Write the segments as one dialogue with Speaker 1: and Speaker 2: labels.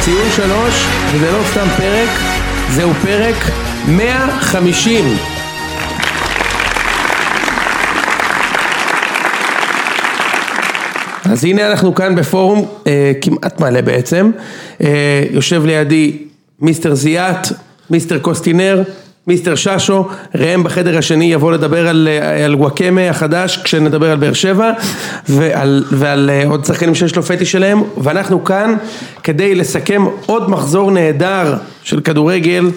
Speaker 1: ציון שלוש, וזה לא סתם פרק, זהו פרק 150. אז הנה אנחנו כאן בפורום אה, כמעט מלא בעצם. אה, יושב לידי מיסטר זיאת, מיסטר קוסטינר, מיסטר ששו, ראם בחדר השני יבוא לדבר על, אה, על וואקמה החדש כשנדבר על באר שבע ועל, ועל אה, עוד שחקנים שיש לו פטיש שלהם ואנחנו כאן כדי לסכם עוד מחזור נהדר של כדורגל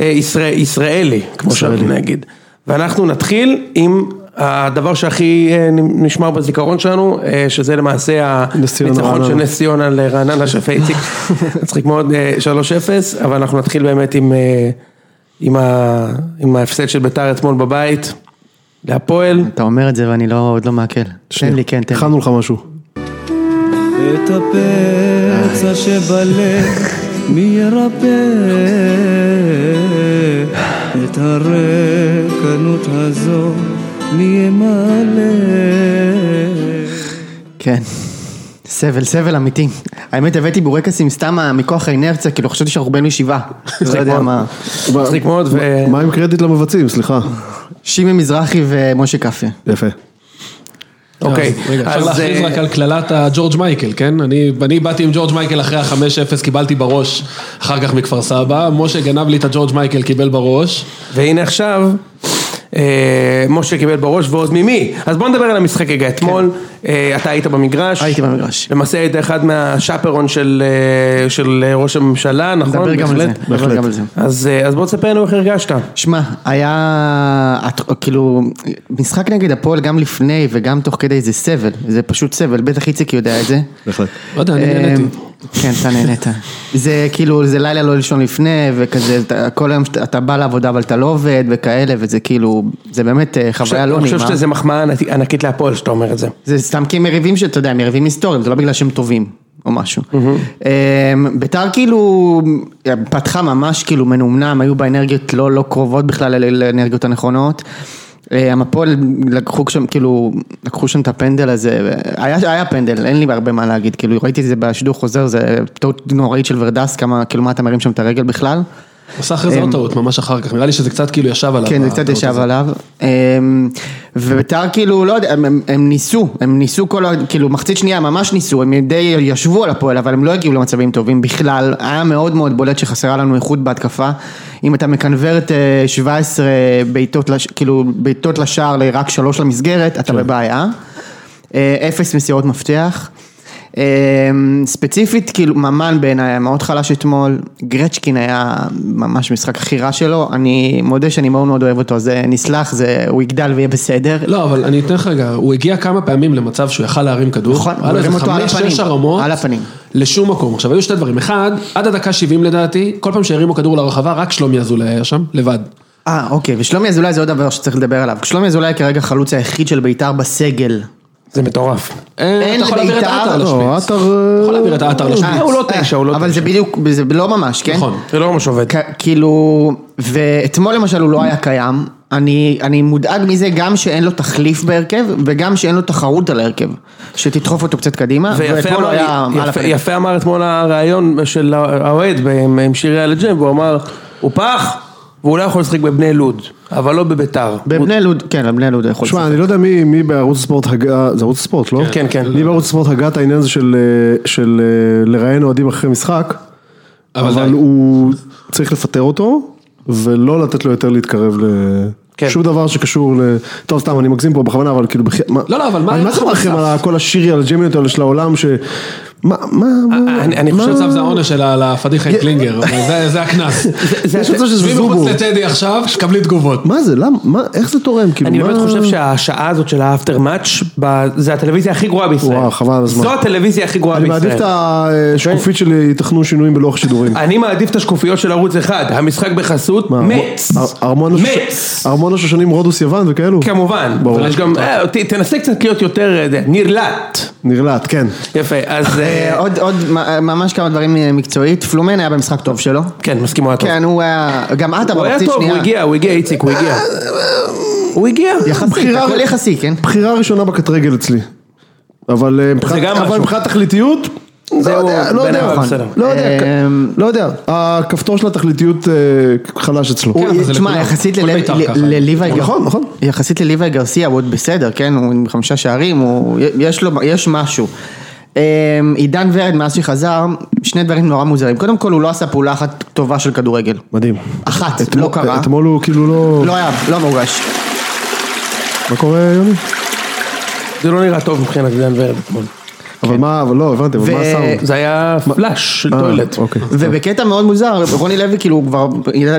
Speaker 1: אה, ישראל, ישראלי, כמו שאנחנו נגיד. ואנחנו נתחיל עם הדבר שהכי אה, נשמר בזיכרון שלנו, אה, שזה למעשה
Speaker 2: נס ציונה
Speaker 1: הניצחון של
Speaker 2: רעננה.
Speaker 1: נס ציונה על אה, רעננה, שפה איציק, מצחיק מאוד, אה, 3-0, אבל אנחנו נתחיל באמת עם, אה, עם, ה, עם ההפסד של ביתר אתמול בבית, להפועל.
Speaker 3: אתה אומר את זה ואני לא, עוד לא מעכל. תן לי, כן, תן לי.
Speaker 2: הכנו לך משהו.
Speaker 4: את
Speaker 2: אה,
Speaker 4: הפצע שבלב, מי ירפא? את הרקנות הזו, מי ימלא?
Speaker 3: כן. סבל, סבל אמיתי. האמת, הבאתי בורקסים סתם אה, מכוח האינרציה, כאילו חשבתי שאנחנו בין משבעה. לא יודע
Speaker 1: מאוד.
Speaker 3: מה.
Speaker 1: מצחיק מאוד, ו-
Speaker 2: מה עם קרדיט למבצעים? סליחה.
Speaker 3: שימי מזרחי ומשה קפה.
Speaker 2: יפה.
Speaker 1: אוקיי,
Speaker 5: רגע, אפשר
Speaker 1: אז,
Speaker 5: להכריז
Speaker 1: אה,
Speaker 5: רק על קללת הג'ורג' מייקל, כן? אני, אני באתי עם ג'ורג' מייקל אחרי ה-5-0, קיבלתי בראש אחר כך מכפר סבא, משה גנב לי את הג'ורג' מייקל, קיבל בראש.
Speaker 1: והנה עכשיו, אה, משה קיבל בראש ועוד ממי. אז בוא נדבר על המשחק רגע. אתמול אה, אתה היית במגרש.
Speaker 3: כן. הייתי במגרש.
Speaker 1: למעשה היית אחד מהשאפרון של, אה, של אה, ראש הממשלה, נכון?
Speaker 3: נדבר גם על זה.
Speaker 1: בהחלט.
Speaker 3: נדבר גם על זה. לא
Speaker 1: אז, אה, אז בוא תספר לנו איך הרגשת.
Speaker 3: שמע, היה את- כאילו משחק נגד הפועל גם לפני וגם תוך כדי זה סבל, זה פשוט סבל, בטח איציק יודע את זה.
Speaker 2: בהחלט.
Speaker 5: לא יודע, אני
Speaker 3: אמ,
Speaker 5: נהניתי.
Speaker 3: כן, אתה נהנית. זה כאילו, זה לילה לא לישון לפני, וכזה, אתה- כל היום שאתה- אתה בא לעבודה אבל אתה לא עובד, וכאלה, וזה כאילו, זה באמת אה, חוויה לא
Speaker 1: אני
Speaker 3: נעימה.
Speaker 1: חושב שזה מחמאה ענק- ענקית להפועל שאתה אומר את זה.
Speaker 3: זה סתם כי הם מריבים שאתה יודע, הם מריבים היסטוריים, זה לא בגלל שהם טובים או משהו. אמ, ביתר כאילו פתחה ממש כאילו מנומנם, היו באנרגיות לא, לא קרובות בכלל אל- לאנרגיות הנכונות. אמ, הפועל לקחו שם כאילו, לקחו שם את הפנדל הזה, היה, היה פנדל, אין לי הרבה מה להגיד, כאילו ראיתי את זה בשידור חוזר, זה טעות נוראית של ורדס, כמה, כאילו מה אתה מרים שם את הרגל בכלל.
Speaker 5: עשה אחרי זה עוד טעות, ממש אחר כך, נראה לי שזה קצת כאילו ישב עליו.
Speaker 3: אמ, כן, זה קצת
Speaker 5: הטעות
Speaker 3: ישב
Speaker 5: הזאת.
Speaker 3: עליו. אמ, וביתר כאילו, לא יודע, הם- הם- הם ניסו, הם ניסו כל, ה- כאילו מחצית שנייה ממש ניסו, הם די ישבו על הפועל, אבל הם לא הגיעו למצבים טובים בכלל. היה מאוד מאוד בולט שחסרה לנו איכות בהתקפה. אם אתה מקנברט אה, 17 בעיטות, לש- כאילו בעיטות לשער לרק שלוש למסגרת, אתה בבעיה. אה, אפס מסירות מפתח. אה, ספציפית, כאילו, ממן בעיניי היה מאוד חלש אתמול, גרצ'קין היה ממש משחק הכי רע שלו, אני מודה שאני מאוד מאוד אוהב אותו, זה נסלח, זה, הוא יגדל ויהיה בסדר.
Speaker 5: לא, אבל אני אתן לך רגע, הוא הגיע כמה פעמים למצב שהוא יכל להרים כדור.
Speaker 3: נכון,
Speaker 5: היה
Speaker 3: הוא
Speaker 5: לו איזה
Speaker 3: הרים אותו על
Speaker 5: חמש,
Speaker 3: הפנים.
Speaker 5: שש הרמות.
Speaker 3: על הפנים.
Speaker 5: לשום מקום. עכשיו, היו שתי דברים. אחד, עד הדקה 70 לדעתי, כל פעם שהרימו כדור לרחבה, רק שלומי אזולאי היה שם, לבד.
Speaker 3: אה, אוקיי, ושלומי אזולאי זה עוד דבר שצריך לדבר עליו. שלומי אזולאי כרגע החלוץ היחיד של בית"ר בסגל.
Speaker 1: זה מטורף.
Speaker 5: אין אה, אתה יכול להעביר את
Speaker 3: לבית"ר-
Speaker 5: עטר
Speaker 2: לא,
Speaker 5: לשוויץ.
Speaker 2: עטר...
Speaker 5: אתה יכול להעביר את עטר לשוויץ.
Speaker 3: אה,
Speaker 1: הוא לא
Speaker 3: אה,
Speaker 1: תשע, הוא לא
Speaker 3: אבל זה בדיוק, זה לא ממש, כן?
Speaker 5: נכון.
Speaker 1: זה לא ממש עובד.
Speaker 3: כ- כאילו, ואתמול למשל הוא לא היה קיים, אני, אני מודאג מזה גם שאין לו תחליף בהרכב, וגם שאין לו תחרות על ההרכב, שתדחוף אותו קצת קדימה,
Speaker 1: ויפה
Speaker 3: ואתמול
Speaker 1: אמר,
Speaker 3: הוא היה על
Speaker 1: יפה,
Speaker 3: הפנים.
Speaker 1: יפה אמר אתמול הריאיון של האוהד עם, עם שירי אלג'ם, והוא אמר, הוא פח, והוא לא יכול לשחק בבני לוד, אבל לא בביתר.
Speaker 3: בבני לוד, כן, בבני לוד הוא יכול
Speaker 2: שמע,
Speaker 3: לשחק.
Speaker 2: אני לא יודע מי מי בערוץ הספורט הגה, זה ערוץ הספורט, לא?
Speaker 1: כן, כן.
Speaker 2: מי בערוץ הספורט הגה את העניין הזה של, אה, של אה, לראיין אוהדים אחרי משחק,
Speaker 5: אבל
Speaker 2: אבל
Speaker 5: די.
Speaker 2: הוא צריך לפטר אותו, ולא לתת לו יותר להתקרב ל...
Speaker 1: כן.
Speaker 2: שום דבר שקשור ל... טוב, סתם, אני מגזים פה בכוונה, אבל כאילו... בחי-
Speaker 5: לא, לא, אבל מה
Speaker 2: אני
Speaker 5: היה
Speaker 2: מה
Speaker 5: לך
Speaker 2: זה אומר לכם
Speaker 5: בנוסף?
Speaker 2: על כל השירי, על הג'מיות האלה של העולם, ש... מה, מה, מה...
Speaker 1: אני- אני
Speaker 2: מה-
Speaker 5: חושב שזה העונש של הפדיחה עם קלינגר, אבל זה- זה הקנס.
Speaker 2: יש מצב שזה
Speaker 5: שבי מחוץ
Speaker 2: זובו.
Speaker 5: לטדי עכשיו, קבלי תגובות.
Speaker 2: מה זה, למה, מה, איך זה תורם? כאילו,
Speaker 1: אני
Speaker 2: מה...
Speaker 1: באמת חושב שהשעה הזאת של האפטר מאץ', ב- זה הטלוויזיה הכי גרועה בישראל.
Speaker 2: וואו, חבל על הזמן.
Speaker 1: זו הטלוויזיה הכי גרועה
Speaker 2: אני
Speaker 1: בישראל.
Speaker 2: מעדיף את השקופית של ייתכנו שינויים בלוח שידורים.
Speaker 1: אני מעדיף את השקופיות של ערוץ אחד, המשחק בחסות,
Speaker 2: מה,
Speaker 1: מצ.
Speaker 2: אר- ארמון הש-
Speaker 1: מצ.
Speaker 2: ארמון השושנים רודוס יוון וכאלו?
Speaker 1: כמובן.
Speaker 2: ברור.
Speaker 1: אבל יש גם, אה, ת- תנסה קצת להיות יותר, אה, זה, נרלט.
Speaker 2: נרלט, כן.
Speaker 1: יפה, אז... אה,
Speaker 3: אה, עוד, עוד מ- ממש כמה דברים אה, מקצועית, פלומן היה במשחק טוב שלו.
Speaker 1: כן, מסכים, הוא היה טוב.
Speaker 3: כן, הוא היה, גם עטר
Speaker 1: הוא היה
Speaker 3: במחצית
Speaker 1: טוב,
Speaker 3: שנייה.
Speaker 1: הוא הגיע, הוא הגיע, איציק, הוא הגיע. הוא הגיע.
Speaker 3: יחסית,
Speaker 2: בחירה-
Speaker 3: הכל יחסי, כן?
Speaker 2: בחירה ראשונה בקטרגל אצלי. אבל אה, מבחינת-
Speaker 1: גם
Speaker 2: אבל
Speaker 1: משהו.
Speaker 2: מבחינת תכליתיות, לא
Speaker 1: זהו,
Speaker 2: יודע, לא
Speaker 1: בעיניי
Speaker 2: יודע,
Speaker 1: אבל בסדר.
Speaker 2: לא יודע,
Speaker 3: אמ,
Speaker 2: לא יודע, הכפתור של התכליתיות אה, חלש אצלו.
Speaker 5: כן, אבל זה
Speaker 3: תשמע,
Speaker 5: לכולם.
Speaker 3: יחסית
Speaker 5: כל
Speaker 3: ללב-
Speaker 5: בית"ר
Speaker 3: ל-
Speaker 5: ככה.
Speaker 3: לליוואי גר-
Speaker 2: נכון, נכון.
Speaker 3: יחסית לליוואי גרסיה הוא עוד בסדר, כן? הוא עם חמישה שערים, הוא- יש לו, יש משהו. אמ, עידן ורד מאז שחזר, שני דברים נורא מוזרים. קודם כל הוא לא עשה פעולה אחת טובה של כדורגל.
Speaker 2: מדהים.
Speaker 3: אחת,
Speaker 2: אתמול-
Speaker 3: לא קרה.
Speaker 2: אתמול הוא כאילו לא...
Speaker 3: לא היה, לא מורגש.
Speaker 2: מה קורה יוני?
Speaker 1: זה לא נראה טוב מבחינת דן ורד אתמול.
Speaker 2: אבל מה, אבל לא, הבנתי, אבל
Speaker 3: ו-
Speaker 2: מה הסאונד?
Speaker 1: זה היה פלאש של
Speaker 2: אה,
Speaker 1: טוילט.
Speaker 2: אוקיי.
Speaker 3: ובקטע מאוד מוזר, רוני לוי כאילו הוא כבר,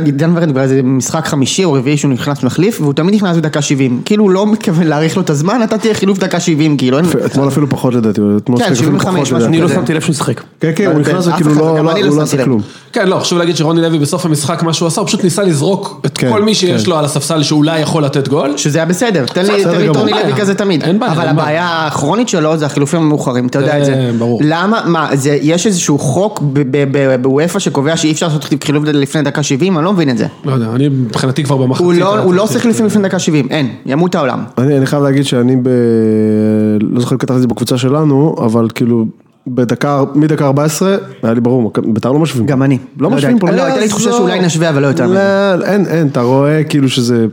Speaker 3: עידן ורד כבר איזה משחק חמישי או רביעי שהוא נכנס מחליף, והוא תמיד נכנס בדקה 70. כאילו הוא לא מתכוון להאריך לו את הזמן, אתה תהיה חילוף דקה 70, כאילו אין...
Speaker 2: יפה, אתמול אפילו פחות לדעתי, אתמול
Speaker 3: כן,
Speaker 2: שיחק אפילו
Speaker 3: 75,
Speaker 2: פחות
Speaker 3: משהו
Speaker 2: לדעתי.
Speaker 1: אני לא
Speaker 3: כזה.
Speaker 1: שמתי לב שהוא שיחק.
Speaker 2: כן, כן, הוא
Speaker 3: אבל
Speaker 2: נכנס
Speaker 3: כן, אף
Speaker 2: וכאילו
Speaker 3: אחד,
Speaker 2: לא
Speaker 3: גם אני
Speaker 2: לא-
Speaker 3: לא
Speaker 2: הוא לא
Speaker 3: שמתי
Speaker 2: עשה
Speaker 3: לב.
Speaker 2: כלום.
Speaker 5: כן, לא, חשוב להגיד שרוני לוי בסוף המשחק, מה שהוא עשה, הוא פשוט ניסה לזרוק את
Speaker 2: כן,
Speaker 5: כל מי שיש
Speaker 2: כן.
Speaker 5: לו על הספסל שאולי יכול לתת גול.
Speaker 3: שזה היה בסדר, תן לי
Speaker 2: בסדר
Speaker 3: תן לי את
Speaker 2: גמור.
Speaker 3: רוני
Speaker 5: אין
Speaker 3: לוי
Speaker 5: בעיה.
Speaker 3: כזה תמיד.
Speaker 5: אין בעיה,
Speaker 3: אבל
Speaker 5: אין בעיה.
Speaker 3: הבעיה הכרונית שלו זה החילופים המאוחרים, אתה יודע
Speaker 5: זה
Speaker 3: את זה.
Speaker 5: ברור.
Speaker 3: למה, מה, זה- יש איזשהו חוק ב- ב- ב- בוופא שקובע שאי אפשר לעשות חילוף לפני דקה 70? אני לא מבין את זה.
Speaker 5: לא יודע, אני מבחינתי כבר במחצית.
Speaker 3: הוא לא-
Speaker 5: היה
Speaker 3: הוא לא
Speaker 5: צריך-
Speaker 3: עושה חילופים לפני דקה 70, אין, ימות העולם.
Speaker 2: אני, אני חייב להגיד שאני ב... לא זוכר אם כתבתי את זה בקבוצה שלנו, אבל כאילו, בדקה, מדקה 14, היה לי ברור, מכ- בית"ר לא משווים.
Speaker 3: גם אני.
Speaker 2: לא,
Speaker 3: לא
Speaker 2: משווים
Speaker 3: יודע,
Speaker 2: פה.
Speaker 3: לא, הייתה לי תחושה
Speaker 2: עזוב.
Speaker 3: שאולי נשווה, אבל לא יותר מזה.
Speaker 2: לא, אין, אין, אתה רואה כאילו שזה...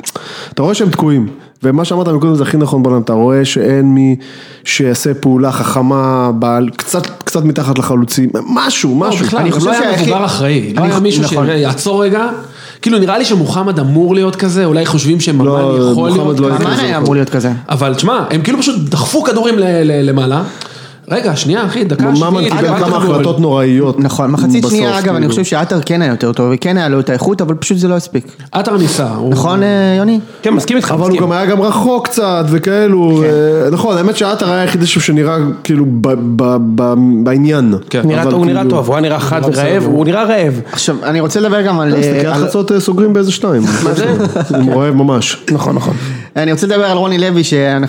Speaker 2: אתה רואה שהם תקועים. ומה שאמרת מקודם זה הכי נכון בעולם, אתה רואה שאין מי שיעשה פעולה חכמה, בעל, קצת, קצת מתחת לחלוצים, משהו,
Speaker 5: לא,
Speaker 2: משהו.
Speaker 5: בכלל,
Speaker 3: אני
Speaker 5: אני
Speaker 3: חושב
Speaker 5: חושב שהיה
Speaker 3: שהיחיד-
Speaker 5: מבוגר אחראי. לא
Speaker 3: אני
Speaker 5: היה
Speaker 3: ח-
Speaker 5: מישהו
Speaker 3: נכון.
Speaker 5: שיעצור רגע. כאילו, נראה לי שמוחמד אמור להיות כזה, אולי חושבים שממן
Speaker 2: לא,
Speaker 5: יכול
Speaker 2: מוחמד
Speaker 5: להיות
Speaker 2: לא
Speaker 5: כזה.
Speaker 3: מה היה אמור להיות כזה?
Speaker 5: אבל תשמע, הם כאילו פשוט דחפו כדורים ל- ל- למעלה. רגע, שנייה, אחי, דקה
Speaker 2: ממן
Speaker 5: שנייה.
Speaker 2: קיבל כמה החלטות נוראיות.
Speaker 3: נכון, מחצית
Speaker 2: בסוף,
Speaker 3: שנייה אגב, אני
Speaker 2: כאילו.
Speaker 3: חושב שעטר כן היה יותר טוב, וכן היה לו את האיכות, אבל פשוט זה לא הספיק.
Speaker 5: עטר ניסה. הוא-
Speaker 3: נכון אה, יוני?
Speaker 1: כן, מסכים איתך,
Speaker 2: אבל הוא
Speaker 1: מסכים.
Speaker 2: גם היה גם רחוק קצת וכאלו, אה, נכון, האמת שעטר היה היחיד שהוא שנראה כאילו ב- ב- ב- בעניין.
Speaker 5: כן.
Speaker 1: נראה-
Speaker 2: אבל
Speaker 1: הוא נראה
Speaker 2: כאילו-
Speaker 1: טוב, הוא היה נראה חד
Speaker 5: בסדר
Speaker 1: ורעב,
Speaker 5: גמור.
Speaker 1: הוא נראה רעב.
Speaker 3: עכשיו, אני רוצה לדבר גם על...
Speaker 2: מסתכלי
Speaker 3: אה, על-
Speaker 2: החצות אה, סוגרים באיזה שתיים.
Speaker 1: מה זה?
Speaker 2: הוא אוהב ממש.
Speaker 1: נכון, נכון.
Speaker 3: אני רוצה לדבר על רוני לוי, שהיה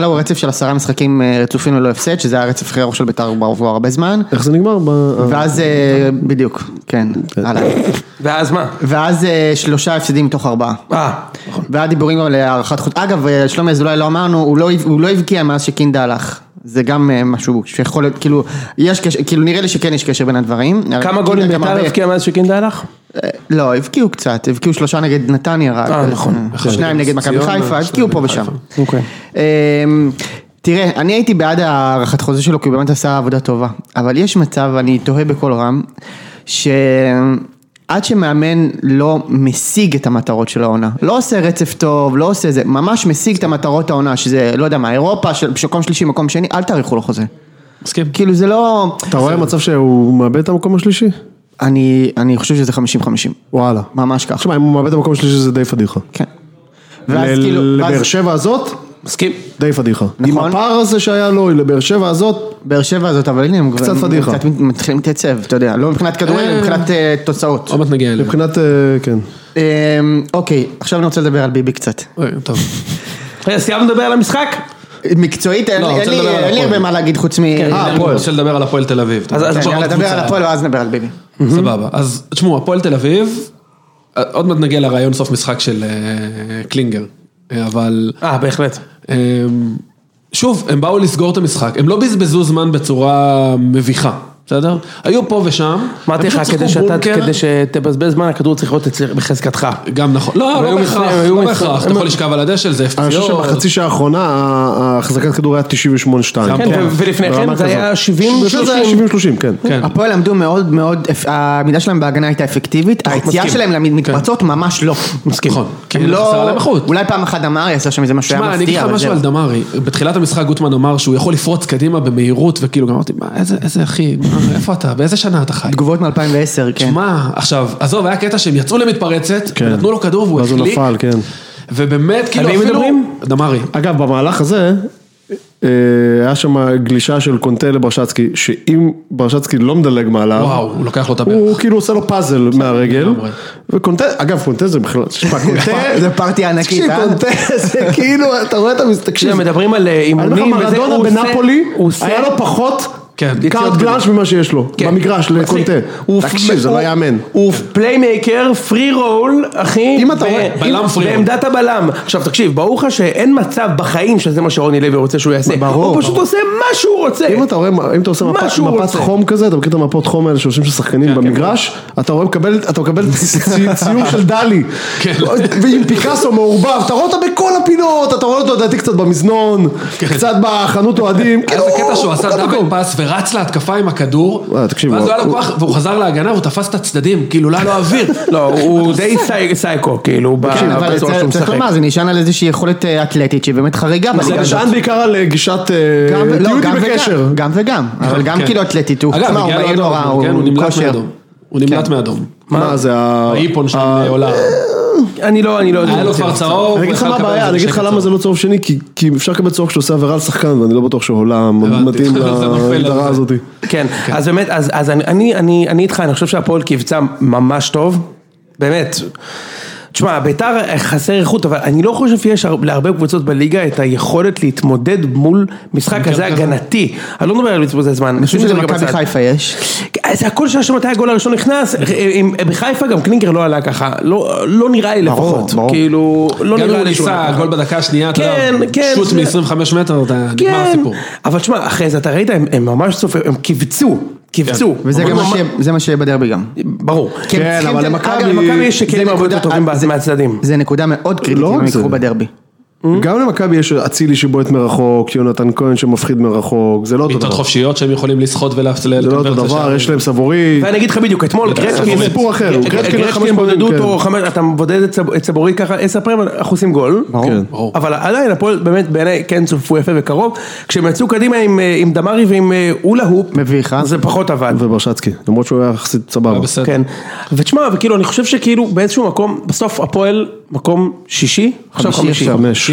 Speaker 3: לו רצף של עשרה משחקים אה, רצופים ללא הפסד, שזה היה הרצף הכי ארוך של בית"ר כבר כבר הרבה זמן,
Speaker 2: איך זה נגמר? ב- אה,
Speaker 3: ואז, אה, בדיוק, כן, הלאה.
Speaker 1: ואז מה?
Speaker 3: ואז אה, שלושה הפסדים מתוך ארבעה.
Speaker 1: אה,
Speaker 3: והיה דיבורים על הארכת חוץ. אגב, אה, שלומי אזולאי לא אמרנו, הוא לא הב- הוא לא הבקיע מאז שקינדה הלך. זה גם אה, משהו שיכול להיות, כאילו, יש קשר, כאילו נראה לי שכן יש קשר בין הדברים.
Speaker 1: כמה
Speaker 3: קינדה
Speaker 1: גולים
Speaker 3: גם
Speaker 1: בית"ר
Speaker 3: הרבה-
Speaker 1: הבקיע מאז שקינדה הלך?
Speaker 3: אה, לא, הבקיעו קצת, הבקיעו שלושה נגד נתניה רק.
Speaker 1: אה, נכון.
Speaker 3: אה, שניים נגד מכבי
Speaker 5: ציונה,
Speaker 3: חיפה,
Speaker 5: שניים
Speaker 3: הבקיעו פה
Speaker 5: נגד
Speaker 3: ושם.
Speaker 1: אוקיי.
Speaker 3: אמ, תראה, אני הייתי בעד הארכת חוזה שלו, כי הוא באמת עשה עבודה טובה. אבל יש מצב, אני תוהה בקול רם, שעד שמאמן לא משיג את המטרות של העונה, לא עושה רצף טוב, לא עושה זה, ממש משיג את המטרות העונה, שזה, לא יודע מה, אירופה, של של מקום שלישי, מקום שני, אל תאריכו לו חוזה.
Speaker 5: מסכים.
Speaker 3: כאילו זה לא...
Speaker 2: אתה רואה מצב שהוא מאבד את המקום השלישי?
Speaker 3: אני אני חושב שזה 50-50,
Speaker 2: וואלה.
Speaker 3: ממש ככה.
Speaker 2: תשמע, אם הוא מאבד את המקום השלישי זה די פדיחה.
Speaker 3: כן. ואז
Speaker 2: ל-
Speaker 3: כאילו,
Speaker 2: לבאר
Speaker 3: ואז-
Speaker 2: שבע הזאת,
Speaker 1: מסכים.
Speaker 2: די פדיחה. עם
Speaker 3: נכון.
Speaker 2: הפער הזה שהיה לו, לבאר שבע הזאת,
Speaker 3: באר שבע הזאת, אבל הנה הם כבר-
Speaker 2: קצת
Speaker 3: הם
Speaker 2: פדיחה.
Speaker 3: קצת מת- מתחילים להתייצב, אתה יודע, לא מבחינת כדורגל,
Speaker 5: אה.
Speaker 3: מבחינת אה, תוצאות.
Speaker 5: עוד מעט נגיע אליהם.
Speaker 2: מבחינת, אה, כן.
Speaker 3: אה, אוקיי, עכשיו אני רוצה לדבר על ביבי קצת.
Speaker 5: רגע, טוב.
Speaker 1: רגע, סיימנו לדבר על המשחק?
Speaker 3: מקצועית, אין
Speaker 5: לא,
Speaker 3: לי-
Speaker 5: רוצה
Speaker 3: אין לי-
Speaker 5: לדבר על
Speaker 3: אין לי
Speaker 5: הפועל.
Speaker 3: הרבה מה להגיד חוץ מ... אה,
Speaker 5: אני רוצה לדבר על הפועל תל אביב.
Speaker 1: אה, אז- אז
Speaker 3: כן,
Speaker 1: בוא,
Speaker 3: יאללה, נדבר על הפועל ואז נדבר על ביבי.
Speaker 5: סבבה. אז תשמעו, הפועל תל אביב, אה, עוד מעט נגיע לרעיון סוף משחק של אה, קלינגר. אה, אבל
Speaker 1: אה, בהחלט.
Speaker 5: אמ, שוב, הם באו לסגור את המשחק, הם לא בזבזו זמן בצורה מביכה, בסדר? היו פה ושם.
Speaker 1: אמרתי
Speaker 5: הם
Speaker 1: לך,
Speaker 5: פשוט
Speaker 1: כדי
Speaker 5: שיחקו
Speaker 1: שאתה,
Speaker 5: בונקר.
Speaker 1: כדי שתבזבז זמן, הכדור צריך להיות אצל- בחזקתך.
Speaker 5: גם נכון, לא,
Speaker 1: הם
Speaker 5: לא
Speaker 1: היו
Speaker 5: בהכרח,
Speaker 1: מצוינים, היו
Speaker 5: לא
Speaker 1: מצוינים.
Speaker 5: בהכרח, אתה
Speaker 1: הם-
Speaker 5: יכול לשכב על הדשא, זה
Speaker 2: אני חושב
Speaker 5: הפציעות.
Speaker 2: שבחצי שעה האחרונה החזקת כדור היה 98-2.
Speaker 1: כן, ו- ולפני
Speaker 2: ברמה
Speaker 1: כן זה
Speaker 2: כזאת.
Speaker 1: היה 70-30.
Speaker 2: לפני זה היה 70-30, כן.
Speaker 5: כן.
Speaker 3: הפועל עמדו מאוד מאוד, אפ- העמידה שלהם בהגנה הייתה אפקטיבית, היציאה שלהם למתפרצות ממש לא.
Speaker 5: כן. מסכים. נכון,
Speaker 3: הם
Speaker 5: כי חסר
Speaker 3: לא,
Speaker 5: להם איכות.
Speaker 3: אולי פעם אחת אמרי עשה שם איזה משהו
Speaker 5: תשמע,
Speaker 3: היה
Speaker 5: אני אגיד
Speaker 3: מפתיע,
Speaker 5: לך
Speaker 3: אבל
Speaker 5: משהו
Speaker 3: זהו.
Speaker 5: על דמרי, בתחילת המשחק גוטמן אמר שהוא יכול לפרוץ קדימה במהירות, וכאילו גם אמרתי, מה, איזה- איזה אחי, מה, איפה אתה, באיזה שנה אתה חי?
Speaker 3: תגובות מ-2010, כן.
Speaker 5: שמע, עכשיו, עזוב, היה קטע שהם יצאו למתפרצת,
Speaker 2: כן.
Speaker 5: נתנו לו כדור והוא
Speaker 2: ואז הוא
Speaker 5: החליק,
Speaker 2: נפל, כן.
Speaker 5: ובאמת, כאילו
Speaker 1: על מי
Speaker 5: אפילו,
Speaker 1: מדברים?
Speaker 5: דמרי,
Speaker 2: אגב, במהלך הזה, אה, היה שם גלישה של קונטה לברשצקי, שאם ברשצקי לא מדלג מעליו,
Speaker 5: וואו, הוא לוקח לו את הברך.
Speaker 2: הוא כאילו עושה לו פאזל מהרגל,
Speaker 5: לגמרי.
Speaker 2: וקונטה, אגב, קונטה זה בכלל, תשמע, קונטה,
Speaker 3: זה פארטי ענקית,
Speaker 2: תקשיב,
Speaker 3: אה?
Speaker 2: קונטה זה כאילו, אתה רואה את המס...
Speaker 1: תראה,
Speaker 2: תקשיב,
Speaker 1: מדברים על אה,
Speaker 2: אני אומר לך,
Speaker 1: אימונים, וזה,
Speaker 2: מרדונה
Speaker 1: הוא עושה-
Speaker 2: בנפולי,
Speaker 1: הוא עושה-
Speaker 2: היה לו פחות
Speaker 5: כן.
Speaker 1: יציאות
Speaker 2: קארט
Speaker 1: גדולות.
Speaker 2: גלאנש ממה שיש לו,
Speaker 1: כן.
Speaker 2: במגרש,
Speaker 1: מצחיק.
Speaker 2: לקונטה.
Speaker 1: הוא-
Speaker 2: תקשיב, זה
Speaker 1: הוא-
Speaker 2: לא יאמן.
Speaker 1: הוא פליימייקר, פרי רול, אחי.
Speaker 2: אם אתה
Speaker 1: ב-
Speaker 2: רואה-
Speaker 1: אם-
Speaker 5: בלם free roll.
Speaker 1: בעמדת הבלם. עכשיו תקשיב, ברור לך שאין מצב בחיים שזה מה שרוני לוי רוצה שהוא יעשה.
Speaker 2: ברור,
Speaker 1: הוא פשוט
Speaker 2: ברור.
Speaker 1: עושה מה שהוא רוצה.
Speaker 2: אם אתה רואה, אם אתה עושה
Speaker 1: מה
Speaker 2: מפת,
Speaker 1: שהוא
Speaker 2: מפת
Speaker 1: רוצה. כן,
Speaker 2: חום כזה, אתה מכיר את המפות חום האלה שעושים של שחקנים במגרש, אתה רואה, מקבל, אתה מקבל צי- ציור של דלי,
Speaker 1: כן.
Speaker 2: ועם פיקאסו מעורבב, אתה רואה אותה בכל הפינות, אתה רואה אותו לדעתי קצת במזנון,
Speaker 1: כן.
Speaker 2: קצת בחנות
Speaker 1: אה,
Speaker 2: אוהדים,
Speaker 5: היה
Speaker 2: כאילו,
Speaker 5: איזה קטע שהוא עשה
Speaker 2: בכל
Speaker 5: דאבל
Speaker 2: מקום.
Speaker 5: פאס ורץ להתקפה עם הכדור,
Speaker 2: וואי, תקשיב,
Speaker 5: ואז הוא
Speaker 2: הוא-
Speaker 5: היה לו כוח, והוא חזר להגנה והוא תפס את הצדדים, כאילו, לא היה לו אוויר.
Speaker 1: לא, הוא די סי- סייקו, כאילו, ב-
Speaker 3: כן,
Speaker 2: אה,
Speaker 3: אבל
Speaker 1: בצורה שהוא
Speaker 3: צריך- צריך
Speaker 1: משחק.
Speaker 3: לומר, זה נשען על איזושהי יכולת אה, אתלטית שהיא באמת חריגה.
Speaker 2: זה
Speaker 3: בליגה הזאת.
Speaker 2: נשען בעיקר על אה, גישת, אה,
Speaker 3: גם- לא,
Speaker 2: תהיו איתי
Speaker 3: גם
Speaker 2: בקשר.
Speaker 3: וגם, גם וגם, אבל גם
Speaker 5: כן.
Speaker 3: כאילו אתלטית, הוא
Speaker 5: אגב,
Speaker 3: תשמע,
Speaker 5: מגיע לו
Speaker 3: מהיר
Speaker 5: אדום,
Speaker 3: נורא,
Speaker 5: כן, הוא נמלט
Speaker 3: כושר. כן. אה,
Speaker 5: מאדום. הוא נמלט מאדום.
Speaker 2: מה זה ה...
Speaker 5: האיפון שם
Speaker 1: אה,
Speaker 5: עולה.
Speaker 1: אני לא, אני לא יודע.
Speaker 5: היה
Speaker 3: כן.
Speaker 5: לו כבר צהוב,
Speaker 2: אני אגיד לך
Speaker 5: הוא
Speaker 2: מה
Speaker 5: יכל לקבל את
Speaker 2: הבעיה,
Speaker 5: זה
Speaker 2: אני אגיד לך
Speaker 5: בשקט
Speaker 2: למה זה
Speaker 5: צהוב.
Speaker 2: לא צהוב שני, כי- כי אפשר לקבל צהוב כשעושה עבירה על שחקן, ואני לא בטוח שעולה מתאים
Speaker 5: זה נופל על
Speaker 2: להגדרה
Speaker 5: זה.
Speaker 2: הזאת.
Speaker 1: כן, אז באמת, אז, אז אני, אני, אני, אני איתך, אני חושב שהפועל קיבצה ממש טוב, באמת. תשמע, ביתר אה, חסר איכות, אבל אני לא חושב שיש הר- להרבה קבוצות בליגה את היכולת להתמודד מול משחק כזה הגנתי. אני לא מדבר על בזבוזי זמן.
Speaker 3: אני חושב
Speaker 1: שים את
Speaker 3: שזה
Speaker 1: זה רגע
Speaker 3: מכבי
Speaker 1: בצד.
Speaker 3: חיפה יש.
Speaker 1: זה הכל שעה שמתי הגול הראשון נכנס, אה, עם- אה, בחיפה גם קלינגר לא עלה ככה, לא לא נראה לי
Speaker 3: ברור,
Speaker 1: לפחות,
Speaker 3: ברור.
Speaker 1: כאילו, לא
Speaker 5: גם אם
Speaker 1: נראה
Speaker 5: הוא
Speaker 1: לי שהוא עלה
Speaker 5: ניסה,
Speaker 1: ככה.
Speaker 5: גול בדקה השנייה, אתה
Speaker 1: כן,
Speaker 5: יודע,
Speaker 1: כן,
Speaker 5: שוט
Speaker 1: זה-
Speaker 5: מ-25 מטר, אתה- נגמר
Speaker 1: כן,
Speaker 5: הסיפור.
Speaker 1: אבל תשמע, אחרי זה אתה ראית, הם הם ממש סופרים, הם קיבצו, קיבצו.
Speaker 3: וזה
Speaker 1: הם
Speaker 3: גם מה
Speaker 1: ממש-
Speaker 3: שיהיה- זה מה שיהיה בדרבי גם.
Speaker 1: ברור.
Speaker 3: הם
Speaker 2: כן,
Speaker 3: צריכים
Speaker 2: אבל
Speaker 3: את-
Speaker 2: למכבי-
Speaker 3: אגב,
Speaker 1: אגב, למכבי יש
Speaker 3: זה
Speaker 1: כלים הרבה יותר
Speaker 3: נקודה- אה,
Speaker 1: טובים
Speaker 3: זה-
Speaker 1: מהצדדים.
Speaker 3: זה נקדה מאוד קריטית
Speaker 2: לא
Speaker 3: אם
Speaker 2: רק
Speaker 3: הם
Speaker 2: זה. נכון.
Speaker 3: יקחו בדרבי.
Speaker 2: גם למכבי יש אצילי שבועט מרחוק, יונתן כהן שמפחיד מרחוק, זה לא אותו
Speaker 5: בעיטות
Speaker 2: דבר.
Speaker 5: חופשיות שהם יכולים לסחוט ולקבל
Speaker 2: זה לא אותו דבר, יש להם סבורי.
Speaker 1: ואני אגיד לך בדיוק, אתמול גרצקין,
Speaker 2: זה סיפור אחר, הוא גרצקין היה חמש
Speaker 1: גרצקין
Speaker 2: פעמים,
Speaker 1: בודדו
Speaker 2: כן.
Speaker 1: אותו, חמש- אתה מבודד את צב- את צבורי ככה עשר פעמים, אנחנו עושים גול.
Speaker 2: כן.
Speaker 5: ברור.
Speaker 1: אבל עדיין הפועל באמת בעיניי כן צופו יפה וקרוב, כשהם יצאו קדימה עם, אה, עם דמרי ועם אה, אולה הופ,
Speaker 3: מביך, אה?
Speaker 1: זה פחות עבד.
Speaker 2: וברשצקי, למרות שהוא היה יחסית סבבה.
Speaker 5: בסדר.
Speaker 1: כן, ותשמע, וכאילו אני חושב שכאילו באיזשהו מקום, בסוף הפועל מקום שישי, עכשיו
Speaker 2: נכון,
Speaker 1: חמישי,
Speaker 2: חמש.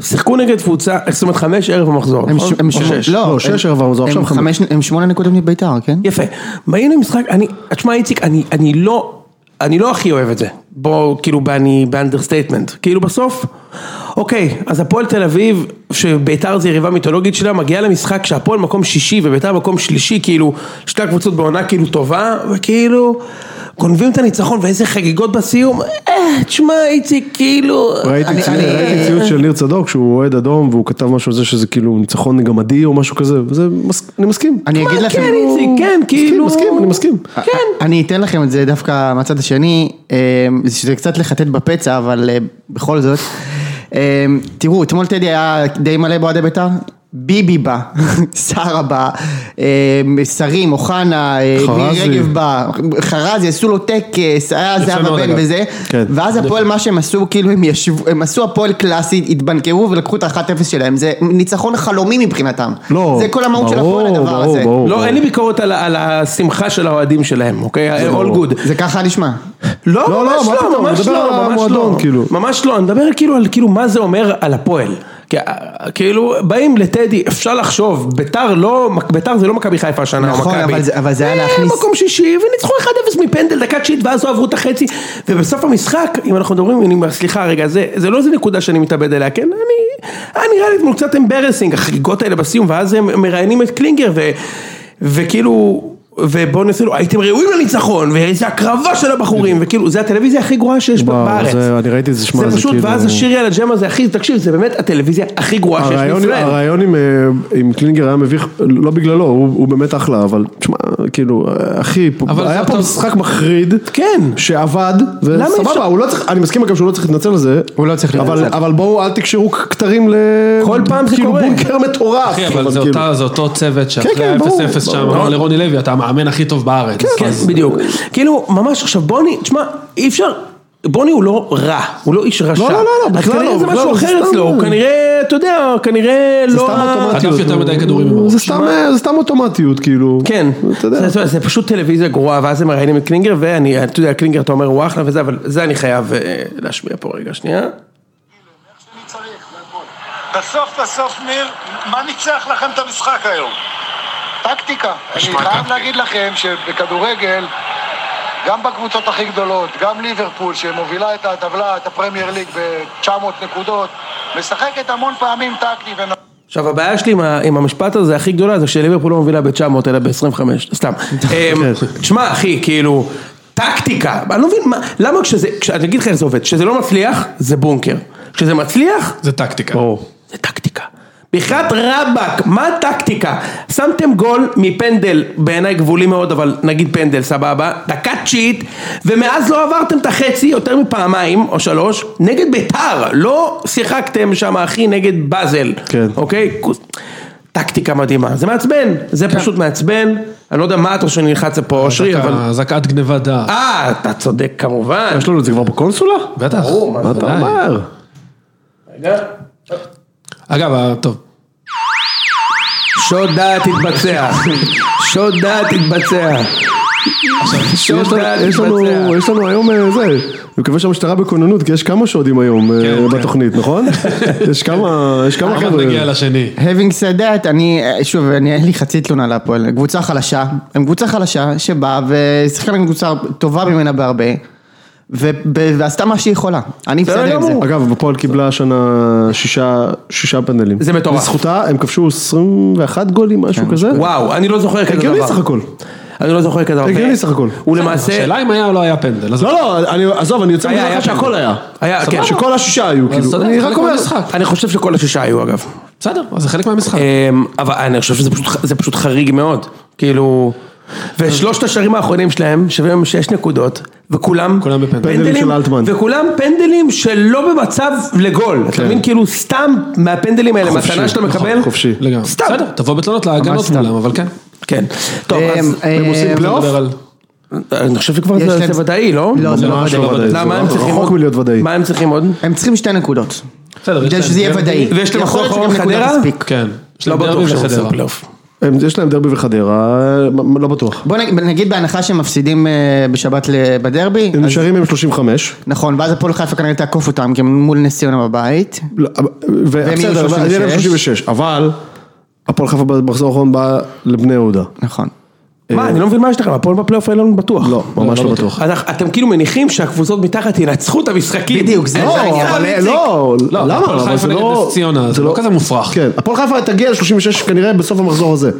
Speaker 1: שיחקו נגד קבוצה, זאת אומרת חמש ערב המחזור,
Speaker 3: הם
Speaker 1: נכון?
Speaker 3: ש- הם
Speaker 1: או
Speaker 3: שמונה-
Speaker 1: שש.
Speaker 3: לא,
Speaker 2: לא, שש
Speaker 3: הם-
Speaker 2: עברנו, זה עכשיו
Speaker 3: הם
Speaker 2: חמש.
Speaker 3: חמש- הם שמונה נקודות מביתר, כן?
Speaker 1: יפה. באים למשחק, אני, תשמע איציק, אני, אני לא, אני לא הכי אוהב את זה. בוא, כאילו, אני באנדרסטייטמנט. כאילו בסוף, אוקיי, אז הפועל תל אביב, שביתר זה יריבה מיתולוגית שלה, מגיעה למשחק שהפועל מקום שישי וביתר מקום שלישי, כאילו, שתי הקבוצות בעונה כאילו טובה, וכאילו, גונבים את הניצחון ואיזה חגיגות בסיום. אה, תשמע איציק, כאילו...
Speaker 2: ראיתי
Speaker 3: אני-
Speaker 2: ציוץ-
Speaker 3: אני-
Speaker 2: ראיתי ציוץ של ניר צדוק שהוא אוהד אדום והוא כתב משהו על זה שזה כאילו ניצחון גמדי או משהו כזה, וזה, מס- אני מסכים.
Speaker 3: אני אגיד לכם...
Speaker 1: כן, איציק, כן, כאילו...
Speaker 2: מסכים, אני מסכים.
Speaker 3: כן. אני אתן לכם את זה דווקא מהצד השני, אה, שזה קצת לחטט בפצע, אבל אה, בכל זאת. אה, תראו, אתמול טדי היה די מלא באוהדי בית"ר. ביבי בא, שרה בא, אה, שרים, אוחנה, אה, מירי
Speaker 2: חרזי.
Speaker 3: רגב בא, חרזי, עשו לו טקס, היה זהבה
Speaker 5: מאוד,
Speaker 3: בן
Speaker 5: אגב.
Speaker 3: וזה,
Speaker 2: כן.
Speaker 3: ואז הפועל, מה שהם עשו, כאילו הם ישבו, הם עשו הפועל קלאסי, התבנקרו ולקחו את ה-1-0 שלהם, זה ניצחון חלומי מבחינתם.
Speaker 2: לא,
Speaker 3: זה כל המהות של
Speaker 2: ברור,
Speaker 3: הפועל הדבר
Speaker 2: ברור,
Speaker 3: הזה.
Speaker 2: ברור.
Speaker 1: לא, אין לי ביקורת על ה- על השמחה של האוהדים שלהם, אוקיי? All good.
Speaker 3: זה ככה נשמע.
Speaker 1: לא,
Speaker 2: לא,
Speaker 1: ממש
Speaker 2: מה
Speaker 1: לא,
Speaker 2: פתאום,
Speaker 1: ממש
Speaker 2: מדבר על
Speaker 1: לא, ממש
Speaker 2: המועדון,
Speaker 1: לא,
Speaker 2: כאילו.
Speaker 1: ממש לא, אני מדבר כאילו על כאילו מה זה אומר על הפועל. כי, אה, כאילו, באים לטדי, אפשר לחשוב, ביתר לא, ביתר זה לא מכבי חיפה השנה, או
Speaker 3: נכון,
Speaker 1: מכבי. אה,
Speaker 3: אבל זה- אבל זה היה להכניס-
Speaker 1: מקום שישי, וניצחו 1-0 מפנדל דקה תשיעית, ואז לא עברו את החצי, ובסוף המשחק, אם אנחנו מדברים, אני, סליחה רגע, זה, זה לא איזה נקודה שאני מתאבד עליה, כן? אני, היה נראה לי אתמול קצת אמברסינג, החגיגות האלה בסיום, ואז הם מראיינים את קלינגר, ו, וכאילו... ובואו נעשה לו, הייתם ראויים לניצחון, ואיזה הקרבה של הבחורים, וכאילו, זה הטלוויזיה הכי גרועה שיש
Speaker 2: וואו,
Speaker 1: בארץ.
Speaker 2: זה- אני ראיתי את זה, שמע,
Speaker 1: זה
Speaker 2: זה
Speaker 1: פשוט,
Speaker 2: כאילו-
Speaker 1: ואז השיר יאללה ג'ם הזה, אחי, תקשיב, זה באמת הטלוויזיה הכי גרועה שיש
Speaker 2: הרעיון
Speaker 1: בישראל.
Speaker 2: הרעיון עם, אה, עם קלינגר היה מביך, לא בגללו, הוא, הוא באמת אחלה, אבל תשמע, כאילו, אה, אחי, פה-
Speaker 5: אבל
Speaker 2: היה
Speaker 5: זה
Speaker 2: פה
Speaker 5: אותו-
Speaker 2: משחק מחריד,
Speaker 1: כן.
Speaker 2: שעבד,
Speaker 1: למה אי אפשר-
Speaker 2: וסבבה, הוא לא צריך, אני מסכים גם שהוא לא צריך להתנצל על זה,
Speaker 3: הוא לא צריך
Speaker 2: אבל,
Speaker 3: להתנצל.
Speaker 2: אבל בואו אל תקשרו כתרים ל...
Speaker 1: כל פעם זה
Speaker 2: כאילו
Speaker 1: קורה.
Speaker 2: בונקר מטורף.
Speaker 5: אחי, אבל זה
Speaker 2: כאילו-
Speaker 5: אותה- זה אותו צוות
Speaker 2: כן,
Speaker 5: שאחרי
Speaker 2: ברור,
Speaker 5: ה-0-0 שם,
Speaker 2: ברור.
Speaker 5: אמר לרוני לוי, אתה המאמן הכי טוב בארץ.
Speaker 1: כן,
Speaker 5: אז-
Speaker 1: בדיוק. כאילו, ממש עכשיו, בוני, תשמע, אי אפשר... בוני הוא לא רע, הוא לא איש רשע.
Speaker 2: לא, לא, לא,
Speaker 1: אז
Speaker 2: בכלל
Speaker 1: כנראה
Speaker 2: לא,
Speaker 1: זה
Speaker 2: בכלל
Speaker 1: משהו
Speaker 2: לא, זה
Speaker 1: אחר
Speaker 2: סתם-
Speaker 1: אצלו, הוא כנראה, אתה יודע, כנראה
Speaker 2: זה
Speaker 1: לא...
Speaker 2: סתם
Speaker 1: ה-
Speaker 2: אוטומטיות.
Speaker 5: חטף יותר מדי כדורים עם הראש.
Speaker 2: זה סתם, אה, זה סתם אוטומטיות, כאילו.
Speaker 1: כן,
Speaker 2: אתה יודע.
Speaker 1: זה- זה- זה פשוט טלוויזיה גרועה, ואז הם מראיינים את קלינגר, ואני, אתה יודע, קלינגר, אתה אומר, הוא אחלה וזה, אבל זה אני חייב אה, להשמיע פה רגע, שנייה.
Speaker 6: בסוף בסוף, ניר, מה ניצח לכם את המשחק היום?
Speaker 7: טקטיקה. אני חייב להגיד לכם שבכדורגל, גם בקבוצות הכי גדולות, גם ליברפול שמובילה את הטבלה, את הפרמייר ליג ב-900 נקודות, משחקת המון פעמים טקטי ונ...
Speaker 1: עכשיו הבעיה שלי עם ה- עם המשפט הזה הכי גדולה זה שליברפול לא מובילה ב-900 אלא ב-25, סתם. אמ, תשמע אחי, כאילו, טקטיקה, אני לא מבין, מה- למה כשזה, כש- אני אגיד לך איך זה עובד, כשזה לא מצליח, זה בונקר, כשזה מצליח,
Speaker 5: זה טקטיקה.
Speaker 1: זה טקטיקה. בחייאת רבאק, מה הטקטיקה? שמתם גול מפנדל, בעיניי גבולי מאוד, אבל נגיד פנדל, סבבה, דקה תשיעית, ומאז לא עברתם את החצי יותר מפעמיים או שלוש, נגד ביתר, לא שיחקתם שם אחי נגד באזל,
Speaker 2: כן.
Speaker 1: אוקיי? כוס- טקטיקה מדהימה, זה מעצבן, זה
Speaker 2: כן.
Speaker 1: פשוט מעצבן, אני לא יודע מה אתה רוצה שנלחץ פה אושרי, אבל...
Speaker 5: אזעקת גניבת דעת.
Speaker 1: אה, אתה צודק כמובן.
Speaker 2: יש לנו את זה כבר בקונסולה?
Speaker 5: בטח.
Speaker 1: ברור, מה
Speaker 2: מה אתה
Speaker 5: ודאי.
Speaker 2: אומר?
Speaker 1: רגע.
Speaker 5: אגב, ה- טוב.
Speaker 1: שוד דעת התבצע, שוד דעת התבצע, שוד
Speaker 2: יש לנו-
Speaker 1: דעת
Speaker 2: יש לנו-
Speaker 1: התבצע.
Speaker 2: יש לנו היום אה, זה, אני מקווה שהמשטרה בכוננות, כי יש כמה שודים היום אה,
Speaker 5: כן, כן.
Speaker 2: בתוכנית, נכון? יש כמה, יש כמה
Speaker 5: אגב, נגיע לשני.
Speaker 1: אה,
Speaker 3: Having said that, אני, שוב, אני, אין לי חצי תלונה להפועל, קבוצה חלשה, הם קבוצה חלשה שבאה ושיחקה עם קבוצה טובה ממנה בהרבה, ו, ו, ועשתה מה שהיא יכולה, אני בסדר עם זה.
Speaker 1: גמור.
Speaker 2: אגב, הפועל קיבלה השנה שישה, שישה פנדלים.
Speaker 1: זה מטורף.
Speaker 2: לזכותה, הם כבשו 21 גולים, משהו כזה.
Speaker 1: וואו, אני לא זוכר כזה דבר.
Speaker 2: הגיוני סך הכל.
Speaker 1: אני לא זוכר כזה דבר.
Speaker 2: הגיוני סך הכל.
Speaker 1: הוא למעשה...
Speaker 5: השאלה אם היה או לא היה פנדל. אז-
Speaker 2: לא, לא, אני, עזוב, אני יוצא
Speaker 1: היה,
Speaker 2: מזה
Speaker 1: היה
Speaker 2: שהכל היה.
Speaker 1: היה,
Speaker 2: כן,
Speaker 1: כן.
Speaker 2: שכל השישה היו,
Speaker 5: אז אתה
Speaker 2: כאילו.
Speaker 5: יודע,
Speaker 2: אני
Speaker 5: זה
Speaker 2: רק
Speaker 5: חלק
Speaker 2: אומר,
Speaker 5: מהמשחק.
Speaker 1: אני חושב שכל השישה היו אגב.
Speaker 5: בסדר, אז זה חלק מהמשחק.
Speaker 1: אמ, אבל אני חושב שזה פשוט, זה פשוט חריג מאוד. כאילו... ושלושת השערים האחרונים שלהם שווים שש נקודות, וכולם
Speaker 5: כולם בפנדלים.
Speaker 2: פנדלים של אלטמן.
Speaker 1: וכולם פנדלים שלא במצב לגול. אתה מבין? כאילו סתם מהפנדלים האלה, מהטענה שאתה
Speaker 2: נכון,
Speaker 1: מקבל,
Speaker 2: חופשי.
Speaker 5: לגמרי.
Speaker 1: אה, סתם.
Speaker 5: בסדר, תבוא בתלונות להגנות
Speaker 3: סתם.
Speaker 5: מולם, אבל כן.
Speaker 1: כן. טוב, אז...
Speaker 3: אה,
Speaker 2: הם עושים
Speaker 3: אה,
Speaker 2: פלייאוף?
Speaker 5: נדבר על-
Speaker 1: אני חושב שכבר
Speaker 3: יש
Speaker 1: זה
Speaker 3: להם-
Speaker 1: זה ודאי, לא?
Speaker 3: לא, זה
Speaker 2: ממש
Speaker 5: לא
Speaker 2: לא
Speaker 5: ודאי.
Speaker 2: ודאי.
Speaker 1: למה הם צריכים עוד?
Speaker 2: רחוק מלהיות ודאי.
Speaker 1: מה הם צריכים עוד?
Speaker 3: הם צריכים שתי נקודות,
Speaker 5: בסדר, יש
Speaker 3: כדי
Speaker 5: להם
Speaker 3: שזה יהיה
Speaker 5: דרבי.
Speaker 3: ודאי.
Speaker 1: ויש להם
Speaker 3: יכול להיות
Speaker 1: אחורה
Speaker 3: שגם נקודה
Speaker 1: חדרה?
Speaker 3: תספיק.
Speaker 5: כן. יש
Speaker 1: לא
Speaker 5: להם דרבי
Speaker 1: בטוח שהם עושים
Speaker 5: וחדרה.
Speaker 1: פלייאוף.
Speaker 2: הם- יש להם דרבי וחדרה, אה, לא בטוח.
Speaker 3: בוא נגיד, נגיד בהנחה שהם מפסידים אה, בשבת ל- בדרבי,
Speaker 2: הם
Speaker 3: אז-
Speaker 2: נשארים עם 35.
Speaker 3: נכון, ואז הפועל חיפה כנראה תעקוף אותם, כי הם מול נס ציונה בבית.
Speaker 2: לא, אבל- ו-
Speaker 3: והם יהיו
Speaker 2: בסדר, אבל- אז יהיה להם
Speaker 3: 36.
Speaker 2: 36, אבל הפועל חיפה במחזור האחרון בא לבני יהודה.
Speaker 5: אה,
Speaker 3: נכון.
Speaker 1: מה, אני לא מבין מה
Speaker 3: אה,
Speaker 1: יש לכם, הפועל בפלייאוף העליון בטוח.
Speaker 2: לא, ממש לא בטוח.
Speaker 1: אז אך- אתם כאילו מניחים שהקבוצות מתחת ינצחו את המשחקים.
Speaker 3: בדיוק, זה-
Speaker 1: איזה
Speaker 3: לא,
Speaker 1: עניין,
Speaker 2: אבל
Speaker 1: איציק.
Speaker 2: לא,
Speaker 5: לא,
Speaker 2: למה?
Speaker 5: הפועל
Speaker 2: אבל
Speaker 5: חיפה
Speaker 2: זה
Speaker 5: נגד
Speaker 2: לא...
Speaker 5: נס ציונה, זה לא כזה מופרך.
Speaker 2: כן, הפועל חיפה תגיע ל-36 כנראה בסוף המחזור הזה.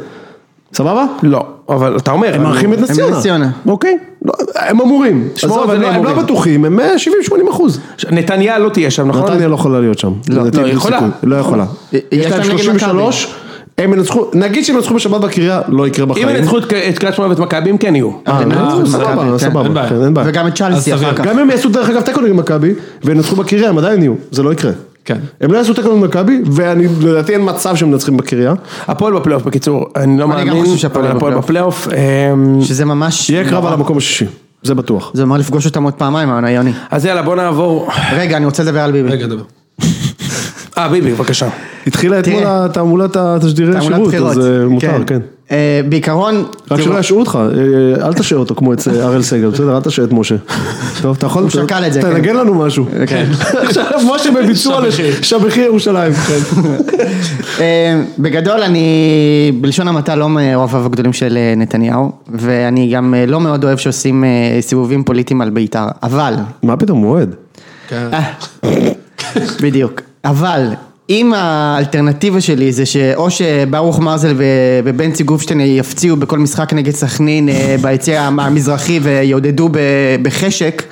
Speaker 2: סבבה?
Speaker 1: לא, אבל אתה אומר.
Speaker 2: הם מארחים את נס
Speaker 3: הם
Speaker 2: ציונה.
Speaker 3: נס ציונה.
Speaker 2: אוקיי. לא, הם אמורים.
Speaker 1: שמור,
Speaker 2: עזוב,
Speaker 1: אבל
Speaker 2: הם
Speaker 1: לא
Speaker 2: לא- הם לא
Speaker 1: אמורים.
Speaker 2: בטוחים, הם 70-80 אחוז.
Speaker 1: נתניה לא תהיה שם, נכון?
Speaker 2: נתניה לא יכולה להיות שם. לדעתי
Speaker 1: לא
Speaker 2: אין
Speaker 1: יכולה.
Speaker 2: סיכוי. לא יכולה.
Speaker 3: יש
Speaker 2: יש
Speaker 3: להם
Speaker 2: להם
Speaker 3: נגד
Speaker 2: 33, הם ינצחו, נגיד שהם ינצחו בשבת בקריה, לא יקרה בחיים.
Speaker 1: אם ינצחו את- את קריית שמונה ואת מכבי, הם כן יהיו.
Speaker 2: אה,
Speaker 3: הם ינצחו את מכבי,
Speaker 2: סבבה,
Speaker 3: כן.
Speaker 5: אין בעיה.
Speaker 2: סבבה, כן, אין בעיה.
Speaker 3: וגם את צ'לסי
Speaker 5: אז
Speaker 3: אחר
Speaker 5: סביר.
Speaker 3: כך.
Speaker 2: גם אם יעשו דרך אגב תיקו נגד מכבי, וינצחו בקריה, הם עדיין יהיו, זה לא יקרה.
Speaker 5: כן.
Speaker 2: הם לא יעשו תיקו נגד מכבי, ואני, לדעתי אין מצב שהם מנצחים בקריה.
Speaker 1: הפועל בפלייאוף, בקיצור, אני לא
Speaker 3: אני גם
Speaker 1: מאמין,
Speaker 3: חושב שהפועל
Speaker 1: אבל הפועל בפלייאוף. אמ,
Speaker 3: שזה ממש...
Speaker 2: יהיה קרב על המקום השישי, זה בטוח.
Speaker 3: זה אומר לפגוש אותם עוד פעמיים, העונה יוני.
Speaker 1: אז יאללה, בוא נעבור.
Speaker 3: רגע, אני רוצה לדבר על ביבי.
Speaker 5: רגע, דבר.
Speaker 1: אה, ביבי, בבקשה.
Speaker 2: התחילה אתמול
Speaker 3: תראה.
Speaker 2: התעמולת התשדירי
Speaker 3: תעמולת
Speaker 2: השירות,
Speaker 3: בחירות.
Speaker 2: אז אה, מותר, כן.
Speaker 3: אה, בעיקרון,
Speaker 2: רק
Speaker 3: תראו,
Speaker 2: שלא ישעו אותך, אה, אל תשעה אותו כמו את אה, הראל סגל, בסדר? אל תשעה את משה. טוב, אתה יכול... הוא
Speaker 3: שקל את זה, כן.
Speaker 2: תנגן לנו משהו.
Speaker 3: כן.
Speaker 2: עכשיו משה בביצוע
Speaker 5: שבחי.
Speaker 2: לשבחי ירושלים. כן.
Speaker 3: אה, בגדול אני בלשון המעטה לא מאוהביו הגדולים של אה, נתניהו, ואני גם אה, לא מאוד אוהב שעושים אה, סיבובים פוליטיים על בית"ר, אבל,
Speaker 2: מה פתאום, הוא אוהד.
Speaker 3: אה, בדיוק, אבל אם האלטרנטיבה שלי זה שאו שברוך מרזל ו- ובנצי גופשטיין יפציעו בכל משחק נגד סכנין אה, ביציע המזרחי ויעודדו ב- בחשק,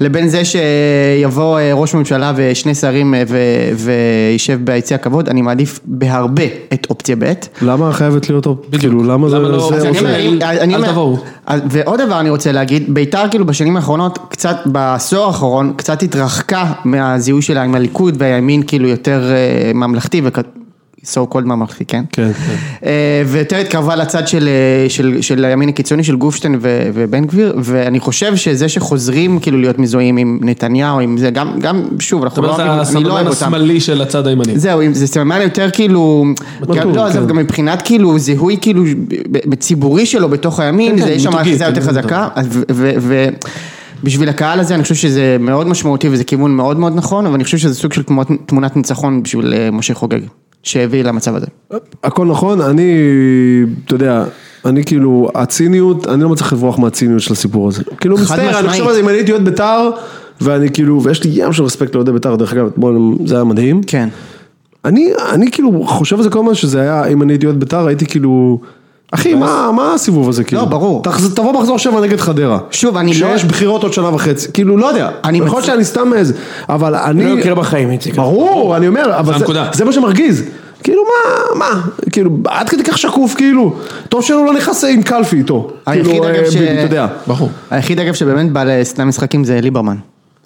Speaker 3: לבין זה שיבוא אה, ראש ממשלה ושני שרים אה, ו- וישב ביציע הכבוד, אני מעדיף בהרבה את אופציה ב'.
Speaker 2: למה חייבת להיות... אופ- כאילו, למה זה...
Speaker 5: למה לא-
Speaker 2: זה-
Speaker 5: אז
Speaker 3: אני
Speaker 5: אוקיי.
Speaker 3: אומר, אם-
Speaker 5: אל
Speaker 3: אני אומר-
Speaker 5: תבואו.
Speaker 3: אז- ועוד דבר אני רוצה להגיד, ביתר כאילו בשנים האחרונות, קצת בעשור האחרון, קצת התרחקה מהזיהוי שלה עם הליכוד והימין כאילו יותר אה, ממלכתי וכ... so called ממלכתי, כן?
Speaker 2: כן,
Speaker 3: אה, ויותר התקרבה לצד של, אה, של, של הימין הקיצוני של גופשטיין ו, ובן גביר, ואני חושב שזה שחוזרים כאילו להיות מזוהים עם נתניהו, עם זה, גם, גם שוב,
Speaker 5: זאת
Speaker 3: אנחנו לא
Speaker 5: אומרת,
Speaker 3: אוהבים, אני לא
Speaker 5: הסממן
Speaker 3: אוהב אותם.
Speaker 5: השמאלי של הצד הימני.
Speaker 3: זהו, אם זה סממן יותר כאילו, גם, לא,
Speaker 5: כן.
Speaker 3: עזוב, גם מבחינת כאילו זיהוי כאילו ב- ב- ציבורי שלו בתוך הימין,
Speaker 5: כן,
Speaker 3: זה
Speaker 5: כן,
Speaker 3: יש שם
Speaker 5: מיתוגי,
Speaker 3: אחיזה
Speaker 5: כן,
Speaker 3: יותר
Speaker 5: כן,
Speaker 3: חזקה, אז ו- ו- ו- בשביל הקהל הזה אני חושב שזה מאוד משמעותי וזה כיוון מאוד מאוד נכון, אבל אני חושב שזה סוג של תמונת- תמונת ניצחון בשביל אה, משה חוגג, שהביא למצב הזה.
Speaker 2: הכל נכון, אני, אתה יודע, אני כאילו, הציניות, אני לא מצליח לברוח מהציניות של הסיפור הזה. כאילו, מצטער, אני
Speaker 3: משמעית.
Speaker 2: חושב על זה, אם אני הייתי אוהד בית"ר, ואני כאילו, ויש לי ים של רספקט לאוהדי בית"ר, דרך אגב, אתמול זה היה מדהים.
Speaker 3: כן.
Speaker 2: אני, אני כאילו חושב על זה כל הזמן שזה היה, אם אני הייתי אוהד בית"ר הייתי כאילו, אחי מה, מה הסיבוב הזה כאילו?
Speaker 3: לא, ברור.
Speaker 2: תחז, תבוא מחזור שבע נגד חדרה.
Speaker 3: שוב, אני לא-
Speaker 2: שיש בחירות עוד שנה וחצי, כאילו לא יודע,
Speaker 3: אני
Speaker 2: יכול להיות
Speaker 3: מצ-
Speaker 2: שאני סתם איזה, אבל אני,
Speaker 1: לא יקרה בחיים, איציק.
Speaker 2: ברור, אני אומר, אבל זה,
Speaker 5: הנקודה.
Speaker 2: זה מה שמרגיז. כאילו מה, מה, כאילו עד כדי כך שקוף כאילו, טוב שלא לא נכנס עם קלפי איתו,
Speaker 3: היחיד,
Speaker 2: כאילו,
Speaker 3: אגב,
Speaker 2: אה,
Speaker 3: ש-
Speaker 2: ב- אתה יודע,
Speaker 5: ברור.
Speaker 3: היחיד אגב שבאמת בא לסתם משחקים זה ליברמן.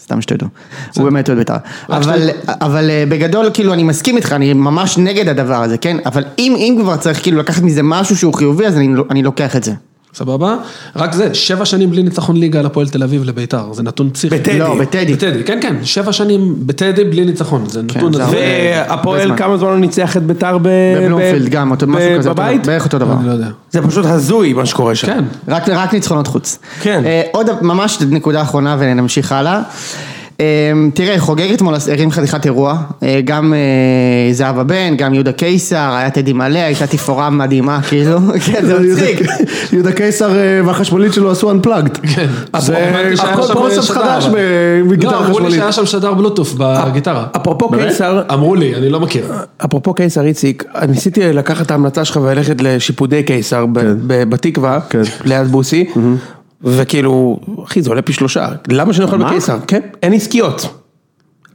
Speaker 3: סתם שתדעו, הוא באמת אוהד בית"ר. אבל, אבל אה, בגדול, כאילו, אני מסכים איתך, אני ממש נגד הדבר הזה, כן? אבל אם, אם כבר צריך כאילו לקחת מזה משהו שהוא חיובי, אז אני, לא, אני לוקח את זה.
Speaker 5: אה, סבבה? רק זה, שבע שנים בלי ניצחון ליגה על הפועל תל אביב לביתר, זה נתון פסיכי.
Speaker 1: בטדי.
Speaker 3: לא, בטדי. כן,
Speaker 5: בטדי, כן, כן, שבע שנים בטדי בלי ניצחון, זה נתון...
Speaker 3: זה
Speaker 5: הזוי.
Speaker 3: הרבה.
Speaker 1: והפועל
Speaker 3: בזמן.
Speaker 1: כמה זמן הוא ניצח את ביתר ב...
Speaker 3: בבלומפילד
Speaker 1: ב-
Speaker 3: גם, אותו,
Speaker 1: ב-
Speaker 3: משהו כזה, אותו
Speaker 1: בבית?
Speaker 3: דבר, בערך אותו דבר.
Speaker 5: אני לא יודע.
Speaker 1: זה פשוט הזוי מה שקורה שם.
Speaker 5: כן.
Speaker 3: רק, רק ניצחונות חוץ.
Speaker 1: כן.
Speaker 3: אה, עוד ממש נקודה אחרונה ונמשיך הלאה. אה, תראה, חוגג אתמול הרים חתיכת אירוע, אה, גם אה, זהבה בן, גם יהודה קיסר, היה טדי מלא, הייתה תפאורה מדהימה, כאילו, כן, זה מצחיק.
Speaker 2: יהודה קיסר אה, והחשמלית שלו עשו
Speaker 5: כן.
Speaker 2: unplugged. זה
Speaker 5: הבנתי שהיה
Speaker 2: הכל
Speaker 5: שם
Speaker 2: קונספט
Speaker 5: שדר,
Speaker 2: חדש
Speaker 5: אבל-
Speaker 2: בגיטרה
Speaker 5: לא, אמרו לי
Speaker 2: חשמלית. אה,
Speaker 5: שהיה שם שדר בלוטוף בגיטרה.
Speaker 1: אפרופו
Speaker 5: באמת?
Speaker 1: קיסר-
Speaker 5: אמרו לי, אני לא מכיר.
Speaker 1: אפרופו קיסר איציק, אני ניסיתי לקחת את ההמלצה שלך וללכת לשיפודי קיסר ב- ב- בתקווה,
Speaker 2: כן.
Speaker 1: ליד בוסי, וכאילו, אחי זה עולה פי שלושה, למה שאני אוכל בקיסר? כן, אין עסקיות.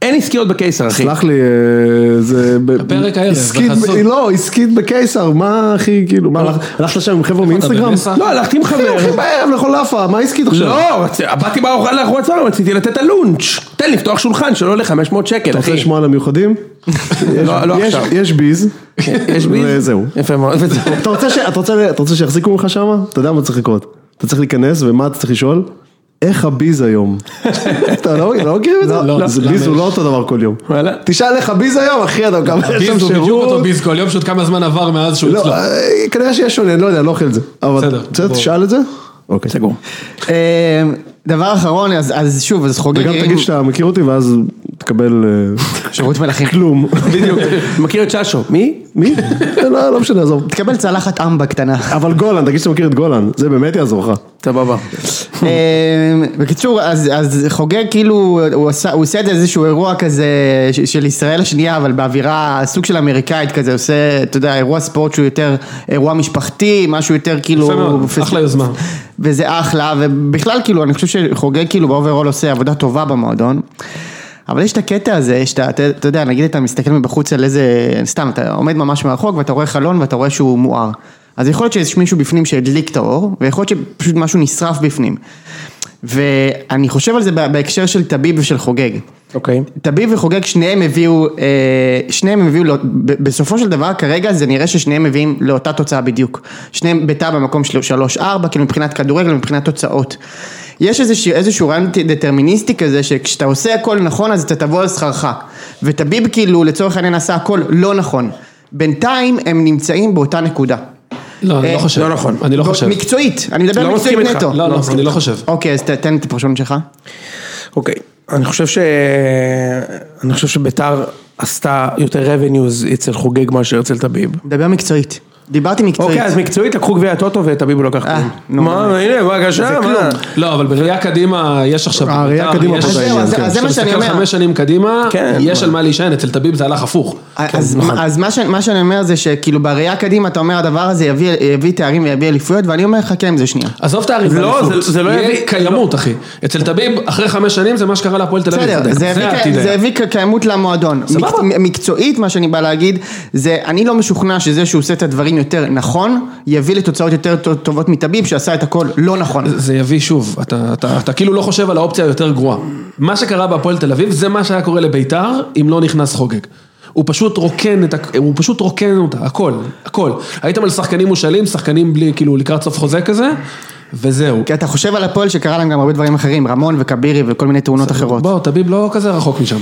Speaker 1: אין עסקיות בקיסר אחי.
Speaker 2: סלח לי, אה, זה... ב-
Speaker 5: הפרק הערב,
Speaker 2: עסקית ב-
Speaker 5: בחסות.
Speaker 2: לא, עסקית בקיסר, מה אחי, כאילו, מה, הלכ- הלכת לשם עם חבר'ה מאינסטגרם?
Speaker 5: בנסה?
Speaker 1: לא, הלכתי עם
Speaker 2: אחי,
Speaker 1: חבר.
Speaker 2: הולכים בערב לאכול לאפה, מה עסקית עכשיו?
Speaker 1: לא, רצ- באתי בארוחה לארוחת צהריים, רציתי לתת את הלונץ'. תן לפתוח שולחן שלא עולה 500 שקל,
Speaker 2: אתה רוצה
Speaker 1: אחי.
Speaker 2: לשמוע על המיוחדים? יש-
Speaker 1: לא, לא
Speaker 2: יש-
Speaker 1: עכשיו.
Speaker 2: יש ביז.
Speaker 1: כן, יש ביז?
Speaker 2: וזהו.
Speaker 1: יפה מאוד. וזהו.
Speaker 2: אתה רוצה ש- אתה רוצה- אתה רוצה שיחזיקו ממך שמה? אתה יודע מה צריך לקרות. אתה צריך להיכנס, ומה אתה צריך לשאול? איך הביז היום? אתה לא לא מכיר את זה?
Speaker 5: לא,
Speaker 2: זה
Speaker 5: למה?
Speaker 2: ביז הוא לא אותו דבר כל יום.
Speaker 1: וואלה.
Speaker 2: תשאל איך הביז היום, אחי, אתה מקבל שם
Speaker 5: ביז הוא בדיוק
Speaker 2: שירות.
Speaker 5: אותו ביז כל יום, פשוט כמה זמן עבר מאז שהוא
Speaker 2: לא,
Speaker 5: אצלו.
Speaker 2: אה, כנראה שיש שונה, אני לא יודע, אני לא אוכל את זה. אבל
Speaker 5: בסדר,
Speaker 2: בסדר,
Speaker 5: ברור.
Speaker 2: תשאל את זה. אוקיי. סגור.
Speaker 3: אה, דבר אחרון, אז, אז שוב, אז חוגג
Speaker 2: וגם
Speaker 3: הרים
Speaker 2: תגיד שאתה מכיר אותי ואז תקבל אה,
Speaker 3: שירות מלכים.
Speaker 2: כלום.
Speaker 1: בדיוק. מכיר את ששו. מי?
Speaker 2: מי? לא, לא משנה, עזוב.
Speaker 3: תקבל צלחת אמבה קטנה.
Speaker 2: אבל גולן, תגיד שאתה מכיר את גולן, זה באמת יעזור לך.
Speaker 1: סבבה.
Speaker 3: אה, בקיצור, אז, אז חוגג כאילו, הוא עשה, הוא עושה את זה איזשהו אירוע כזה ש- של ישראל השנייה, אבל באווירה, סוג של אמריקאית כזה, עושה, אתה יודע, אירוע ספורט שהוא יותר אירוע משפחתי, משהו יותר כאילו...
Speaker 5: יפה מאוד,
Speaker 3: פס-
Speaker 5: אחלה יוזמה.
Speaker 3: וזה אחלה, ובכלל כאילו, אני חושב שחוגג כאילו באוברול עושה עבודה טובה במועדון. אבל יש את הקטע הזה, שאתה, אתה, אתה יודע, נגיד אתה מסתכל מבחוץ על איזה, סתם, אתה עומד ממש מרחוק ואתה רואה חלון ואתה רואה שהוא מואר. אז יכול להיות שיש מישהו בפנים שהדליק את האור, ויכול להיות שפשוט משהו נשרף בפנים. ואני חושב על זה בה- בהקשר של טביב ושל חוגג.
Speaker 1: אוקיי.
Speaker 3: טביב וחוגג שניהם הביאו, אה, שניהם הביאו, לא- ב- בסופו של דבר כרגע זה נראה ששניהם מביאים לאותה תוצאה בדיוק. שניהם ביתר במקום של 3-4, כאילו מבחינת כדורגל, מבחינת תוצאות. יש איזשהו, איזשהו רעיון דטרמיניסטי כזה, שכשאתה עושה הכל נכון אז אתה תבוא על שכרך. וטביב כאילו לצורך העניין עשה הכל לא נכון. בינתיים הם נמצאים באותה נקודה.
Speaker 5: לא, אני
Speaker 3: אה,
Speaker 5: לא חושב.
Speaker 1: לא נכון.
Speaker 5: אני לא חושב.
Speaker 3: מקצועית, אני מדבר
Speaker 1: לא
Speaker 3: מקצועית
Speaker 1: מסכים איתך.
Speaker 3: נטו.
Speaker 5: לא, לא, אני לא חושב.
Speaker 3: אוקיי, אז ת- תן את הפרשנות שלך.
Speaker 1: אוקיי, אני חושב ש... אני חושב שביתר עשתה יותר revenues אצל חוגג מאשר אצל טביב.
Speaker 3: מדבר מקצועית. דיברתי מקצועית.
Speaker 1: אוקיי, אז מקצועית לקחו גביע הטוטו וטביב לא לקח כלום.
Speaker 3: נו,
Speaker 1: מה, הנה, בבקשה, מה?
Speaker 5: לא, אבל בראייה קדימה יש עכשיו...
Speaker 2: אה, ראייה
Speaker 5: בית"ר,
Speaker 2: קדימה
Speaker 5: יש-
Speaker 2: פה זה
Speaker 3: העניין, כן.
Speaker 5: כשאתה
Speaker 3: זה מה שאני
Speaker 5: מסתכל
Speaker 3: אומר.
Speaker 5: חמש שנים קדימה,
Speaker 1: כן,
Speaker 5: יש
Speaker 1: מה.
Speaker 5: על מה להישען, אצל טביב זה הלך הפוך.
Speaker 3: אז, מה- אז מה, ש, מה שאני אומר זה שכאילו בראייה קדימה אתה אומר הדבר הזה יביא, יביא תארים ויביא אליפויות ואני אומר חכה עם זה שנייה.
Speaker 5: עזוב תאריך
Speaker 1: לא,
Speaker 5: באליפות.
Speaker 1: זה- זה לא
Speaker 5: יהיה
Speaker 1: יביא-
Speaker 5: קיימות, אחי. אצל טביב, אחרי חמש שנים זה מה שקרה להפועל תל אביב.
Speaker 3: בסדר,
Speaker 5: צודק.
Speaker 3: זה הביא
Speaker 5: העתיד
Speaker 3: ק- זה
Speaker 5: היה.
Speaker 3: הביא ק- קיימות למועדון.
Speaker 5: סבבה.
Speaker 3: מקצ- מקצועית מה שאני בא להגיד זה אני לא משוכנע שזה שהוא עושה את הדברים יותר נכון יביא לתוצאות יותר טו- טובות מטביב שעשה את הכל לא נכון.
Speaker 5: זה יביא שוב, אתה, אתה, אתה כאילו לא חושב על האופציה היותר גרועה. מה שקרה בהפועל תל אביב זה מה שהיה קורה לביתר אם לא נכנס חוגג. הוא פשוט רוקן את, ה- הוא פשוט רוקן אותה, הכל, הכל. הייתם על שחקנים מושאלים, שחקנים בלי, כאילו לקראת סוף חוזה כזה, וזהו.
Speaker 3: כי אתה חושב על הפועל שקרה להם גם הרבה דברים אחרים רמון וכבירי וכל מיני תאונות אחרות.
Speaker 5: בוא, טביב לא כזה רחוק משם.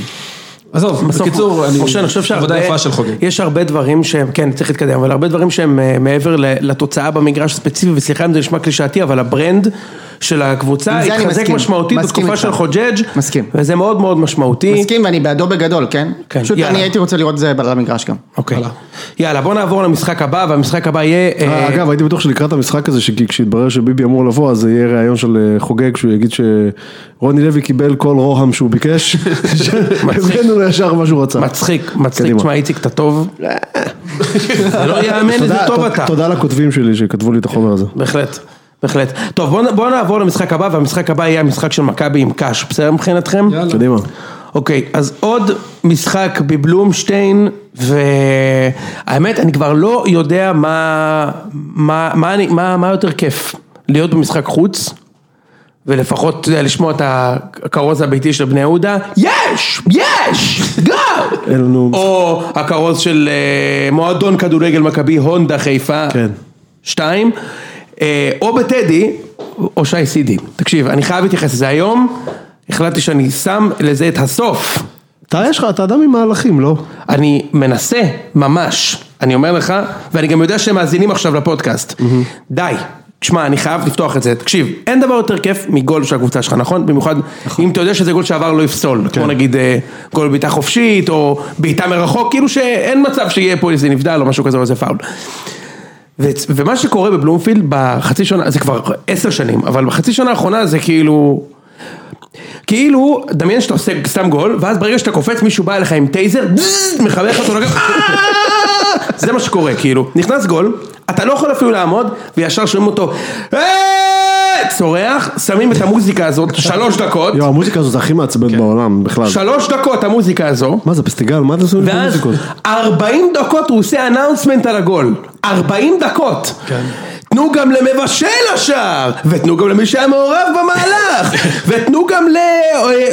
Speaker 5: עזוב,
Speaker 1: בסוף,
Speaker 5: בקיצור, אני,
Speaker 1: משה, אני חושב
Speaker 5: עבודה
Speaker 1: שהרבה,
Speaker 5: יפה של חוגג.
Speaker 1: יש הרבה דברים שהם, כן, צריך להתקדם, אבל הרבה דברים שהם אה, מעבר ל- לתוצאה במגרש הספציפי, וסליחה אם זה נשמע קלישאתי, אבל הברנד של הקבוצה,
Speaker 3: עם זה אני
Speaker 1: התחזק
Speaker 3: מסכים.
Speaker 1: משמעותית
Speaker 3: מסכים
Speaker 1: בתקופה
Speaker 3: איתך.
Speaker 1: של חוג'ג',
Speaker 3: מסכים.
Speaker 1: וזה מאוד מאוד משמעותי.
Speaker 3: מסכים ואני בעדו בגדול, כן?
Speaker 1: כן,
Speaker 3: פשוט
Speaker 1: יאללה.
Speaker 3: אני הייתי רוצה לראות את זה על המגרש גם.
Speaker 1: אוקיי. יאללה, בוא נעבור למשחק הבא, והמשחק הבא יהיה... אה,
Speaker 2: אגב, הייתי בטוח שלקראת המשחק הזה, שכשיתברר שביבי אמור לבוא, אז זה יהיה ראיון של אה, חוגג, שהוא יגיד שרוני לוי קיבל כל רוהם שהוא ביקש, הבאנו לו ישר מה שהוא רצה.
Speaker 1: מצחיק, מצחיק,
Speaker 2: קדימה.
Speaker 1: תשמע איציק אתה טוב,
Speaker 3: אה.
Speaker 1: זה לא יאמן איזה
Speaker 2: תודה-
Speaker 1: טוב
Speaker 2: ת-
Speaker 1: אתה,
Speaker 2: תודה לכותבים שלי שכתבו לי את החומר הזה.
Speaker 1: בהחלט, בהחלט, טוב בוא נ- בוא נעבור למשחק הבא והמשחק הבא יהיה המשחק של מכבי עם קאש, בסדר מבחינתכם?
Speaker 2: קדימה.
Speaker 1: אוקיי, אז עוד משחק בבלומשטיין, והאמת, אני כבר לא יודע מה, מה, מה, אני, מה, מה יותר כיף, להיות במשחק חוץ, ולפחות, אתה יודע, לשמוע את הכרוז הביתי של בני יהודה, יש! יש! גו!
Speaker 2: אין לנו-
Speaker 1: או הכרוז של אה, מועדון כדורגל מכבי, הונדה חיפה.
Speaker 2: כן.
Speaker 1: שתיים, אה, או בטדי, או שי סידי. תקשיב, אני חייב להתייחס לזה היום, החלטתי שאני שם לזה את הסוף.
Speaker 2: אתה יש לך, אתה אדם עם מהלכים, לא?
Speaker 1: אני מנסה, ממש, אני אומר לך, ואני גם יודע שהם מאזינים עכשיו לפודקאסט. די. תשמע, אני חייב לפתוח את זה, תקשיב, אין דבר יותר כיף מגול של הקבוצה שלך, נכון? במיוחד אם אתה יודע שזה גול שעבר לא יפסול,
Speaker 2: כן.
Speaker 1: כמו נגיד אה, גול בעיטה חופשית, או בעיטה מרחוק, כאילו שאין מצב שיהיה פה איזה נבדל או משהו כזה או איזה פאול. ו- ומה שקורה בבלומפילד בחצי שנה, זה כבר עשר שנים, אבל בחצי שנה האחרונה זה כאילו... כאילו, דמיין שאתה עושה סתם גול, ואז ברגע שאתה קופץ מישהו בא אליך עם טייזר, בזז, מחבר לך אותו לגב, זה מה שקורה, כאילו. נכנס גול, אתה לא יכול אפילו לעמוד, וישר שומעים אותו, "אה!" צורח, שמים את המוזיקה הזאת, שלוש דקות,
Speaker 2: יואו, המוזיקה הזו זה הכי מעצבנת בעולם, בכלל.
Speaker 1: שלוש דקות המוזיקה הזו,
Speaker 2: מה זה פסטיגל? מה אתה עושה עם
Speaker 1: ואז
Speaker 2: המוזיקות? אה,
Speaker 1: 40 דקות הוא עושה אנאונסמנט על הגול. 40 דקות. תנו גם למבשל השער, ותנו גם למי שהיה מעורב במהלך, ותנו גם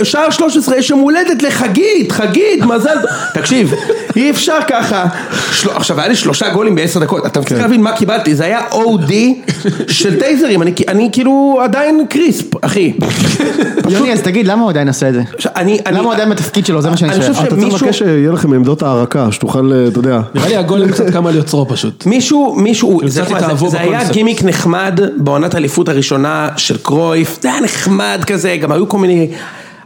Speaker 1: לשער 13 יש יום הולדת לחגית, חגית, מזל, תקשיב, אי אפשר ככה, של... עכשיו היה לי שלושה גולים בעשר דקות, אתה צריך להבין מה קיבלתי, זה היה אודי של טייזרים, אני, אני כאילו עדיין קריספ, אחי,
Speaker 3: יוני, אז תגיד, למה הוא עדיין עושה את זה?
Speaker 1: עכשיו, אני, אני,
Speaker 3: למה הוא עדיין בתפקיד שלו? זה מה שאני
Speaker 1: אני
Speaker 3: שואל.
Speaker 1: חושב
Speaker 2: אתה צריך
Speaker 1: שמישהו-
Speaker 2: לבקש שיהיה לכם עמדות הערקה, שתוכל, אה, אתה יודע.
Speaker 5: נראה לי הגולם קצת קם על יוצרו פשוט.
Speaker 1: מישהו, מישהו,
Speaker 5: קצת
Speaker 1: זה, זה,
Speaker 5: התאהבו
Speaker 1: זה, זה היה
Speaker 5: בקונספט.
Speaker 1: גימיק נחמד בעונת האליפות הראשונה של קרויף, זה היה נחמד כזה, גם היו כל מיני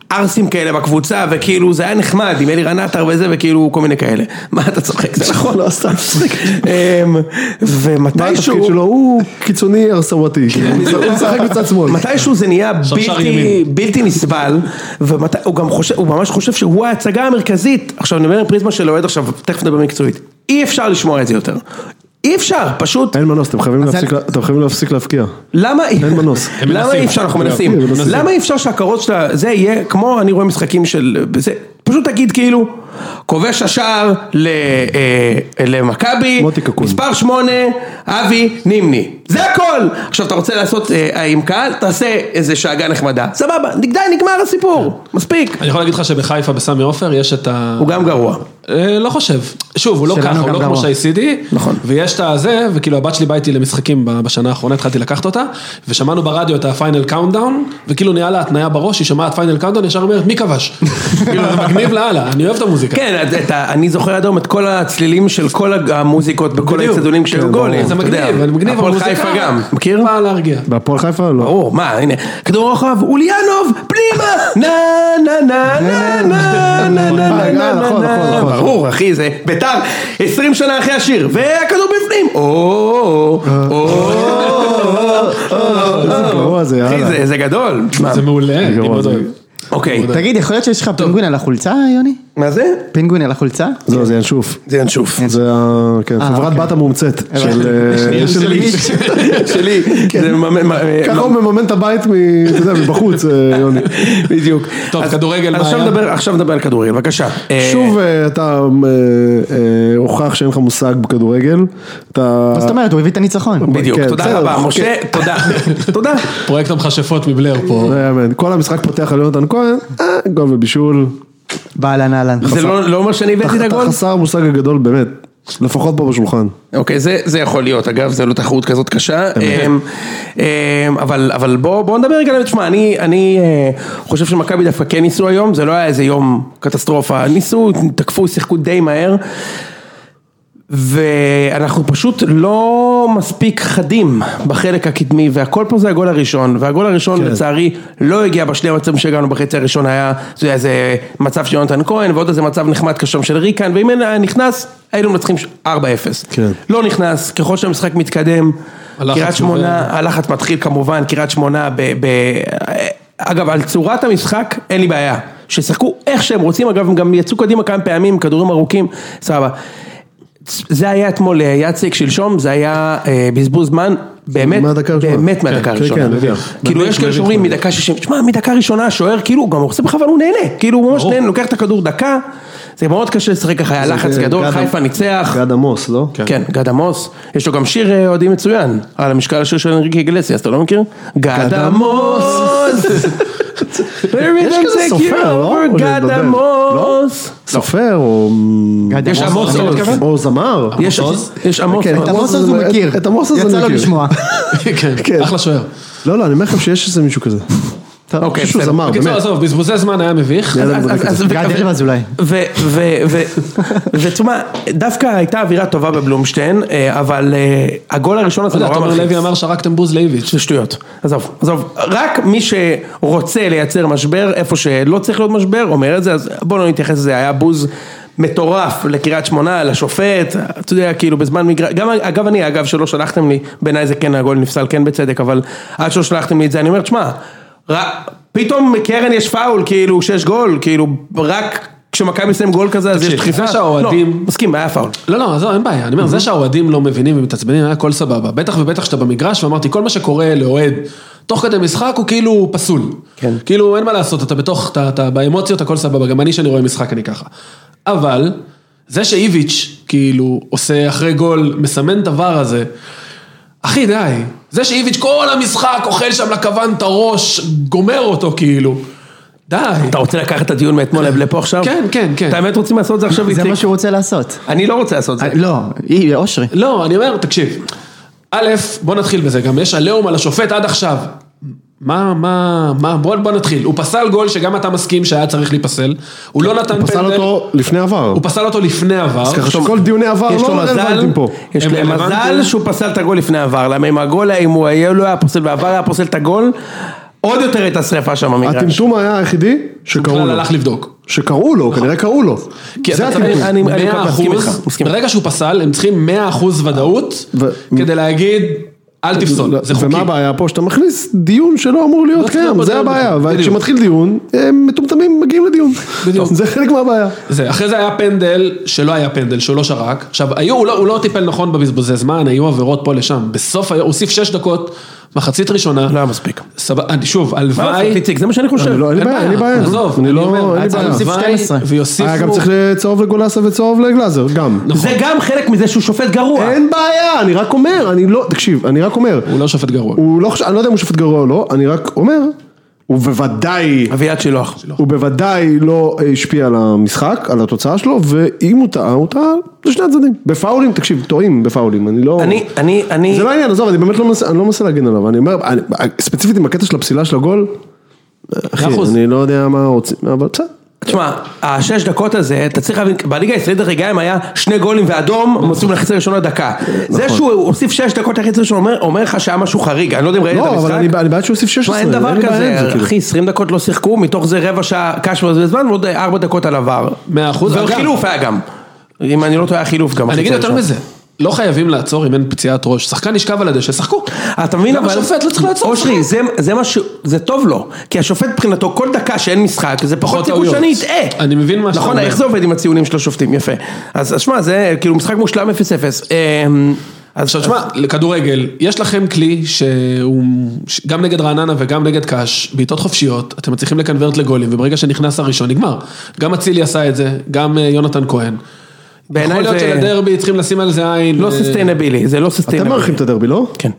Speaker 1: ערסים כאלה בקבוצה, וכאילו זה היה נחמד עם אלירן עטר וזה, וכאילו כל מיני כאלה. מה אתה צוחק? זה נכון, לא אמ, עשה
Speaker 2: מה התפקיד
Speaker 1: ומתישהו...
Speaker 2: שלו? הוא קיצוני ארסוואטי, הוא משחק בצד שמאל.
Speaker 1: מתישהו זה נהיה בלתי,
Speaker 5: ימין.
Speaker 1: בלתי נסבל, והוא גם חושב, הוא ממש חושב שהוא ההצגה המרכזית, עכשיו אני מדבר עם פריזמה של אוהד עכשיו, תכף נדבר מקצועית, אי אפשר לשמוע את זה יותר, אי אפשר, פשוט,
Speaker 2: אין מנוס, אתם חייבים להפסיק- אתם חייבים להפסיק להפקיע.
Speaker 1: למה אין
Speaker 2: מנוס. הם
Speaker 1: למה
Speaker 5: מנסים.
Speaker 1: אי אפשר, אנחנו מנסים,
Speaker 2: הם מנסים.
Speaker 1: למה אי אפשר שהכרוז שלה, זה יהיה, כמו אני רואה משחקים של, זה, פשוט תגיד כאילו, כובש השער ל- אה, למכבי,
Speaker 2: מוטי קקון.
Speaker 1: מספר שמונה, אבי נימני, זה הכל, עכשיו אתה רוצה לעשות אה, עם קהל, תעשה איזה שאגה נחמדה, סבבה, די נגמר הסיפור, מספיק,
Speaker 5: אני יכול להגיד לך שבחיפה בסמי עופר יש את ה...
Speaker 1: הוא גם גרוע,
Speaker 5: אה, לא חושב. שוב, הוא לא
Speaker 3: שלנו
Speaker 5: ככה, הוא
Speaker 3: גם
Speaker 5: לא כמו
Speaker 3: גרוע.
Speaker 5: שי סידי.
Speaker 1: נכון.
Speaker 5: ויש את הזה, וכאילו הבת שלי באה איתי למשחקים ב- בשנה האחרונה, התחלתי לקחת אותה, ושמענו ברדיו את הפיינל קאונדאון, וכאילו נהיה לה התניה בראש, היא שמעה את פיינל קאונדאון, ישר אומרת, מי כבש? כאילו, זה מגניב לאללה, אני אוהב את המוזיקה.
Speaker 1: כן, את- את ה- אני זוכר עד היום את כל הצלילים של כל המוזיקות בכל
Speaker 5: בדיוק.
Speaker 1: האצטדיונים כשהיו גולים,
Speaker 5: זה
Speaker 1: אתה יודע.
Speaker 5: מגניב, אני מגניב,
Speaker 1: הפועל
Speaker 5: המוזיקה-
Speaker 1: חיפה גם, מכיר?
Speaker 5: באה להרגיע.
Speaker 2: בהפועל חיפה? לא.
Speaker 1: ברור, מה, הנה, כדור רוחב, אוליאנוב, פנימה, נה נה נה נה נה נה נה נה
Speaker 2: אה,
Speaker 1: נה
Speaker 2: נכון, נכון,
Speaker 1: נה
Speaker 2: נכון.
Speaker 1: ברור, אחי, זה ביתר, 20 שנה אחרי השיר, והכדור בפנים, או, או, או, או, לא,
Speaker 2: איזה גרוע זה,
Speaker 1: אחי,
Speaker 2: יאללה.
Speaker 1: זה גדול, מה,
Speaker 5: זה מעולה, אני
Speaker 2: גרוע,
Speaker 5: מאוד
Speaker 2: זה-
Speaker 5: אוהב.
Speaker 1: אוקיי,
Speaker 3: תגיד, יכול להיות שיש לך פינגווין על החולצה, יוני?
Speaker 1: מה זה?
Speaker 3: פינגווין על החולצה?
Speaker 2: לא, זה ינשוף.
Speaker 1: זה ינשוף.
Speaker 2: זה ה- כן,
Speaker 3: אה,
Speaker 2: חברת
Speaker 3: אוקיי.
Speaker 2: בת המומצאת. של, אה, של איש.
Speaker 1: שלי, זה ממ- מ-
Speaker 2: כן. ככה הוא מממן את הבית, מ- אתה יודע, מבחוץ, אה, יוני.
Speaker 1: בדיוק.
Speaker 5: טוב,
Speaker 1: אז-
Speaker 5: כדורגל,
Speaker 1: אז
Speaker 5: מה
Speaker 1: עכשיו
Speaker 5: היה?
Speaker 1: נדבר- עכשיו נדבר על כדורגל, בבקשה. אה,
Speaker 2: שוב אה, אתה אה, אה, הוכח שאין לך מושג בכדורגל. אתה...
Speaker 3: מה זאת אומרת, הוא הביא את הניצחון.
Speaker 1: אה, בדיוק,
Speaker 2: כן,
Speaker 1: תודה
Speaker 2: בסדר,
Speaker 1: רבה,
Speaker 2: אוקיי.
Speaker 1: משה, תודה, תודה.
Speaker 5: פרויקט המכשפות מבלר פה.
Speaker 2: לא יאמן. כל המשחק פותח על יונתן כהן, אה, גול ובישול.
Speaker 3: באהלן אהלן.
Speaker 1: זה לא לא מה שאני הבאתי את
Speaker 2: אתה
Speaker 1: הגול?
Speaker 2: חסר המושג הגדול באמת. לפחות פה בשולחן.
Speaker 1: אוקיי, זה, זה יכול להיות, אגב, זו לא תחרות כזאת קשה, אמ, אמ, אבל, אבל בואו בוא נדבר רגע, על- תשמע, אני, אני אה, חושב שמכבי דווקא כן ניסו היום, זה לא היה איזה יום קטסטרופה, ניסו, תקפו, שיחקו די מהר, ואנחנו פשוט לא מספיק חדים בחלק הקדמי, והכל פה זה הגול הראשון, והגול הראשון כן. לצערי לא הגיע בשני המצבים שהגענו בחצי הראשון, היה זה היה איזה מצב של יונתן כהן, ועוד איזה מצב נחמד קשום של ריקן, ואם היה נכנס, היינו מנצחים ש- 4-0.
Speaker 2: כן.
Speaker 1: לא נכנס, ככל שהמשחק מתקדם,
Speaker 5: הלחץ
Speaker 1: קריית שמונה,
Speaker 5: גובר.
Speaker 1: הלחץ מתחיל כמובן, קריית שמונה ב... ב... אגב, על צורת המשחק אין לי בעיה. ששחקו איך שהם רוצים, אגב, הם גם יצאו קדימה כמה פעמים, כדורים ארוכים, סבבה. זה היה אתמול אה, יציק שלשום, זה היה אה, בזבוז זמן, באמת,
Speaker 2: מהדקה הראשונה.
Speaker 1: באמת מהדקה
Speaker 2: כן,
Speaker 1: הראשונה.
Speaker 2: כן, בדיוק.
Speaker 1: כאילו יש כאלה שאומרים מדקה שישים, תשמע, מדקה ראשונה השוער, כאילו, הוא גם עושה בכוונה, הוא נהנה, כאילו הוא ממש נהנה, לוקח את הכדור דקה, זה מאוד קשה לשחק ככה, היה לחץ
Speaker 2: זה כן,
Speaker 1: גדול,
Speaker 2: גד-
Speaker 1: חיפה ניצח.
Speaker 2: גד עמוס, לא?
Speaker 1: כן, גד עמוס, יש לו גם שיר אה, אוהדים מצוין, על המשקל השיר של אנריקי גלסיאס, אתה לא מכיר? גד עמוס!
Speaker 2: יש כזה סופר, לא? או
Speaker 1: גד
Speaker 2: לדבר.
Speaker 1: עמוס!
Speaker 2: סופר או...
Speaker 1: יש עמוס
Speaker 3: לא,
Speaker 5: אתה
Speaker 1: עוז,
Speaker 5: מתכוון?
Speaker 2: או זמר.
Speaker 1: יש- יש עמוס
Speaker 2: כן,
Speaker 1: עוז.
Speaker 2: את
Speaker 3: את
Speaker 2: עמוס
Speaker 3: עמוס
Speaker 2: הזה-
Speaker 3: הזה הוא
Speaker 2: את-
Speaker 3: מכיר.
Speaker 2: את עמוס הזה
Speaker 3: יצא לו
Speaker 2: מכיר.
Speaker 3: לשמוע.
Speaker 5: כן,
Speaker 2: כן.
Speaker 5: אחלה שוער.
Speaker 2: לא, לא, אני אומר לכם שיש איזה מישהו כזה.
Speaker 1: אוקיי,
Speaker 2: מישהו
Speaker 1: בסדר.
Speaker 2: זמר,
Speaker 5: בקיצור,
Speaker 2: באמת.
Speaker 5: עזוב, בזבוזי זמן היה מביך.
Speaker 1: אז- אז- אז- ו-
Speaker 3: גד
Speaker 1: ו-
Speaker 3: אלבז אולי.
Speaker 1: ו- ו- ו- ותשמע, דווקא הייתה אווירה טובה בבלומשטיין, אה, אבל אה, הגול הראשון הזה
Speaker 5: אתה לא יודע,
Speaker 1: נורא
Speaker 5: תומר
Speaker 1: מלחיץ.
Speaker 5: לוי אמר שרקתם בוז לאיביץ'.
Speaker 1: זה שטויות, עזוב, עזוב, רק מי שרוצה לייצר משבר, איפה שלא צריך להיות משבר, אומר את זה, אז בואו לא נתייחס לזה, היה בוז מטורף לקריית שמונה, לשופט, אתה יודע, כאילו בזמן מגרש, גם אגב אני, אגב, שלא שלחתם לי, בעיניי זה כן, הגול נפסל כן בצדק, אבל עד שלא שלחתם לי את זה, אני אומר, תשמע, ר- פתאום מקרן יש פאול, כאילו, שיש גול, כאילו, רק כשמכבי שמים גול כזה, אז יש
Speaker 5: תקשיב,
Speaker 1: דחיפה,
Speaker 5: לפני שהאוהדים-
Speaker 1: לא, מסכים, היה פאול,
Speaker 5: לא, לא, עזוב, אין בעיה. אני אומר, זה שהאוהדים לא מבינים ומתעצבנים, היה הכל סבבה. בטח ובטח שאתה במגרש, ואמרתי, כל מה שקורה לאוהד, תוך כדי משחק הוא כאילו פסול.
Speaker 1: כן.
Speaker 5: כאילו, אין מה לעשות, אתה בתוך, אתה, אתה באמוציות, הכל סבבה. גם אני, שאני רואה משחק, אני ככה. אבל, זה שאיביץ', כאילו, עושה אחרי גול, מסמן את הדבר הזה, אחי, די. זה שאיביץ' כל המשחק אוכל שם לכוון את הראש, גומר אותו, כאילו. די.
Speaker 1: אתה רוצה לקחת את הדיון מאתמול לפה עכשיו?
Speaker 5: כן, כן, כן.
Speaker 1: את האמת רוצים לעשות את זה עכשיו,
Speaker 3: זה
Speaker 1: איציק?
Speaker 3: מה שהוא רוצה לעשות.
Speaker 1: אני לא רוצה לעשות את זה.
Speaker 3: לא, היא אושרי.
Speaker 5: לא, אני אומר, תקשיב, א', בוא נתחיל בזה, גם יש עליהום על השופט עד עכשיו. מה, מה, מה, בוא, בוא נתחיל. הוא פסל גול שגם אתה מסכים שהיה צריך להיפסל, הוא לא נתן
Speaker 2: פסל אותו לפני עבר.
Speaker 5: הוא פסל אותו לפני עבר.
Speaker 2: אז ככה שכל דיוני עבר
Speaker 1: יש לו
Speaker 2: לא
Speaker 1: מזל,
Speaker 2: רלוונטיים פה.
Speaker 1: יש
Speaker 5: הם
Speaker 1: לו מזל
Speaker 5: רלוונטיים.
Speaker 1: שהוא פסל את הגול לפני עבר, למה אם הגול, אם הוא היה, לא היה פוסל בעבר, היה פוסל את הגול, עוד יותר הייתה שרפה שם במגרש.
Speaker 2: הטמטום היה היחידי שקראו
Speaker 5: בכלל
Speaker 2: לו.
Speaker 5: הלך לבדוק.
Speaker 2: שקראו לו, כנראה קראו לו.
Speaker 5: כי
Speaker 2: זה
Speaker 5: אתה
Speaker 2: הטמטום.
Speaker 5: צריך
Speaker 1: אני- אני
Speaker 5: 100
Speaker 1: מסכים
Speaker 5: אחוז,
Speaker 1: איתך, מסכים.
Speaker 5: ברגע שהוא פסל, הם צריכים 100% ודאות,
Speaker 2: ו-
Speaker 5: כדי להגיד, אל תפסול, זה חוקי.
Speaker 2: ומה הבעיה פה? שאתה מכניס דיון שלא אמור להיות
Speaker 5: לא צריך
Speaker 2: קיים,
Speaker 5: להיות
Speaker 2: זה
Speaker 5: בדיון.
Speaker 2: הבעיה.
Speaker 5: בדיוק.
Speaker 2: וכשמתחיל דיון, הם מטומטמים מגיעים לדיון.
Speaker 5: בדיוק.
Speaker 2: זה חלק מהבעיה.
Speaker 5: זה, אחרי זה היה פנדל, שלא היה פנדל, שהוא לא שרק. עכשיו, היו, הוא לא, הוא לא טיפל נכון בבזבוזי זמן, היו עבירות פה לשם. בסוף, היה- הוא הוסיף שש דקות, מחצית ראשונה.
Speaker 1: לא היה מספיק.
Speaker 5: סבבה, אני- שוב,
Speaker 1: מה לעשות,
Speaker 5: הלוואי.
Speaker 1: איציק, זה מה שאני חושב.
Speaker 2: אני לא- אין לי בעיה, אין לי בעיה.
Speaker 5: עזוב,
Speaker 2: אני
Speaker 5: אני
Speaker 2: לא-
Speaker 5: אומר,
Speaker 2: אין לי
Speaker 5: היה צריך
Speaker 2: בעיה.
Speaker 5: להוסיף
Speaker 3: הוסיף
Speaker 5: 12.
Speaker 3: 12.
Speaker 5: ויוסיפו...
Speaker 2: היה גם צריך צהוב לגולסה וצהוב לגלאזר, גם.
Speaker 1: זה גם חלק מזה שהוא שופט גרוע.
Speaker 2: אין בעיה, אני רק אומר, אני לא, תקשיב, אני רק אומר.
Speaker 5: הוא לא שופט גרוע.
Speaker 2: הוא לא חושב, אני לא יודע אם הוא שופט גרוע או לא, אני רק אומר, הוא בוודאי,
Speaker 1: אביעד שילוח.
Speaker 2: הוא בוודאי לא השפיע על המשחק, על התוצאה שלו, ואם הוא טעה, הוא טעה לשני הצדדים. בפאולים, תקשיב, טועים בפאולים, אני לא...
Speaker 1: אני, אני, אני,
Speaker 2: זה לא העניין, עזוב, אני באמת לא מנסה, אני לא מנסה להגן עליו, אני אומר, אני, ספציפית עם הקטע של הפסילה של הגול, אחי,
Speaker 5: אחוז.
Speaker 2: אני לא יודע מה רוצים, אבל בסדר.
Speaker 1: תשמע, השש דקות הזה, אתה צריך להבין, בליגה הישראלית דרך אגב, אם היה שני גולים ואדום, הם עושים לחצי הראשונה דקה. זה
Speaker 2: נכון.
Speaker 1: שהוא הוסיף שש דקות לחצי הראשונה, אומר- אומר לך שהיה משהו חריג, אני לא יודע אם ראית את
Speaker 2: לא,
Speaker 1: המשחק.
Speaker 2: אבל אני אני בעד שהוא יוסיף
Speaker 1: תשמע,
Speaker 2: 16,
Speaker 1: אין דבר
Speaker 2: לי בעיה עם זה,
Speaker 1: כזה,
Speaker 2: כאילו.
Speaker 1: אחי, 20 דקות לא שיחקו, מתוך זה רבע שעה קש בזבז זמן, ועוד 4 דקות על עבר.
Speaker 5: מאה אחוז, אגב.
Speaker 1: וחילוף היה גם. אם אני לא טועה, היה חילוף גם.
Speaker 5: אני אגיד
Speaker 1: החצי
Speaker 5: יותר
Speaker 1: הראשון.
Speaker 5: מזה. לא חייבים לעצור אם אין פציעת ראש. שחקן נשכב על הדשא, שחקו.
Speaker 1: אתה מבין
Speaker 5: גם
Speaker 1: אבל,
Speaker 5: השופט לא צריך לעצור
Speaker 1: אושרי,
Speaker 5: שחקן.
Speaker 1: זה, זה מה ש... זה טוב לו, כי השופט מבחינתו כל דקה שאין משחק, זה פחות
Speaker 5: פחות
Speaker 1: סיכוי שאני
Speaker 5: טעויות.
Speaker 1: אטעה.
Speaker 5: אני מבין מה שאתה
Speaker 1: נכון,
Speaker 5: אומר.
Speaker 1: איך זה עובד עם הציונים של השופטים, יפה. אז אז שמע, זה כאילו משחק מושלם 0-0. אמ, אז
Speaker 5: עכשיו תשמע, לכדורגל, יש לכם כלי שהוא ש- גם נגד רעננה וגם נגד קאש, בעיטות חופשיות, אתם מצליחים לקנברט לגולים, וברגע שנכנס הראשון נגמר. גם אצילי עשה את זה, גם אה, יונתן כהן. יכול
Speaker 1: בעיניי זה
Speaker 5: להיות שלדרבי צריכים לשים על זה עין.
Speaker 1: לא
Speaker 5: אה,
Speaker 1: סוסטיינבילי, זה לא סוסטיינבילי.
Speaker 2: אתם מארחים את הדרבי, לא?
Speaker 1: כן.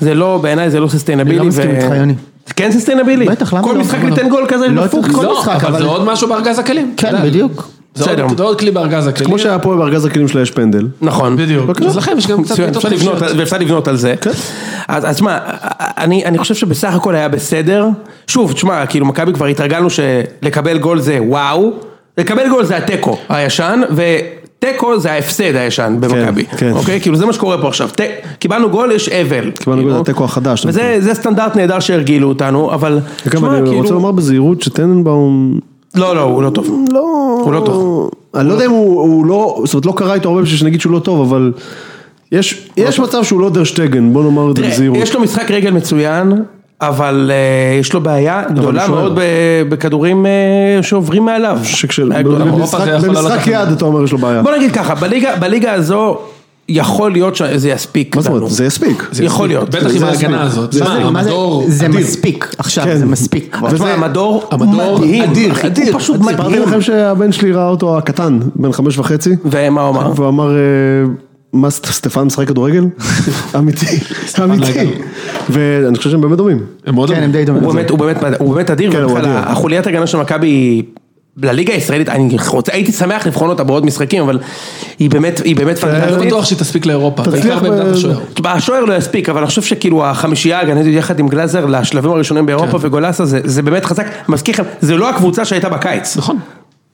Speaker 1: זה לא, בעיניי זה לא סוסטיינבילי.
Speaker 3: אני לא מסכים
Speaker 1: ו-
Speaker 3: איתך, יוני.
Speaker 1: זה כן סוסטיינבילי?
Speaker 3: בטח, למה
Speaker 1: כל
Speaker 3: לא?
Speaker 1: משחק
Speaker 3: למה לא?
Speaker 1: ניתן גול כזה,
Speaker 3: לא
Speaker 1: דפוק,
Speaker 3: צריך
Speaker 1: כל
Speaker 3: כל
Speaker 5: לא,
Speaker 1: משחק.
Speaker 3: משחק,
Speaker 5: אבל זה
Speaker 3: אבל-
Speaker 5: עוד משהו בארגז הכלים. אתה
Speaker 3: כן,
Speaker 5: יודע.
Speaker 3: בדיוק.
Speaker 5: זה עוד-
Speaker 1: בסדר.
Speaker 5: זה עוד כלי בארגז הכלים.
Speaker 2: כמו שהיה פה בארגז הכלים שלה יש פנדל.
Speaker 1: נכון.
Speaker 5: בדיוק. אז לכם יש גם קצת
Speaker 1: מצוין,
Speaker 5: בעיטות
Speaker 1: אפשר לבנות,
Speaker 5: חופשיות.
Speaker 1: ואפשר לבנות על זה. אז אז שמע, אני אני חושב שבסך הכל היה בסדר. שוב, תשמע, כאילו מכבי כבר התרגלנו שלקבל גול זה וואו, לקבל גול זה התיקו הישן, ו... תיקו זה ההפסד הישן במכבי,
Speaker 2: כן.
Speaker 1: אוקיי? כאילו זה מה שקורה פה עכשיו, ת- קיבלנו גול, יש אבל.
Speaker 2: קיבלנו גול,
Speaker 1: כאילו.
Speaker 2: זה התיקו החדש, אתה
Speaker 1: וזה
Speaker 2: מתכוון.
Speaker 1: זה סטנדרט נהדר שהרגילו אותנו, אבל...
Speaker 2: וגם
Speaker 1: תשמע,
Speaker 2: אני
Speaker 1: כאילו-
Speaker 2: רוצה לומר בזהירות שטננבאום...
Speaker 1: לא, לא, הוא לא טוב.
Speaker 2: לא...
Speaker 1: הוא לא טוב.
Speaker 2: אני לא יודע אם הוא הוא לא... זאת אומרת, לא קרה איתו הרבה בשביל שנגיד שהוא לא טוב, אבל... יש יש מצב שהוא לא דרשטגן, בוא נאמר את זה
Speaker 1: תראה,
Speaker 2: בזהירות.
Speaker 1: יש לו משחק רגל מצוין, אבל אה, יש לו בעיה גדולה
Speaker 2: שוער.
Speaker 1: מאוד ב- בכדורים אה, שעוברים מעליו.
Speaker 2: שכש...
Speaker 1: בעיה גדולה מאוד.
Speaker 5: אירופה זה
Speaker 2: במשחק-
Speaker 5: יכול לעלות
Speaker 2: במשחק
Speaker 5: לכם.
Speaker 2: יד אתה אומר יש לו בעיה.
Speaker 1: בוא נגיד ככה, בליגה- בליגה הזו יכול להיות שזה יספיק
Speaker 2: מה זאת
Speaker 1: לנו.
Speaker 2: אומרת? זה יספיק.
Speaker 1: יכול להיות.
Speaker 5: בטח עם
Speaker 2: זה
Speaker 5: ההגנה
Speaker 2: יספיק.
Speaker 5: הזאת.
Speaker 2: זה
Speaker 5: מה,
Speaker 2: יספיק.
Speaker 3: מה זה-
Speaker 5: המדור,
Speaker 3: זה
Speaker 2: אדיר.
Speaker 3: מספיק, עכשיו
Speaker 2: כן.
Speaker 3: זה מספיק כבר.
Speaker 1: תשמע, המדור
Speaker 5: המדור
Speaker 1: מדהים,
Speaker 5: אדיר,
Speaker 1: אחי,
Speaker 5: אדיר.
Speaker 1: הוא פשוט
Speaker 2: סיפרתי
Speaker 1: מדהים.
Speaker 2: לכם שהבן שלי ראה אותו הקטן, בן חמש וחצי,
Speaker 1: ומה הוא אמר?
Speaker 2: והוא אמר, אה, מה סט- סטפן משחק כדורגל? אמיתי, אמיתי.
Speaker 5: נגר.
Speaker 2: ואני חושב שהם באמת דומים.
Speaker 5: הם מאוד...
Speaker 3: כן, הם די דומים.
Speaker 1: הוא באמת, הוא באמת, הוא באמת אדיר,
Speaker 2: כן, הוא
Speaker 1: ובכלל,
Speaker 2: אדיר.
Speaker 1: החוליית הגנה של מכבי לליגה הישראלית, אני רוצה, הייתי שמח לבחון אותה בעוד משחקים, אבל היא באמת, היא באמת
Speaker 2: אה,
Speaker 5: אני לא
Speaker 1: פנטסטית.
Speaker 5: בטוח שהיא תספיק לאירופה,
Speaker 2: תצליח
Speaker 5: בעיקר
Speaker 2: ב-
Speaker 5: בעמדת השוער.
Speaker 1: השוער לא יספיק, אבל אני חושב שכאילו החמישייה ההגנתית יחד עם גלאזר לשלבים הראשונים באירופה
Speaker 5: כן.
Speaker 1: וגולסה, זה, זה באמת חזק, מזכיר לכם, זה לא הקבוצה שהייתה בקיץ.
Speaker 5: נכון,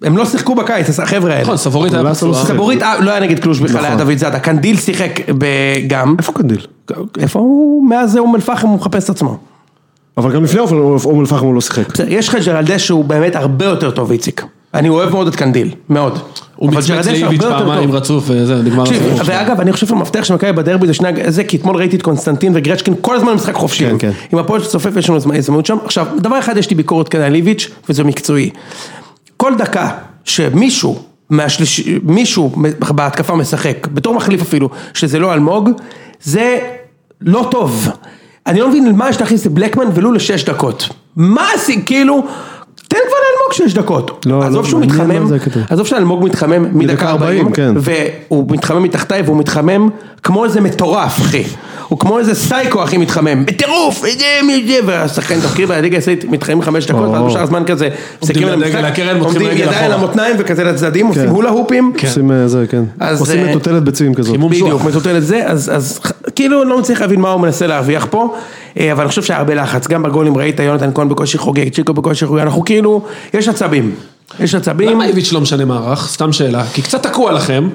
Speaker 1: הם לא שיחקו בקיץ, החבר'ה האלה.
Speaker 5: נכון, סבורית היה
Speaker 2: גולסה לא
Speaker 5: פצוע.
Speaker 2: שיחק.
Speaker 1: סבורית אה, לא היה נגד קלוש בכלל, היה דוד זאדה, קנדיל שיחק ב- גם,
Speaker 2: איפה קנדיל?
Speaker 1: איפה הוא, מאז אום אל-פחם הוא מחפש את עצמו.
Speaker 2: אבל גם לפני אום אל פחם הוא לא שיחק.
Speaker 1: בסדר, יש לך ג'רלדש שהוא באמת הרבה יותר טוב, איציק. אני אוהב מאוד את קנדיל, מאוד.
Speaker 5: הוא
Speaker 1: אבל
Speaker 5: מצמץ
Speaker 1: ג'רלדש
Speaker 5: לאיביץ'
Speaker 1: הרבה יותר
Speaker 5: פעמיים
Speaker 1: טוב.
Speaker 5: רצוף, וזה, נגמר
Speaker 1: תקשיב,
Speaker 5: הסיפור.
Speaker 1: ואגב, אני חושב שהמפתח של מכבי בדרבי זה שני הג- זה, כי אתמול ראיתי את קונסטנטין וגרצ'קין כל הזמן במשחק חופשי.
Speaker 2: כן, כן.
Speaker 1: עם הפועל שצופף יש לנו זמן- הזדמנות שם. עכשיו, דבר אחד יש לי ביקורת כאן על איביץ', וזה מקצועי. כל דקה שמישהו, מהשליש... מישהו בהתקפה משחק, בתור מחליף אפילו, שזה לא אלמוג, זה לא טוב. אני לא מבין למה יש להכניס את בלקמן ולו לשש דקות. מה עשי, כאילו, תן כבר לאלמוג שש דקות.
Speaker 2: לא,
Speaker 1: עזוב
Speaker 2: לא,
Speaker 1: שהוא
Speaker 2: מעניין מה
Speaker 1: מתחמם,
Speaker 2: זה הקטע.
Speaker 1: עזוב שאלמוג מתחמם מדקה
Speaker 2: מדקה
Speaker 1: 40,
Speaker 2: 40, כן.
Speaker 1: והוא מתחמם מתחתיי והוא מתחמם כמו איזה מטורף אחי, הוא כמו איזה סייקו אחי מתחמם, בטירוף, איזה מי זה, והשחקן תפקיד בליגה הישראלית מתחמם חמש דקות, ואז בשאר הזמן כזה, מסתכלים על
Speaker 5: לדגל
Speaker 1: המשחק,
Speaker 5: לקרן, מותחים
Speaker 1: עומדים
Speaker 5: רגל
Speaker 1: ידיים
Speaker 5: אחורה.
Speaker 1: למותניים וכזה לצדדים, עושים
Speaker 2: כן.
Speaker 1: הולה הופים,
Speaker 2: עושים אה, זה, כן.
Speaker 1: אז,
Speaker 2: עושים
Speaker 1: אה,
Speaker 2: מטוטלת ביצים כזאת.
Speaker 1: בדיוק, מטוטל את זה, אז, אז ח- כאילו לא מצליח להבין מה הוא מנסה להרוויח פה, אה, אבל אני חושב שהיה הרבה לחץ, גם בגולים ראית יונתן כהן בקושי חוגג, צ'יקו בקושי חוגג, אנחנו כאילו, יש עצבים, יש עצבים,
Speaker 5: למה איביץ' לא משנה מערך? סתם שאלה. כי קצת תקוע לכם.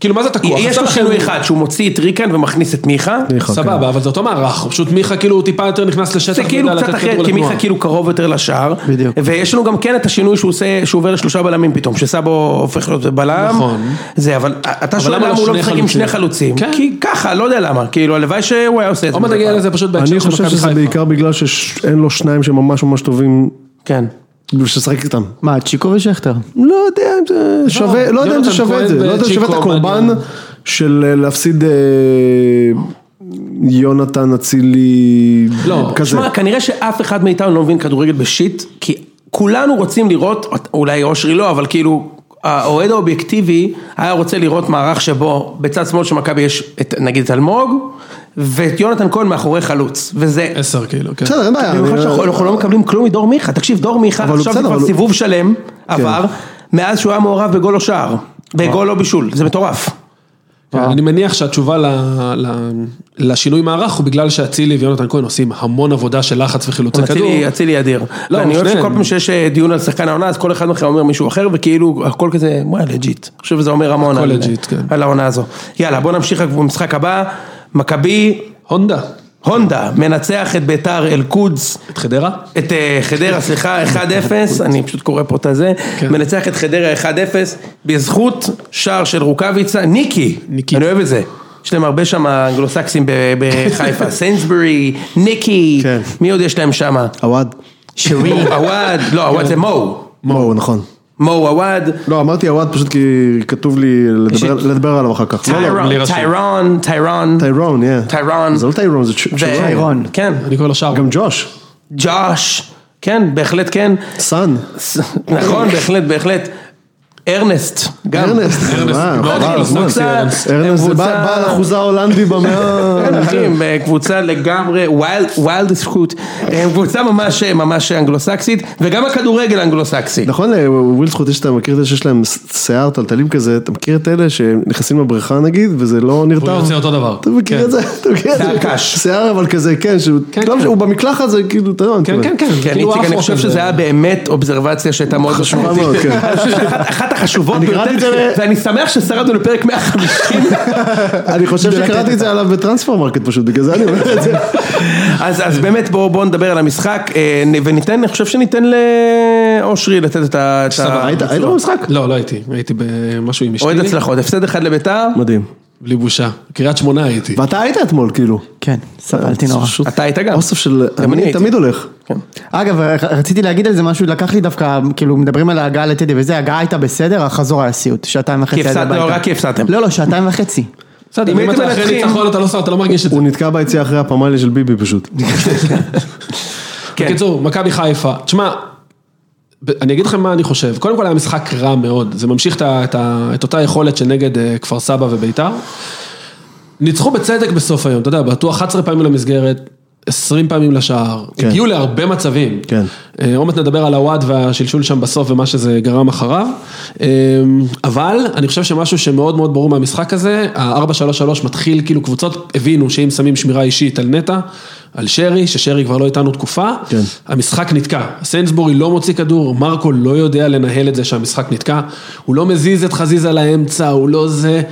Speaker 5: כאילו, מה זה תקוע?
Speaker 1: יש
Speaker 5: חסר
Speaker 1: לו
Speaker 5: לכם-
Speaker 1: שינוי אחד שהוא מוציא את ריקן ומכניס את מיכה,
Speaker 2: מיכה, כן.
Speaker 5: סבבה, אבל זה אותו מערך. הוא פשוט מיכה כאילו טיפה יותר נכנס לשטח.
Speaker 1: זה כאילו
Speaker 5: ויודע
Speaker 1: קצת
Speaker 5: לתת
Speaker 1: אחרת,
Speaker 5: כדור
Speaker 1: כי
Speaker 5: לתנועה.
Speaker 1: מיכה כאילו קרוב יותר לשער.
Speaker 3: בדיוק.
Speaker 1: ויש לנו גם כן את השינוי שהוא עושה, שהוא עובר לשלושה בלמים פתאום, שסבו הופך להיות בלם.
Speaker 5: נכון.
Speaker 1: זה, אבל אתה שואל
Speaker 5: למה
Speaker 1: למה
Speaker 5: לא
Speaker 1: הוא לא
Speaker 5: שני
Speaker 1: משחק עם
Speaker 5: חלוצים?
Speaker 1: שני חלוצים.
Speaker 5: כן.
Speaker 1: כי ככה, לא יודע למה. כאילו, הלוואי שהוא היה עושה את זה.
Speaker 5: עוד מעט
Speaker 1: מדי
Speaker 5: נגיע
Speaker 1: פעם.
Speaker 5: לזה פשוט בהקשר
Speaker 2: אני
Speaker 5: של
Speaker 2: חושב
Speaker 5: מכבי
Speaker 2: שזה
Speaker 5: חיפה.
Speaker 2: בעיקר בגלל שאין לו שניים שממש ממש טובים
Speaker 1: כן.
Speaker 2: בשביל לשחק איתם.
Speaker 3: מה, צ'יקו ושכטר.
Speaker 2: לא יודע אם זה שווה, לא יודע אם זה
Speaker 5: יונתן
Speaker 2: שווה את זה,
Speaker 5: כהן
Speaker 2: לא יודע אם שווה את
Speaker 5: וצ'יקו,
Speaker 2: הקורבן
Speaker 5: מעניין.
Speaker 2: של אה, להפסיד אה, יונתן אצילי
Speaker 5: לא,
Speaker 2: כזה.
Speaker 1: שמע, כנראה שאף אחד מאיתנו לא מבין כדורגל בשיט, כי כולנו רוצים לראות, אולי אושרי לא, אבל כאילו... האוהד האובייקטיבי היה רוצה לראות מערך שבו בצד שמאל של מכבי יש את, נגיד את אלמוג ואת יונתן כהן מאחורי חלוץ וזה
Speaker 5: עשר כאילו, כן.
Speaker 2: בסדר, אין בעיה.
Speaker 1: במיוחד
Speaker 2: אני-
Speaker 1: שאנחנו אנחנו לא מקבלים כלום מדור מיכה, תקשיב דור מיכה
Speaker 2: הוא
Speaker 1: עכשיו זה כבר
Speaker 2: בסדר, אבל הוא- כן.
Speaker 1: סיבוב שלם עבר, מאז שהוא היה מעורב בגול או שער, בגול
Speaker 2: אה.
Speaker 1: או בישול, זה מטורף.
Speaker 5: כן, אני מניח שהתשובה ל, ל, לשינוי מערך הוא בגלל שאצילי ויונתן כהן עושים המון עבודה של לחץ וחילוצי כדור.
Speaker 1: אצילי- אצילי אדיר.
Speaker 5: לא,
Speaker 1: ואני אוהב
Speaker 5: שניהם.
Speaker 1: שכל פעם שיש אה, דיון על שחקן העונה אז כל אחד מכם אומר מישהו אחר וכאילו הכל כזה וואי לג'יט. אני חושב שזה אומר המון
Speaker 5: הכל
Speaker 1: על-
Speaker 5: legit, כן.
Speaker 1: על העונה הזו. יאללה בוא נמשיך רק במשחק הבא, מכבי
Speaker 5: הונדה,
Speaker 1: הונדה מנצח את ביתר אל קודס.
Speaker 5: את חדרה?
Speaker 1: את אה, חדרה, סליחה, 1-0, אני פשוט קורא פה את הזה,
Speaker 5: כן.
Speaker 1: מנצח את חדרה 1-0, בזכות שער של רוקאביצה, ניקי,
Speaker 5: ניקי.
Speaker 1: אני אוהב את זה. יש להם הרבה שם אנגלוסקסים ב- בחיפה, סיינסברי, ניקי,
Speaker 2: כן.
Speaker 1: מי עוד יש להם שם?
Speaker 2: עווד.
Speaker 3: שרי.
Speaker 1: עווד, לא, עווד זה מו,
Speaker 2: מו, נכון.
Speaker 1: מו עווד,
Speaker 2: לא, אמרתי עווד פשוט כי כתוב לי לדבר-
Speaker 1: יש-
Speaker 2: לדבר עליו אחר כך. לא, לא,
Speaker 1: טיירון,
Speaker 5: בלי רשום.
Speaker 1: טיירון, טיירון,
Speaker 2: טיירון, yeah.
Speaker 1: טיירון.
Speaker 2: זה לא טיירון, זה לא, ש-
Speaker 1: ו-
Speaker 2: שרון.
Speaker 3: טיירון.
Speaker 1: כן,
Speaker 5: אני קורא לו שער.
Speaker 2: גם ג'וש.
Speaker 1: ג'וש, כן, בהחלט כן,
Speaker 2: סאן.
Speaker 1: נכון, בהחלט, בהחלט, ארנסט, גם,
Speaker 2: ארנסט.
Speaker 5: ארנסט,
Speaker 1: לא,
Speaker 2: מה,
Speaker 5: מאוד
Speaker 2: חבל,
Speaker 5: כאילו
Speaker 2: אה, הזמן.
Speaker 5: סקסי ארנסט.
Speaker 2: ארנסט זה
Speaker 1: קבוצה-
Speaker 2: בא- בעל אחוזה הולנדי במאה...
Speaker 1: אה, כן, אחי, הם אה, קבוצה לגמרי, ווילד זכות, הם קבוצה ממש אה, ממש אנגלוסקסית, וגם הכדורגל האנגלוסקסי.
Speaker 2: נכון, לוויל זכות יש, אתה מכיר את זה שיש להם ש- שיער טלטלים כזה, אתה מכיר את אלה שנכנסים לבריכה נגיד, וזה לא נרטב?
Speaker 5: הוא יוצא אותו דבר.
Speaker 2: אתה מכיר
Speaker 5: כן.
Speaker 2: את זה? אתה מכיר את זה?
Speaker 1: שיער קש.
Speaker 2: שיער אבל כזה, כן, שהוא
Speaker 5: כן,
Speaker 2: לא
Speaker 5: כן.
Speaker 2: משנה, הוא במקלחת זה כאילו, אתה יודע, מה אני
Speaker 5: כן,
Speaker 2: מתכוון.
Speaker 5: כן, כן.
Speaker 1: כן,
Speaker 5: כאילו
Speaker 1: איציק, אני
Speaker 5: האפרו
Speaker 1: חושב
Speaker 5: כזה.
Speaker 1: שזה היה באמת אובזרבציה שהייתה מאוד
Speaker 2: חשובה מאוד, כן.
Speaker 1: אני חושב שזו אחת- אחת החשובות
Speaker 2: אני קראתי את
Speaker 1: ביותר,
Speaker 2: זה ל-
Speaker 1: ואני שמח ששרדנו לפרק 150.
Speaker 2: אני חושב שקראתי את זה עליו בטרנספר מרקט פשוט, בגלל זה אני אומר את זה.
Speaker 1: אז אז באמת בואו בואו נדבר על המשחק, אה, נ- וניתן, אני חושב שניתן לאושרי לתת את ה... את ה-
Speaker 5: סבבה,
Speaker 2: היית היית במשחק?
Speaker 5: אה, לא, לא הייתי, הייתי במשהו עם אשתי.
Speaker 1: אוהד הצלחות, הפסד אחד לביתר,
Speaker 2: מדהים.
Speaker 5: בלי בושה. קריית שמונה הייתי.
Speaker 2: ואתה היית אתמול, כאילו.
Speaker 3: כן,
Speaker 1: אה,
Speaker 3: סבלתי נורא.
Speaker 2: פשוט
Speaker 1: אתה היית גם.
Speaker 2: אוסף של...
Speaker 1: גם אני
Speaker 2: אני
Speaker 1: הייתי.
Speaker 2: תמיד הולך.
Speaker 3: אגב, ר- רציתי להגיד על זה משהו, לקח לי דווקא, כאילו, מדברים על ההגעה לטדי וזה, ההגעה הייתה בסדר, החזור היה סיוט, שעתיים וחצי.
Speaker 1: כי
Speaker 3: עד
Speaker 1: הפסדתם,
Speaker 3: הביתה.
Speaker 1: רק כי הפסדתם.
Speaker 3: לא, לא, שעתיים וחצי.
Speaker 5: בסדר,
Speaker 1: אם
Speaker 5: אם
Speaker 1: הייתם
Speaker 5: אתה אחרי
Speaker 1: מנצחים-
Speaker 5: ניצחון אתה לא שר, אתה לא מרגיש את זה.
Speaker 2: הוא נתקע ביציאה אחרי הפמליה של ביבי פשוט.
Speaker 1: כן.
Speaker 5: בקיצור, מכבי חיפה. תשמע, ב- אני אגיד לכם מה אני חושב. קודם כל היה משחק רע מאוד. זה ממשיך את, ה- את, ה- את אותה יכולת שנגד אה, כפר סבא וביתר. ניצחו בצדק בסוף היום, אתה יודע, בעטו 11 פעמים למסגרת, 20 פעמים לשער.
Speaker 2: כן.
Speaker 5: הגיעו להרבה מצבים.
Speaker 2: כן.
Speaker 5: אה, עומת נדבר על הוואד והשלשול שם בסוף ומה שזה גרם אחריו. אה, אבל אני חושב שמשהו שמאוד מאוד ברור מהמשחק הזה, ה-4-3-3 מתחיל, כאילו קבוצות הבינו שאם שמים שמירה אישית על נטע, על שרי, ששרי כבר לא איתנו תקופה,
Speaker 2: כן.
Speaker 5: המשחק נתקע. סיינסבורי לא מוציא כדור, מרקו לא יודע לנהל את זה שהמשחק נתקע, הוא לא מזיז את חזיזה לאמצע, הוא לא זה.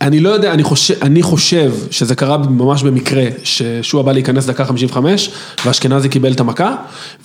Speaker 5: אני לא יודע, אני חושב, אני חושב שזה קרה ממש במקרה, ששועה בא להיכנס דקה 55, ואשכנזי קיבל את המכה,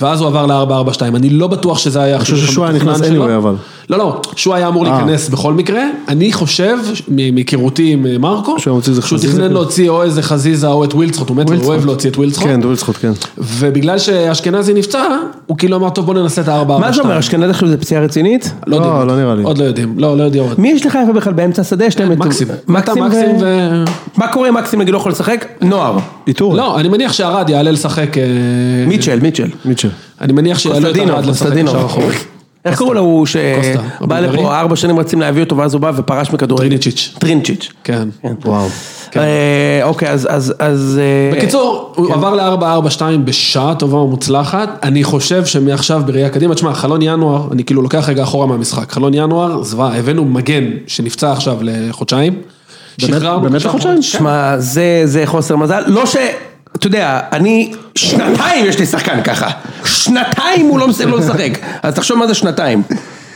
Speaker 5: ואז הוא עבר ל-442. אני לא בטוח שזה היה... אני
Speaker 2: חושב ששועה נכנס anyway, אבל. אה.
Speaker 5: לא, לא, שועה היה אמור להיכנס בכל מקרה. אני חושב, מ- מהיכרותי עם אה, מרקו,
Speaker 2: שהוא היה מוציא איזה
Speaker 5: שהוא
Speaker 2: חזיזה
Speaker 5: תכנן
Speaker 2: כאילו?
Speaker 5: להוציא או איזה חזיזה או את ווילדסחוט, הוא מת, הוא אוהב להוציא את ווילדסחוט.
Speaker 2: כן, דובל צחוק, כן.
Speaker 5: ובגלל שאשכנזי נפצע, הוא כאילו אמר, טוב בוא ננסה את הארבע.
Speaker 1: כן. מה זה אומר, אשכנזי עכשיו זה פציעה רצינית?
Speaker 5: לא,
Speaker 2: לא,
Speaker 5: יודעים.
Speaker 2: לא נראה לי.
Speaker 5: עוד לא יודעים, לא, לא יודעים עוד.
Speaker 1: מי יש לחיפה בכלל באמצע השדה? יש להם את...
Speaker 5: מקסים.
Speaker 1: מקסים
Speaker 5: אתה מקסים
Speaker 1: ו...
Speaker 5: ו...
Speaker 1: מה קורה אם מקסים נגיד לא יכול לשחק? נוער.
Speaker 2: איתור.
Speaker 5: לא, אני מניח שערד יעלה לשחק... אה,
Speaker 1: מיטשל, מיטשל.
Speaker 2: מיטשל.
Speaker 5: אני מניח שיעלה את
Speaker 1: קוסטדינו,
Speaker 5: ערד לשחק
Speaker 1: קוסטדינו.
Speaker 5: עכשיו אחורה.
Speaker 1: איך קראו לו הוא
Speaker 5: קוסטה,
Speaker 1: שבא
Speaker 5: הבולגרי?
Speaker 1: לפה ארבע שנים רצים להביא אותו ואז הוא בא ופרש מכדורגל?
Speaker 5: טריניצ'יץ'.
Speaker 1: טרינצ'יץ'.
Speaker 5: כן.
Speaker 2: וואו.
Speaker 1: אה, אוקיי, אז- אז... אז, אה,
Speaker 5: בקיצור,
Speaker 2: כן.
Speaker 5: הוא עבר ל-442 בשעה טובה ומוצלחת, אני חושב שמעכשיו בראייה קדימה, תשמע, חלון ינואר, אני כאילו לוקח רגע אחורה מהמשחק, חלון ינואר, זוועה, הבאנו מגן שנפצע עכשיו לחודשיים. שחררנו-
Speaker 2: באמת
Speaker 5: שחררנו-
Speaker 2: לחודשיים?
Speaker 1: שמע, זה, זה חוסר מזל, לא ש... אתה יודע, אני, שנתיים יש לי שחקן ככה, שנתיים הוא לא מס- לא משחק, אז תחשוב מה זה שנתיים,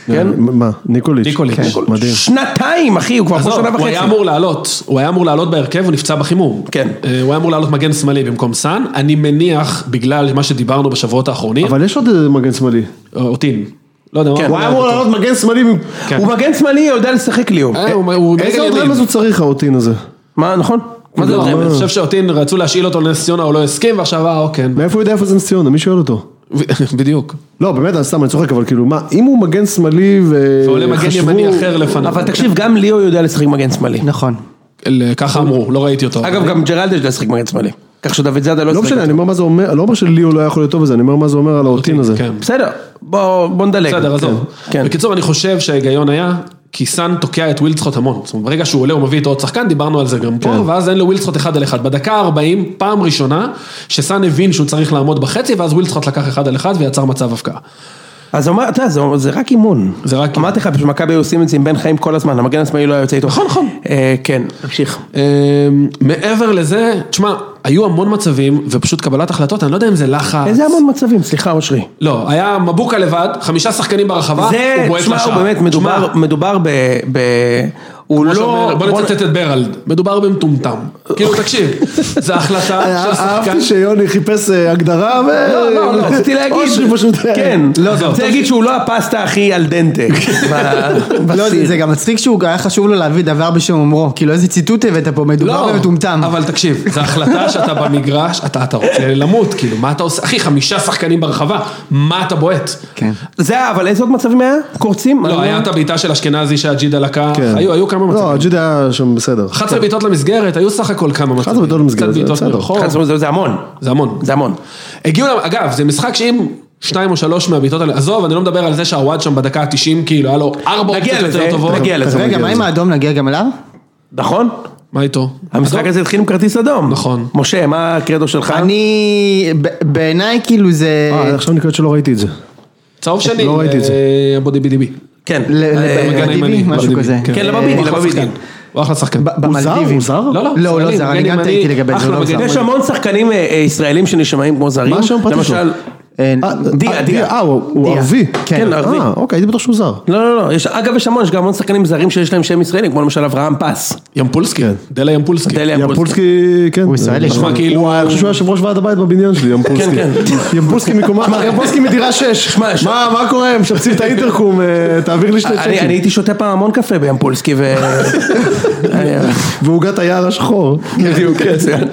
Speaker 1: כן?
Speaker 2: אה, מה? ניקוליץ'.
Speaker 5: ניקוליץ'.
Speaker 2: כן. מדהים.
Speaker 1: שנתיים, אחי, הוא כבר פה
Speaker 5: עזוב,
Speaker 1: שנה
Speaker 5: הוא
Speaker 1: וחצי.
Speaker 5: היה אמור לעלות, הוא היה אמור לעלות בהרכב, הוא נפצע בחימום.
Speaker 1: כן.
Speaker 5: אה, הוא היה אמור לעלות מגן שמאלי במקום סאן, אני מניח, בגלל מה שדיברנו בשבועות האחרונים,
Speaker 2: אבל יש עוד איזה מגן שמאלי.
Speaker 5: אה, אותין. לא יודע,
Speaker 1: כן.
Speaker 5: מה-
Speaker 2: הוא היה אמור לעלות מגן שמאלי. במ-
Speaker 5: כן.
Speaker 1: הוא מגן שמאלי, יודע לשחק ליאור.
Speaker 5: אה, הוא- הוא
Speaker 2: איזה
Speaker 5: מגן
Speaker 2: עוד
Speaker 5: ימין.
Speaker 2: רמז הוא צריך האוטין הזה?
Speaker 1: מה, נכון? מה זה
Speaker 5: לא,
Speaker 1: רמז?
Speaker 5: אני חושב שאותין רצו להשאיל אותו לנס ציונה, הוא לא הסכים, ועכשיו אה, אוקיי. אה,
Speaker 2: מאיפה הוא יודע איפה זה נס ציונה? מי שואל אותו?
Speaker 5: בדיוק.
Speaker 2: לא, באמת, אני סתם, אני צוחק, אבל כאילו, מה, אם הוא מגן שמאלי ו...
Speaker 5: ועולה מגן
Speaker 2: חשבו-
Speaker 5: ימני אחר לפניו.
Speaker 1: אבל תקשיב, גם ליאור יודע לשחק מגן שמאלי.
Speaker 3: נכון.
Speaker 5: אל- ככה אמרו, לא ראיתי אותו.
Speaker 1: אגב, גם ג'רלדש יודע לשחק מגן שמאלי. כך שדוד זאדה לא
Speaker 2: לא
Speaker 1: ישחק.
Speaker 2: משנה, אני אומר מה זה אומר, לא אומר שליאו לא היה יכול להיות טוב בזה, אני אומר מה זה אומר על האוטין הזה.
Speaker 5: כן.
Speaker 1: בסדר, בוא בוא נדלג.
Speaker 5: בסדר, עזוב.
Speaker 1: כן. כן.
Speaker 5: בקיצור, אני חושב שההיגיון היה, כי סאן תוקע את ווילדסחוט המון. זאת אומרת, ברגע שהוא עולה הוא מביא איתו עוד שחקן, דיברנו על זה גם פה, ואז אין לו ווילדסחוט אחד על אחד. בדקה ה-40, פעם ראשונה, שסאן הבין שהוא צריך לעמוד בחצי, ואז ווילדסחוט לקח אחד על אחד ויצר מצב הבקעה.
Speaker 1: אז אמר, אתה יודע, זה, זה רק אימון.
Speaker 5: זה רק-
Speaker 1: אמרתי לך, שמכבי היו עושים את זה עם בן חיים כל הזמן, המגן השמאלי לא היה יוצא איתו.
Speaker 5: נכון, נכון.
Speaker 1: אה, כן, תמשיך.
Speaker 5: אמ, מעבר לזה, תשמע, היו המון מצבים, ופשוט קבלת החלטות, אני לא יודע אם זה לחץ.
Speaker 1: איזה המון מצבים, סליחה אושרי.
Speaker 5: לא, היה מבוקה לבד, חמישה שחקנים ברחבה,
Speaker 1: זה,
Speaker 5: הוא בועט
Speaker 1: תשמע, הוא
Speaker 5: לשער.
Speaker 1: באמת, מדובר,
Speaker 5: תשמע,
Speaker 1: מדובר ב... ב... הוא
Speaker 5: כמו
Speaker 1: לא...
Speaker 5: שאומר, בוא
Speaker 1: בוא-
Speaker 5: נצטט את ברלד, מדובר במטומטם. כאילו תקשיב, זו
Speaker 1: אה,
Speaker 5: החלטה של שחקן.
Speaker 2: אה, אהבתי שיוני חיפש אה, הגדרה ו...
Speaker 1: לא, לא, לא, רציתי להגיד,
Speaker 2: אושרי פשוט...
Speaker 1: כן,
Speaker 5: לא,
Speaker 1: לא,
Speaker 5: טוב.
Speaker 1: רציתי להגיד שהוא לא הפסטה הכי על דנטה, ב-
Speaker 3: לא, זה-
Speaker 1: בסיר.
Speaker 3: זה גם מצחיק שהוא היה חשוב לו להביא דבר בשם אומרו, כאילו איזה ציטוט הבאת פה, מדובר במטומטם.
Speaker 5: לא, אבל תקשיב, זו החלטה שאתה במגרש, אתה אתה רוצה למות, כאילו, מה אתה עושה? אחי, חמישה שחקנים ברחבה, מה אתה בועט?
Speaker 3: כן.
Speaker 1: זה היה, אבל איזה עוד מצבים היה? קורצים?
Speaker 5: לא,
Speaker 1: אני
Speaker 5: היה את הבעיטה של אשכנזי שהג'ידה לקח,
Speaker 2: כן.
Speaker 5: היו היו כמה
Speaker 2: לא,
Speaker 5: מצבים.
Speaker 2: הג'ידה היה שם בסדר.
Speaker 5: 11 בעיטות למסגרת, היו סך הכל כמה מצבים.
Speaker 2: כן. בעיטות למסגרת,
Speaker 5: קצת
Speaker 2: זה
Speaker 5: בעיטות
Speaker 2: בסדר.
Speaker 5: מרחוב.
Speaker 1: אחד, זה- זה המון,
Speaker 5: זה המון.
Speaker 1: זה המון.
Speaker 5: הגיעו, למ- אגב, זה משחק שאם שתיים או שלוש מהבעיטות האלה, עזוב, אני לא מדבר על זה שהוואד שם בדקה ה-90, כאילו, היה לו ארבע
Speaker 1: נגיע
Speaker 5: אופציות
Speaker 1: לזה,
Speaker 5: יותר טובות.
Speaker 1: נגיע לזה.
Speaker 3: רגע, מה עם האדום, נגיע גם אליו?
Speaker 1: נכון?
Speaker 5: מה איתו?
Speaker 1: המשחק הזה התחיל עם כרטיס אדום.
Speaker 5: נכון.
Speaker 1: משה, מה הקרדו שלך?
Speaker 3: אני, ב- בעיניי כאילו זה...
Speaker 2: אה, עכשיו אני קולט שלא ראיתי את זה.
Speaker 5: צהוב שני,
Speaker 2: לא ראיתי את זה.
Speaker 5: אה, בודי בידי בי.
Speaker 1: כן.
Speaker 3: ל- ל-
Speaker 1: אה,
Speaker 5: מגן
Speaker 3: לדיבי?
Speaker 5: הימני,
Speaker 3: משהו
Speaker 5: בדיבי,
Speaker 3: כזה.
Speaker 5: כן.
Speaker 1: כן, לבבידי,
Speaker 3: הוא אחלה
Speaker 1: לבבידי.
Speaker 3: שחקן.
Speaker 5: הוא אחלה שחקן.
Speaker 3: ב-
Speaker 2: הוא זר?
Speaker 3: במלדיבים.
Speaker 2: הוא זר?
Speaker 5: לא, לא,
Speaker 3: לא, הוא לא
Speaker 5: ישראלי,
Speaker 3: זר,
Speaker 5: מגן
Speaker 3: אני גם
Speaker 5: ימני,
Speaker 3: טעיתי לגבי זה,
Speaker 5: אחלה
Speaker 3: הוא לא
Speaker 5: מגן.
Speaker 3: זר.
Speaker 1: יש המון שחקנים אה, אה, ישראלים שנשמעים כמו זרים.
Speaker 2: מה השם הפרטי שלו?
Speaker 1: למשל,
Speaker 3: אה, אה,
Speaker 1: דיה, דיה.
Speaker 2: אה, הוא הוא
Speaker 3: דיה.
Speaker 2: ערבי.
Speaker 1: כן, ערבי.
Speaker 2: אה, אוקיי, הייתי בטוח שהוא זר.
Speaker 1: לא, לא, לא, יש, אגב, יש המון, יש גם המון שחקנים זרים שיש להם שם ישראלים, כמו למשל אברהם פס.
Speaker 5: ימפולסקי, דלה ימפולסקי.
Speaker 1: דליה פולסקי.
Speaker 2: כן. ימפולסקי, כן.
Speaker 3: הוא ישראלי.
Speaker 2: נכון.
Speaker 5: נשמע כאילו-
Speaker 2: הוא היה- אני חושב שהוא היה יושב ראש ועד הבית בבניין שלי, ימפולסקי.
Speaker 1: כן,
Speaker 2: ימפולסקי מקומה, ימפולסקי מדירה 6.
Speaker 1: שמע, ש-
Speaker 2: מה מה קורה, משפצים את האינטרקום, אה, תעביר לי שני
Speaker 1: אני אני
Speaker 2: צ'קים.
Speaker 1: הייתי שותה פעם המון קפה בים פולסקי ו... אה,
Speaker 2: ועוגת היער השחור.
Speaker 1: בדיוק, כן.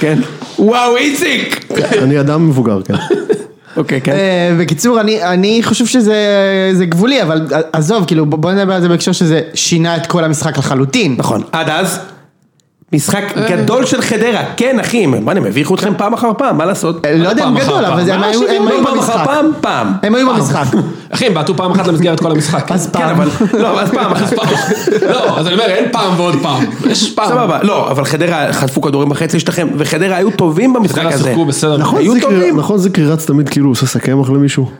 Speaker 1: כן. וואו, איציק!
Speaker 2: אני אדם מבוגר, כן.
Speaker 1: אוקיי, כן.
Speaker 3: אה, בקיצור, אני, אני חושב שזה זה גבולי, אבל עזוב, כאילו, בוא- בוא נדבר על זה בהקשר שזה שינה את כל המשחק לחלוטין.
Speaker 1: נכון, עד אז, משחק
Speaker 5: אה.
Speaker 1: גדול של חדרה, כן אחים, מה, הם הביכו אתכם פעם אחר פעם, מה לעשות?
Speaker 3: אה, לא יודע אם
Speaker 5: פעם אחר
Speaker 3: גדול,
Speaker 5: פעם.
Speaker 3: אבל זה- הם
Speaker 5: מה
Speaker 3: היו
Speaker 5: השוויון?
Speaker 3: הם היו
Speaker 1: לא פעם אחר
Speaker 3: במשחק.
Speaker 1: פעם, פעם.
Speaker 3: הם היו במשחק.
Speaker 5: אחי, הם בעטו פעם אחת למסגרת כל המשחק.
Speaker 3: אז
Speaker 1: כן,
Speaker 3: פעם.
Speaker 1: אבל, לא, אז פעם,
Speaker 5: אז
Speaker 1: אז פעם.
Speaker 5: לא, אז אני אומר, אין פעם ועוד פעם. יש פעם.
Speaker 1: סבבה, לא, אבל חדרה חטפו כדורים בחצי שלכם, וחדרה היו טובים במשחק
Speaker 5: חדרה
Speaker 1: הזה.
Speaker 5: שיחקו בסדר.
Speaker 2: נכון,
Speaker 1: היו
Speaker 2: זיקרי-
Speaker 1: טובים.
Speaker 2: נכון, זיקרי רץ תמיד כאילו הוא עושה סכמח למישהו.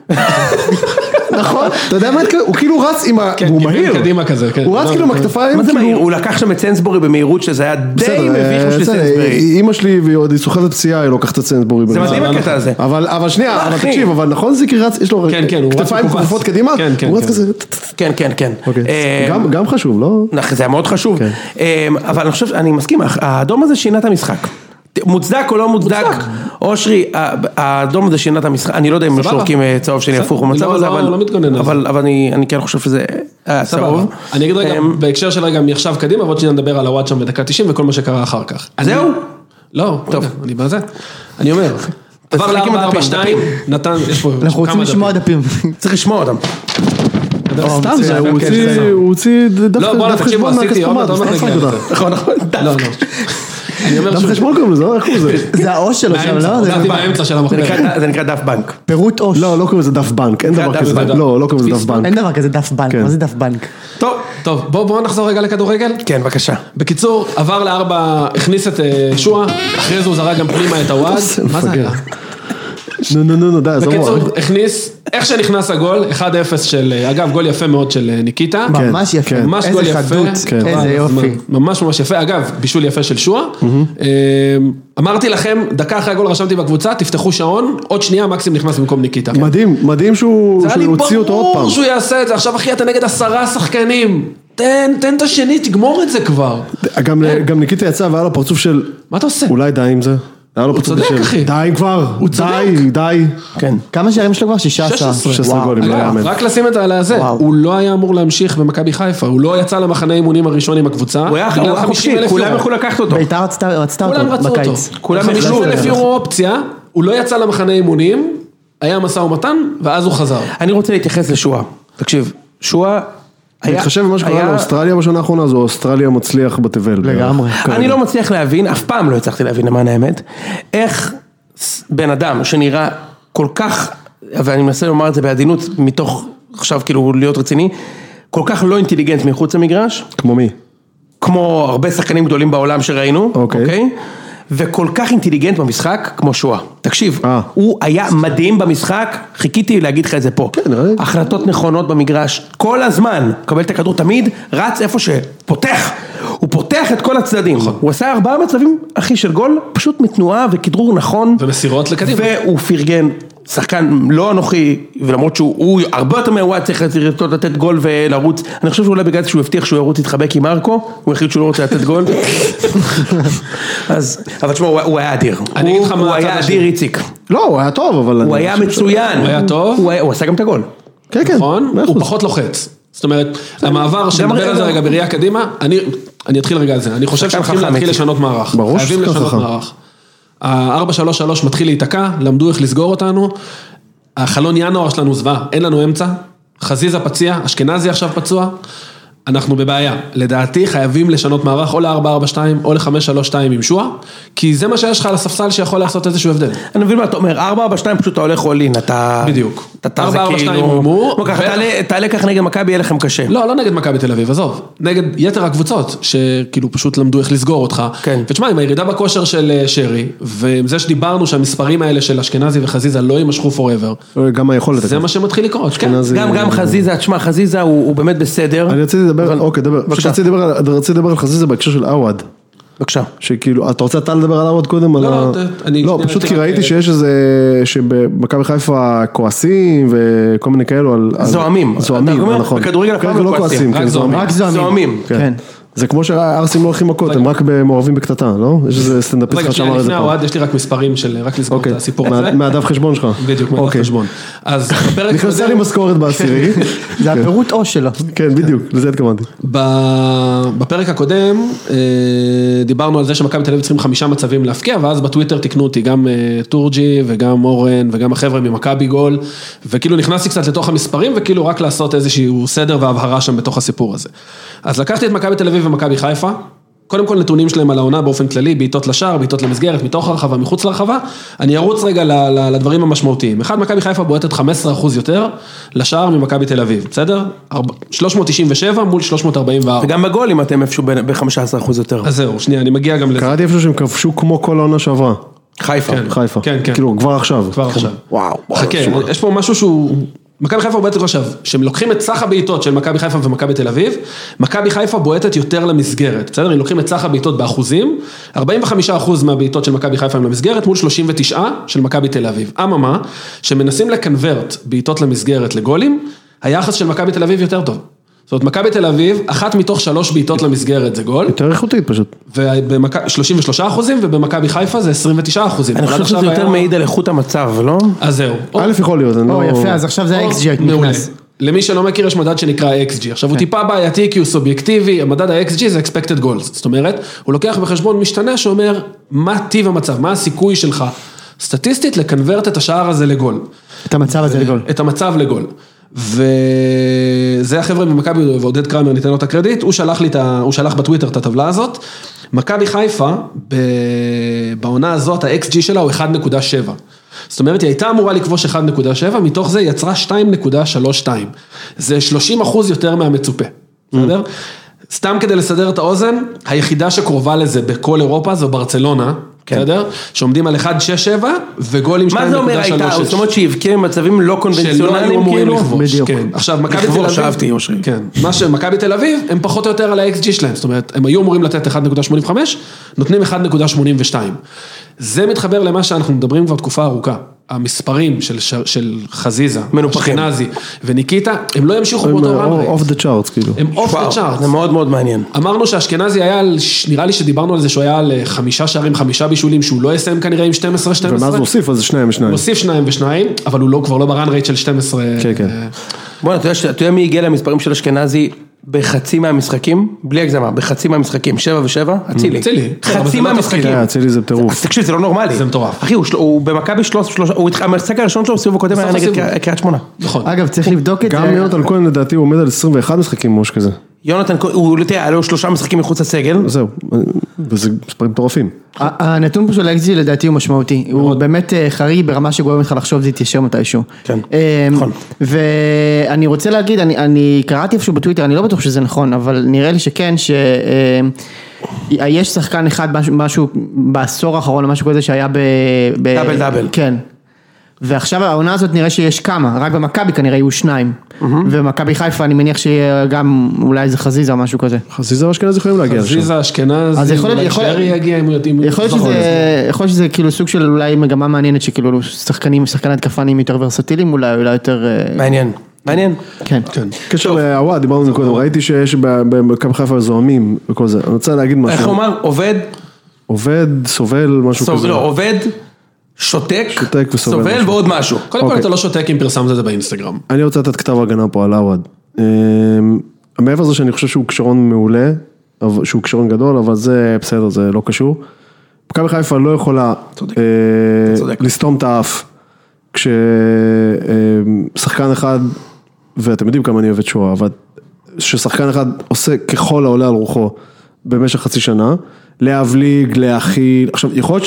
Speaker 2: נכון, אתה יודע מה, התכוון? הוא כאילו רץ עם ה... והוא
Speaker 5: כיוון
Speaker 2: מהיר.
Speaker 5: כן, קדימה כזה, כן.
Speaker 2: הוא רץ
Speaker 5: לא,
Speaker 2: כאילו עם
Speaker 5: נכון.
Speaker 2: הכתפיים,
Speaker 1: מה זה מהיר?
Speaker 2: כאילו...
Speaker 1: הוא לקח שם את סנסבורי במהירות, שזה היה די
Speaker 2: בסדר,
Speaker 1: מביך
Speaker 2: אה,
Speaker 1: בשביל
Speaker 2: בסדר,
Speaker 1: סנסבורי.
Speaker 2: אימא שלי והיא עוד היא סוחבת פציעה, היא לוקחת את סנסבורי.
Speaker 1: זה מדהים הקטע הזה.
Speaker 2: אבל אבל שנייה,
Speaker 1: מה,
Speaker 2: אבל
Speaker 1: אחי?
Speaker 2: תקשיב, אבל נכון זיקרי רץ, יש לו
Speaker 5: כן, כן, הוא רץ
Speaker 2: כתפיים
Speaker 5: מכופף.
Speaker 2: כפופות קדימה,
Speaker 5: כן, כן,
Speaker 2: הוא רץ
Speaker 5: כן.
Speaker 2: כזה,
Speaker 3: אה,
Speaker 1: כן, כן, כן.
Speaker 2: אוקיי,
Speaker 1: אה,
Speaker 2: גם- גם חשוב, לא?
Speaker 1: נכ- זה היה מאוד חשוב,
Speaker 2: כן.
Speaker 1: אמ, אבל אני חושב, אני מסכים, הח- האדום הזה שינה את המשחק. ת- מוצדק או לא מוצדק, אושרי, ה- האדום הזה שינה את המשחק, אני לא יודע אם
Speaker 5: סבבה.
Speaker 1: שורקים אה, צהוב שלי
Speaker 5: בסדר,
Speaker 1: הפוך
Speaker 5: אני
Speaker 1: במצב
Speaker 5: לא-
Speaker 1: הזה,
Speaker 5: לא-
Speaker 1: אבל-
Speaker 5: לא מתגונן על
Speaker 1: אבל אבל אני אני כן חושב שזה היה
Speaker 5: סבבה.
Speaker 1: צהוב.
Speaker 5: אני אגיד רגע,
Speaker 1: אמ,
Speaker 5: בהקשר של רגע מעכשיו קדימה, ועוד שניה נדבר על הוואט שם בדקה 90 וכל מה שקרה אחר כך.
Speaker 1: זהו? אוקיי.
Speaker 5: לא, טוב, אני בזה. אני אומר, עבר
Speaker 1: תשחק עם הדפים,
Speaker 5: ל-4-4-2,
Speaker 1: דפים.
Speaker 5: נתן, יש פה
Speaker 3: אנחנו רוצים לשמוע דפים.
Speaker 1: צריך לשמוע אותם.
Speaker 2: סתם
Speaker 3: אוקיי,
Speaker 2: זה, הוא הוציא- הוא הוציא
Speaker 5: כן, לא, בואנה,
Speaker 2: דף
Speaker 5: תקשיבו,
Speaker 2: חשבון
Speaker 5: עשיתי, לא עוד מעט,
Speaker 2: מהכספומט,
Speaker 5: עוד
Speaker 2: אז
Speaker 3: לא
Speaker 5: מעט
Speaker 2: אתה
Speaker 5: נגיע
Speaker 2: משחק
Speaker 5: לזה.
Speaker 2: אותה.
Speaker 1: נכון, נכון.
Speaker 5: לא, לא. אני אומר
Speaker 2: דף
Speaker 5: שהוא-
Speaker 2: חשבון קוראים לזה, לא? איך קוראים לזה?
Speaker 3: זה העו"ש שלו שם,
Speaker 5: באמצע,
Speaker 3: לא? זה-
Speaker 5: דף באמצע של
Speaker 1: זה
Speaker 5: המחבר.
Speaker 1: נקרא ד- זה נקרא דף בנק.
Speaker 3: פירוט עו"ש.
Speaker 2: לא, לא קוראים לזה דף בנק, אין דבר
Speaker 1: דף
Speaker 2: כזה,
Speaker 5: כן, בנק.
Speaker 2: לא, לא קוראים לזה דף בנק.
Speaker 3: אין דבר כזה דף בנק,
Speaker 2: כן.
Speaker 3: מה זה דף בנק?
Speaker 1: טוב,
Speaker 5: טוב, בואו בוא נחזור רגע לכדורגל.
Speaker 1: כן, בבקשה.
Speaker 5: בקיצור, עבר לארבע, הכניס את אה, שועה, אחרי זה הוא זרק גם פנימה את הוואד. מה זה היה?
Speaker 2: נו, נו, נו, נו, די, עזוב.
Speaker 5: בקיצור, הכניס, איך שנכנס הגול, 1-0 של, אה, אגב, גול יפה מאוד של אה, ניקיטה.
Speaker 2: כן,
Speaker 3: ממש לא יפה.
Speaker 2: כן.
Speaker 5: ממש
Speaker 3: איזה
Speaker 5: גול יפה.
Speaker 3: חדות,
Speaker 5: כן.
Speaker 3: איזה יופי.
Speaker 5: ממש ממש יפה, אגב, בישול יפה של שועה. אמ, אמרתי לכם, דקה אחרי הגול רשמתי בקבוצה, תפתחו שעון, עוד שנייה מקסים נכנס במקום ניקיטה.
Speaker 2: מדהים, מדהים שהוא
Speaker 5: כן. זה היה
Speaker 2: שהוא
Speaker 5: לי
Speaker 2: הוציא אותו עוד
Speaker 5: ברור
Speaker 2: פעם.
Speaker 5: שהוא יעשה את זה, עכשיו אחי אתה נגד עשרה שחקנים. תן, תן את השני, תגמור את זה כבר.
Speaker 2: גם- גם ניקיטה יצא והיה לו פרצוף של
Speaker 5: מה אתה עושה?
Speaker 2: אולי די עם זה. היה לו פרצוף
Speaker 5: צודק,
Speaker 2: של
Speaker 5: אחי.
Speaker 2: די כבר,
Speaker 5: הוא צודק.
Speaker 2: די, די.
Speaker 1: כן.
Speaker 3: כמה שערים שלו כבר? 16.
Speaker 5: 16.
Speaker 2: 16
Speaker 3: וואו.
Speaker 2: גולים, לא
Speaker 5: אגב,
Speaker 2: יאמן.
Speaker 5: רק לשים את זה על הזה,
Speaker 3: וואו.
Speaker 5: הוא לא היה אמור להמשיך במכבי חיפה, הוא לא יצא למחנה אימונים הראשון עם הקבוצה.
Speaker 1: הוא היה
Speaker 5: בגלל
Speaker 1: הוא היה
Speaker 5: 50,000
Speaker 1: חופשי,
Speaker 5: יורו.
Speaker 1: כולם יכלו לקחת אותו.
Speaker 3: ביתר רצתה רצתה
Speaker 5: כולם
Speaker 3: אותו
Speaker 5: רצו אותו.
Speaker 3: בקיץ.
Speaker 5: כולם
Speaker 1: חמישים
Speaker 5: רצו אלף
Speaker 1: אלף.
Speaker 5: יורו אופציה, הוא לא יצא למחנה אימונים, היה משא ומתן, ואז הוא חזר.
Speaker 1: אני רוצה להתייחס לשועה. תקשיב, שועה... היה-
Speaker 2: בהתחשב במה שקרה
Speaker 1: היה-
Speaker 2: לאוסטרליה בשנה האחרונה, זו אוסטרליה מצליח בתבל.
Speaker 3: לגמרי.
Speaker 1: אני לא מצליח להבין, אף פעם לא הצלחתי להבין למען האמת, איך ס- בן אדם שנראה כל כך, ואני מנסה לומר את זה בעדינות, מתוך עכשיו כאילו להיות רציני, כל כך לא אינטליגנט מחוץ למגרש,
Speaker 2: כמו מי?
Speaker 1: כמו הרבה שחקנים גדולים בעולם שראינו,
Speaker 2: אוקיי.
Speaker 1: וכל כך אינטליגנט במשחק כמו שואה. תקשיב,
Speaker 2: אה.
Speaker 1: הוא היה מדהים במשחק, חיכיתי להגיד לך את זה פה.
Speaker 2: כן, נראה לי.
Speaker 1: החלטות נכונות במגרש, כל הזמן, קבל את הכדור תמיד, רץ איפה שפותח, הוא פותח את כל הצדדים.
Speaker 2: נכון.
Speaker 1: הוא עשה ארבעה מצבים, אחי, של גול, פשוט מתנועה וכדרור נכון.
Speaker 5: ומסירות לקדימה.
Speaker 1: והוא פרגן שחקן לא אנוכי, ולמרות שהוא הוא הרבה יותר מהוואט צריך לרצות לתת גול ולרוץ, אני חושב שאולי בגלל שהוא הבטיח שהוא ירוץ להתחבק עם מרקו, הוא החליט שהוא לא רוצה לתת גול. אז, אבל תשמע, הוא, הוא היה אדיר.
Speaker 5: אני אגיד לך
Speaker 1: הוא-
Speaker 5: מה
Speaker 1: הוא
Speaker 5: הצד
Speaker 1: היה
Speaker 5: השני.
Speaker 1: אדיר איציק.
Speaker 2: לא, הוא היה טוב, אבל...
Speaker 1: הוא
Speaker 2: אני
Speaker 1: היה
Speaker 2: חושב-
Speaker 1: מצוין.
Speaker 5: הוא היה טוב.
Speaker 1: הוא, היה- הוא עשה גם את הגול.
Speaker 2: כן, כן.
Speaker 5: נכון?
Speaker 2: מאה
Speaker 5: הוא
Speaker 2: אחוז.
Speaker 5: פחות לוחץ. זאת אומרת, המעבר, שנדבר
Speaker 1: רגע-
Speaker 2: לא-
Speaker 5: על זה רגע בראייה קדימה, אני, אני אתחיל רגע על זה, אני חושב
Speaker 1: שחקן
Speaker 5: שהולכים
Speaker 1: חכם,
Speaker 5: להתחיל
Speaker 1: איציק.
Speaker 5: לשנות מערך.
Speaker 2: ברור
Speaker 5: חייבים
Speaker 2: שחקן
Speaker 5: לשנות
Speaker 2: חכם.
Speaker 5: מערך. ה-433 מתחיל להיתקע, למדו איך לסגור אותנו, החלון ינואר שלנו זוועה, אין לנו אמצע, חזיזה פציע, אשכנזי עכשיו פצוע, אנחנו בבעיה. לדעתי חייבים לשנות מערך או ל-442 או ל-532 עם שועה, כי זה מה שיש לך על הספסל שיכול לעשות איזשהו הבדל.
Speaker 1: אני מבין מה אתה אומר, 4 4 2 פשוט אתה הולך all in, אתה...
Speaker 5: בדיוק.
Speaker 1: אתה טס
Speaker 5: 4-4-2
Speaker 1: כאילו...
Speaker 5: הומור,
Speaker 1: בוא, ככה,
Speaker 5: ו-
Speaker 1: תעלה- תעלה ככה נגד מכבי, יהיה לכם קשה.
Speaker 5: לא, לא נגד מכבי תל אביב, עזוב. נגד יתר הקבוצות, שכאילו פשוט למדו איך לסגור אותך.
Speaker 1: כן.
Speaker 5: ותשמע, עם הירידה בכושר של אה, שרי, ועם זה שדיברנו שהמספרים האלה של אשכנזי וחזיזה לא יימשכו forever,
Speaker 2: גם היכולת.
Speaker 5: זה מה שמתחיל לקרות, כן.
Speaker 2: אשכנזי-
Speaker 1: גם, גם חזיזה, תשמע, חזיזה הוא הוא באמת בסדר.
Speaker 2: אני רציתי לדבר,
Speaker 1: אבל-
Speaker 2: אוקיי, דבר. פשוט
Speaker 1: בבקשה.
Speaker 2: רציתי לדבר על- רציתי לדבר על חזיזה בהקשר של עווד.
Speaker 1: בבקשה.
Speaker 2: שכאילו, אתה רוצה אתה לדבר עליו עוד קודם?
Speaker 5: לא,
Speaker 2: על
Speaker 5: לא,
Speaker 2: ה...
Speaker 5: ת- אני
Speaker 2: לא,
Speaker 5: שנייה אה,
Speaker 2: פשוט
Speaker 5: רק-
Speaker 2: כי ראיתי שיש איזה, שבמכבי חיפה כועסים וכל מיני כאלו על... על-
Speaker 1: זועמים.
Speaker 2: זועמים,
Speaker 1: אתה אומר,
Speaker 2: נכון.
Speaker 1: בכדורגל אף פעם
Speaker 2: כרגע
Speaker 1: לא
Speaker 2: לא
Speaker 1: כועסים,
Speaker 2: כועסים,
Speaker 5: רק
Speaker 2: כן, זועמים.
Speaker 3: רק זועמים.
Speaker 1: זועמים.
Speaker 2: כן. זה כמו שהערסים לא הולכים מכות, הם רק מעורבים בקטטה, לא? יש איזה סטנדאפיסט
Speaker 5: רגע,
Speaker 2: לך
Speaker 5: שנייה,
Speaker 2: שאמר את זה
Speaker 5: לפני
Speaker 2: פעם.
Speaker 5: האוהד יש לי רק מספרים של, רק לסגור את
Speaker 2: אוקיי,
Speaker 5: הסיפור
Speaker 2: מה-
Speaker 5: הזה.
Speaker 2: מהדף חשבון שלך.
Speaker 5: בדיוק, מה
Speaker 2: אוקיי.
Speaker 5: חשבון. אז בפרק
Speaker 2: נכנסה לי משכורת בעשירי.
Speaker 3: זה הפירוט או שלו.
Speaker 2: כן, בדיוק, לזה התכוונתי.
Speaker 5: ב- בפרק הקודם אה, דיברנו על זה שמכבי תל אביב צריכים חמישה מצבים להפקיע ואז בטוויטר תיקנו אותי גם אה, טורג'י וגם אורן וגם החבר'ה ממכבי גול וכאילו נכנסתי קצת לתוך המספרים וכאילו רק לעשות איזשהו סדר והבהרה שם בתוך הסיפור הזה. אז לקחתי את מכבי תל אביב ומכבי חיפה. קודם כל נתונים שלהם על העונה באופן כללי, בעיטות לשער, בעיטות למסגרת, מתוך הרחבה, מחוץ לרחבה. אני ארוץ רגע ל- ל- לדברים המשמעותיים. אחד, מכבי חיפה בועטת 15% יותר לשער ממכבי תל אביב, בסדר? ארבע- 397 מול 344.
Speaker 1: וגם בגולים אתם איפשהו ב-15% יותר.
Speaker 5: אוקיי. אז זהו, שנייה, אני מגיע גם לזה.
Speaker 2: קראתי איפשהו שהם כבשו כמו כל העונה שעברה,
Speaker 1: חיפה.
Speaker 2: חיפה.
Speaker 5: כן, כן.
Speaker 2: כאילו, כבר עכשיו.
Speaker 5: כבר עכשיו.
Speaker 2: וואו.
Speaker 5: חכה, אה, יש פה משהו שהוא... מכבי חיפה בועטת עכשיו, שהם לוקחים את סך הבעיטות של מכבי חיפה ומכבי תל אביב, מכבי חיפה בועטת יותר למסגרת, בסדר? אם לוקחים את סך הבעיטות באחוזים, 45% מהבעיטות של מכבי חיפה הם למסגרת, מול 39 של מכבי תל אביב. אממה, שמנסים לקנברט בעיטות למסגרת לגולים, היחס של מכבי תל אביב יותר טוב. זאת אומרת, מכבי תל אביב, אחת מתוך שלוש בעיטות למסגרת זה גול,
Speaker 2: יותר איכותית פשוט.
Speaker 5: ובמכ- 33 אחוזים, ובמכבי חיפה זה 29 אחוזים.
Speaker 1: אני חושב שזה יותר מעיד על איכות המצב, לא?
Speaker 5: אז זהו.
Speaker 2: א', יכול להיות, אני לא...
Speaker 3: או יפה, אז עכשיו זה ה-XG
Speaker 5: מעולה.
Speaker 3: נכנס. כן.
Speaker 5: למי שלא מכיר יש מדד שנקרא XG, עכשיו הוא טיפה בעייתי כי הוא סובייקטיבי, המדד ה-XG זה expected goals, זאת אומרת, הוא לוקח בחשבון משתנה שאומר מה טיב המצב, מה הסיכוי שלך סטטיסטית לקנברט את השער הזה לגול,
Speaker 3: את המצב הזה לגול.
Speaker 5: את המצב לגול. וזה החבר'ה ממכבי ועודד קרמר ניתן לו את הקרדיט, הוא שלח לי את ה... הוא שלח בטוויטר את הטבלה הזאת. מכבי חיפה, ב... בעונה הזאת ה-XG שלה הוא 1.7. זאת אומרת היא הייתה אמורה לכבוש 1.7, מתוך זה היא יצרה 2.32. זה 30 אחוז יותר מהמצופה, בסדר? סתם כדי לסדר את האוזן, היחידה שקרובה לזה בכל אירופה זו ברצלונה, בסדר? שעומדים על 1.67 וגולים 2.36.
Speaker 1: כן. מה זה אומר הייתה? זאת אומרת שהבקיע במצבים לא
Speaker 5: שלא היו
Speaker 1: קונבנציונליים,
Speaker 5: אמורים
Speaker 1: כאילו?
Speaker 5: לכבוש.
Speaker 2: בדיוק.
Speaker 5: כן. עכשיו, מכבי תל אביב...
Speaker 1: לכבוש, אהבתי, אושרי.
Speaker 5: כן. מה שמכבי תל אביב, הם פחות או יותר על ה-XG שלהם. זאת אומרת, הם היו אמורים לתת 1.85, נותנים 1.82. זה מתחבר למה שאנחנו מדברים כבר תקופה ארוכה. המספרים של, ש... של חזיזה,
Speaker 1: מנופחים.
Speaker 5: אשכנזי וניקיטה, הם לא ימשיכו באותו
Speaker 2: אוף
Speaker 5: רמרי.
Speaker 2: דה צ'ארטס, כאילו.
Speaker 5: הם אוף דה
Speaker 1: וואו,
Speaker 5: צ'ארט.
Speaker 1: זה מאוד מאוד מעניין.
Speaker 5: אמרנו שאשכנזי היה, על- ש- נראה לי שדיברנו על זה שהוא היה על אה, חמישה שערים, חמישה בישולים, שהוא לא יסיים כנראה עם 12-12.
Speaker 2: ומאז נוסיף, אז זה שניים ושניים.
Speaker 5: נוסיף שניים ושניים, אבל הוא לא, כבר לא ברן רייט של 12.
Speaker 2: כן, כן.
Speaker 5: אה,
Speaker 1: בוא'נה, אתה יודע ש- אתה יודע מי הגיע למספרים של אשכנזי בחצי מהמשחקים? בלי הגזמה, בחצי מהמשחקים, שבע ושבע, אצילי.
Speaker 5: אצילי. כן, אבל זה
Speaker 1: חצי
Speaker 5: לא
Speaker 1: מהמשחקים.
Speaker 2: כן, אצילי זה טירוף.
Speaker 1: אז תקשיב, זה לא נורמלי.
Speaker 5: זה מטורף.
Speaker 1: אחי, הוא של- הוא במכבי שלוש, שלושה, הוא התח- המשחק הראשון שלו בסיבוב הקודם היה נגד
Speaker 5: הסיבוב.
Speaker 1: קריית- קריית שמונה.
Speaker 5: נכון.
Speaker 3: אגב, צריך לבדוק את זה.
Speaker 2: גם יונתן כהן לדעתי הוא עומד על 21 משחקים מוש כזה.
Speaker 1: יונתן, כהן, הוא, אתה יודע, היה לו שלושה משחקים מחוץ לסגל.
Speaker 2: זהו. וזה מספרים מטורפים.
Speaker 3: ה- הנתון פה של האקזיט לדעתי הוא משמעותי, הוא באמת אה, חריג ברמה שגורם לך לחשוב זה יתיישר מתישהו.
Speaker 1: נכון. כן,
Speaker 3: אה,
Speaker 1: נכון.
Speaker 3: ואני רוצה להגיד, אני, אני קראתי איפשהו בטוויטר, אני לא בטוח שזה נכון, אבל נראה לי שכן, שיש שחקן אחד, משהו, משהו בעשור האחרון או משהו כזה שהיה ב... ב-
Speaker 1: דאבל, דאבל.
Speaker 3: כן. ועכשיו העונה הזאת נראה שיש כמה, רק במכבי כנראה יהיו שניים. ובמכבי חיפה אני מניח שיהיה גם אולי איזה חזיזה או משהו כזה.
Speaker 2: חזיזה ואשכנזי יכולים להגיע לשם.
Speaker 5: זיזה אשכנזי,
Speaker 3: אז יכול להיות-
Speaker 5: אולי
Speaker 3: יכול-
Speaker 5: שרי יגיע אם הוא יתאים.
Speaker 3: יכול להיות שזה, יכול להיות שזה כאילו סוג של אולי מגמה מעניינת שכאילו שחקנים, שחקני התקפה נהיים יותר ורסטיליים אולי, אולי יותר, אה,
Speaker 1: מעניין, מעניין.
Speaker 3: כן.
Speaker 2: קשר לעווד, דיברנו על זה קודם, ראיתי שיש ב- במכבי חיפה זוהמים וכל זה. אני רוצה להגיד
Speaker 1: איך
Speaker 2: משהו.
Speaker 1: הוא אמר? עובד,
Speaker 2: עובד, סובל, משהו
Speaker 1: סוב-
Speaker 2: כזה.
Speaker 1: לא, עובד, שותק,
Speaker 2: שותק וסובל
Speaker 1: סובל
Speaker 2: משהו.
Speaker 1: ועוד משהו.
Speaker 5: קודם כל
Speaker 2: אוקיי.
Speaker 5: אתה לא שותק אם פרסמת את זה באינסטגרם.
Speaker 2: אני רוצה לתת כתב הגנה פה על עווד. אמ, מעבר לזה שאני חושב שהוא כישרון מעולה, אבל- שהוא כישרון גדול, אבל זה בסדר, זה לא קשור. מכבי חיפה לא יכולה אה,
Speaker 1: צודק.
Speaker 2: לסתום את האף כששחקן אחד, ואתם יודעים כמה אני אוהב את שואה, אבל ששחקן אחד עושה ככל העולה על רוחו במשך חצי שנה, להבליג, להכיל, עכשיו יכול להיות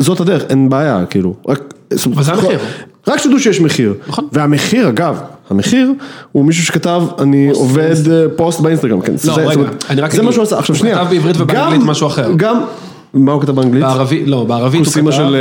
Speaker 2: שזאת הדרך, אין בעיה, כאילו, רק...
Speaker 5: אבל זה המחיר.
Speaker 2: רק שתדעו שיש מחיר.
Speaker 5: נכון.
Speaker 2: והמחיר, אגב, המחיר הוא מישהו שכתב, אני עובד אה, פוסט באינסטגרם, כן. זה-
Speaker 5: לא, רגע,
Speaker 2: זאת אומרת,
Speaker 5: אני רק
Speaker 2: זה
Speaker 5: אגיד,
Speaker 2: מה שהוא עשה, עכשיו
Speaker 5: הוא
Speaker 2: שנייה.
Speaker 5: כתב בעברית
Speaker 2: גם-
Speaker 5: ובאנגלית משהו אחר.
Speaker 2: גם, מה הוא כתב באנגלית?
Speaker 5: בערבית, לא, בערבית הוא
Speaker 2: כוסימה
Speaker 5: כתב.
Speaker 2: של...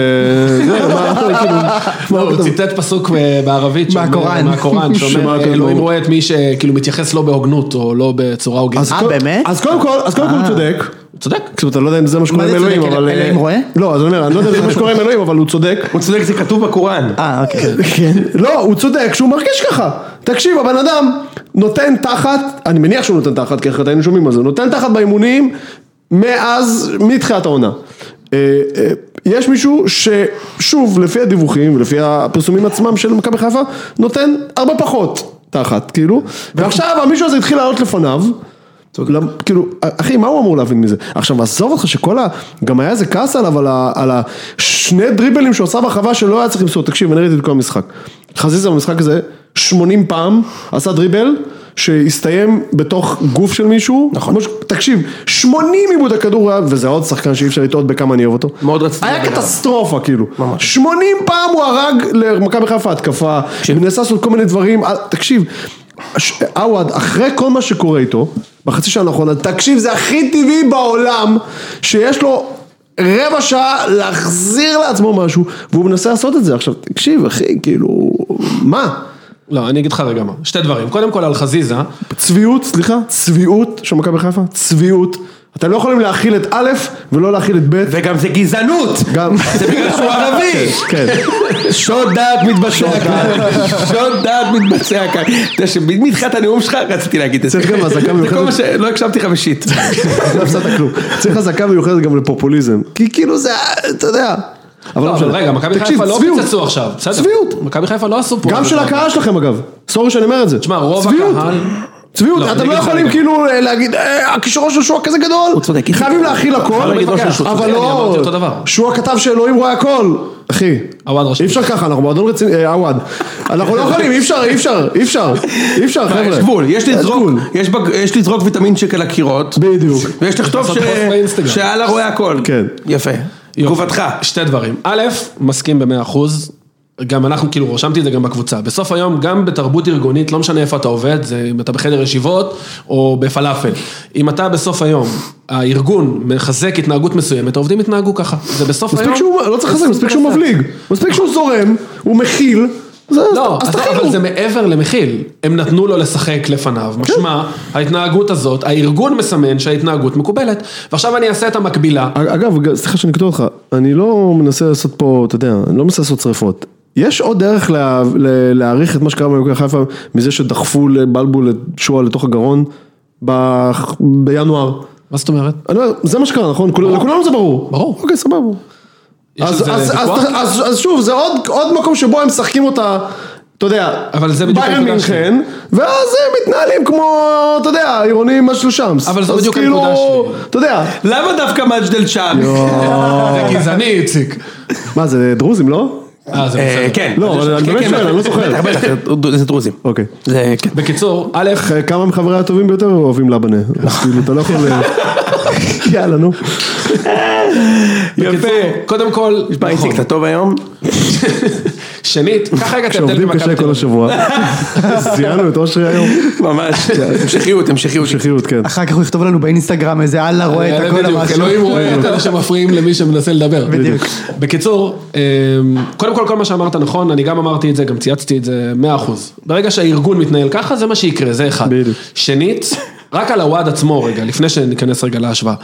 Speaker 2: אה, זה, מה- כאילו, מה הוא
Speaker 5: הוא
Speaker 2: כתב?
Speaker 5: ציטט פסוק אה, בערבית, שאומר-
Speaker 3: מהקוראן.
Speaker 5: מהקוראן,
Speaker 2: שמה
Speaker 5: שאומר אה,
Speaker 2: הקדוש
Speaker 5: אלוהים
Speaker 2: ברוך הוא."
Speaker 5: רואה את מי שכאילו מתייחס לא בהוגנות או לא בצורה הוגנת.
Speaker 2: אז
Speaker 3: אה,
Speaker 2: כל-
Speaker 3: באמת? אה.
Speaker 2: אז קודם כל, אז קודם כל הוא צודק.
Speaker 5: הוא צודק.
Speaker 2: כאילו, אתה לא יודע אם זה מה
Speaker 3: מה
Speaker 2: שקורה
Speaker 3: זה
Speaker 2: עם
Speaker 3: צודק?
Speaker 2: אלוהים, אבל...
Speaker 3: אלוהים
Speaker 2: אה,
Speaker 3: רואה?
Speaker 2: לא, אז אני אומר, אני לא יודע אם זה מה שקורה עם אלוהים, אבל הוא צודק.
Speaker 1: הוא צודק, זה כתוב בקוראן.
Speaker 3: אה, אוקיי.
Speaker 2: לא, הוא צודק שהוא מרגיש ככה. תקשיב, הבן אדם נותן תחת, אני מניח שהוא נותן תחת, כי אחרת היינו שומעים על זה, נותן תחת באימונים מאז, מתחילת העונה. אה, אה, יש מישהו ששוב, לפי הדיווחים ולפי הפרסומים עצמם של מכבי חיפה, נותן הרבה פחות תחת, כאילו, ועכשיו המישהו הזה התחיל לעלות לפניו. למ- כאילו, אחי, מה הוא אמור להבין מזה? עכשיו, עזוב אותך שכל ה... גם היה איזה כעס עליו על ה- על השני דריבלים שהוא עשה ברחבה שלא היה צריך למסור. תקשיב, אני ראיתי את כל המשחק. חזיזה במשחק הזה, 80 פעם, עשה דריבל שהסתיים בתוך גוף של מישהו. נכון. תקשיב, 80 עיבוד הכדור היה, וזה עוד שחקן שאי אפשר לטעות בכמה אני אוהב אותו.
Speaker 1: מאוד רציתי
Speaker 2: היה
Speaker 1: לדבר עליו.
Speaker 2: קטסטרופה, כאילו. ממש. 80 פעם הוא הרג למכבי חיפה התקפה, הוא מנסה לעשות כל מיני דברים, אה, תקשיב, ש- עווד, אחרי כל מה שקורה איתו, בחצי שנה האחרונה, תקשיב, זה הכי טבעי בעולם, שיש לו רבע שעה להחזיר לעצמו משהו, והוא מנסה לעשות את זה. עכשיו, תקשיב, אחי, כאילו, מה?
Speaker 5: לא, אני אגיד לך רגע מה. שתי דברים. קודם כל על חזיזה,
Speaker 2: צביעות, סליחה, צביעות של מכבי חיפה, צביעות. אתם לא יכולים להכיל את א' ולא להכיל את ב'.
Speaker 1: וגם זה גזענות!
Speaker 2: גם...
Speaker 1: זה בגלל שהוא ערבי!
Speaker 2: כן.
Speaker 1: שוד דעת מתבצע כאן, שוד דעת מתבצע כאן. אתה יודע שמתחילת הנאום שלך רציתי להגיד את זה.
Speaker 2: צריך גם אזעקה
Speaker 1: זה כל
Speaker 2: מיוחדת.
Speaker 1: מה ש... לא הקשבתי לך בשיט.
Speaker 2: לא הפסדת כלום. צריך חזקה מיוחדת גם לפופוליזם. כי כאילו זה, אתה יודע.
Speaker 5: לא, אבל רגע, מכבי
Speaker 2: תקשיב,
Speaker 5: חיפה לא
Speaker 2: צביעות.
Speaker 5: פיצצו עכשיו, בסדר.
Speaker 2: צביעות.
Speaker 5: מכבי חיפה לא עשו פה...
Speaker 2: גם של הקהל שלכם אגב. סורי שאני אומר את זה.
Speaker 5: תשמע, רוב
Speaker 2: צביעות.
Speaker 5: הקהל-
Speaker 2: צביעות,
Speaker 5: לא, אני
Speaker 2: אתם לא
Speaker 5: אגיד לך
Speaker 2: יכולים
Speaker 5: רגע.
Speaker 2: כאילו אה, להגיד, "אה, הכישרון של שועה כזה גדול,
Speaker 1: צודק, איציק.
Speaker 2: חייבים להכיל
Speaker 5: לא
Speaker 2: הכל,
Speaker 5: להגיד לו שהוא צודק,
Speaker 2: אבל
Speaker 5: אני אמרתי
Speaker 2: לא,
Speaker 5: אותו דבר.
Speaker 2: שועה כתב שאלוהים רואה הכל, אחי,
Speaker 5: עווד רשום.
Speaker 2: אי אפשר ככה, אנחנו מועדון רציני, אה, עווד, אנחנו לא יכולים, אי אפשר, אי אפשר, אי אפשר, אי
Speaker 5: אה,
Speaker 2: אפשר, חבר'ה, אה,
Speaker 1: יש גבול, יש לזרוק,
Speaker 2: גבול.
Speaker 1: יש בג- יש לזרוק ויטמין צ'ק על הקירות.
Speaker 2: בדיוק.
Speaker 1: ויש לכתוב
Speaker 5: לעשות
Speaker 1: ש-
Speaker 5: פוסט באינסטגרם.
Speaker 1: שאללה רואה הכל.
Speaker 2: כן.
Speaker 1: יפה.
Speaker 5: יופי.
Speaker 1: תגובתך.
Speaker 5: שתי דברים. א', מסכים במאה אחוז. גם אנחנו, כאילו, רשמתי את זה גם בקבוצה. בסוף היום, גם בתרבות ארגונית, לא משנה איפה אתה עובד, זה אם אתה בחדר ישיבות או בפלאפל. אם אתה בסוף היום, הארגון מחזק התנהגות מסוימת, העובדים יתנהגו ככה. זה בסוף היום...
Speaker 2: מספיק שהוא, לא צריך לזה, מספיק שהוא
Speaker 5: בסדר.
Speaker 2: מבליג, מספיק שהוא זורם, הוא מכיל, זה-
Speaker 5: לא,
Speaker 2: אז
Speaker 5: אז
Speaker 2: תכילו.
Speaker 5: אבל זה מעבר למכיל. הם נתנו לו לשחק לפניו.
Speaker 2: כן.
Speaker 5: משמע, ההתנהגות הזאת, הארגון מסמן שההתנהגות מקובלת. ועכשיו אני אעשה את המקבילה.
Speaker 2: אגב, ג- סליחה שאני קוטע אותך, אני לא מנסה לעשות פה, אתה יודע, אני לא מנסה לעשות שריפות. יש עוד דרך לה- ל- להעריך את מה שקרה במכבי חיפה מזה שדחפו לבלבול את שועה לתוך הגרון ב- בינואר.
Speaker 5: מה זאת אומרת?
Speaker 2: אני אומר, זה מה שקרה, נכון? כול- לכולנו זה ברור.
Speaker 5: ברור.
Speaker 2: אוקיי, סבבה.
Speaker 5: יש
Speaker 2: אז-
Speaker 5: על זה
Speaker 2: אז- אז-
Speaker 5: ויכוח?
Speaker 2: אז אז שוב, זה עוד- עוד מקום שבו הם משחקים אותה, אתה יודע,
Speaker 5: אבל זה בדיוק
Speaker 2: ביירן
Speaker 5: הנקודה שלי.
Speaker 2: מינכן, ואז הם מתנהלים כמו, אתה יודע, עירונים משהו שם.
Speaker 5: אבל זו
Speaker 2: אז
Speaker 5: בדיוק
Speaker 2: כאילו,
Speaker 5: הנקודה שלי.
Speaker 2: אתה יודע.
Speaker 1: למה דווקא מג'דל שם?
Speaker 2: אה.
Speaker 5: זה גזעני, איציק.
Speaker 2: מה, זה דרוזים, לא?
Speaker 5: אה, זה
Speaker 1: אה,
Speaker 5: בסדר.
Speaker 1: כן.
Speaker 2: לא, אבל אני
Speaker 1: כן,
Speaker 2: באמת
Speaker 1: כן,
Speaker 2: שואל, אני לא זוכר.
Speaker 1: בטח, בטח, זה דרוזים.
Speaker 2: אוקיי.
Speaker 1: זה, כן.
Speaker 5: בקיצור, א',
Speaker 2: כמה מחבריה הטובים ביותר אוהבים לבנה, אז
Speaker 5: נכון.
Speaker 2: כאילו אתה לא יכול... ל- יאללה נו.
Speaker 5: בקיצור, קודם כל,
Speaker 1: מה,
Speaker 5: נכון.
Speaker 1: איציק, אתה טוב היום?
Speaker 5: שנית, ככה הגעת להבדל
Speaker 2: שעובדים קשה כל השבוע. זיינו את אושרי היום.
Speaker 1: ממש. המשכיות, המשכיות.
Speaker 2: שחיות, כן.
Speaker 3: אחר כך הוא יכתוב לנו באינסטגרם איזה אללה רואה את הכל
Speaker 5: אה, לא בדיוק,
Speaker 3: המשהו.
Speaker 5: אלוהים רואה את אלה שמפריעים למי שמנסה לדבר.
Speaker 3: בדיוק.
Speaker 5: בקיצור, אמ, קודם כל, כל מה שאמרת נכון, אני גם אמרתי את זה, גם צייצתי את זה 100%. ברגע שהארגון מתנהל ככה, זה מה שיקרה, זה אחד.
Speaker 2: בדיוק.
Speaker 5: שנית, רק על הוואד עצמו רגע, לפני שניכנס רגע להשוואה.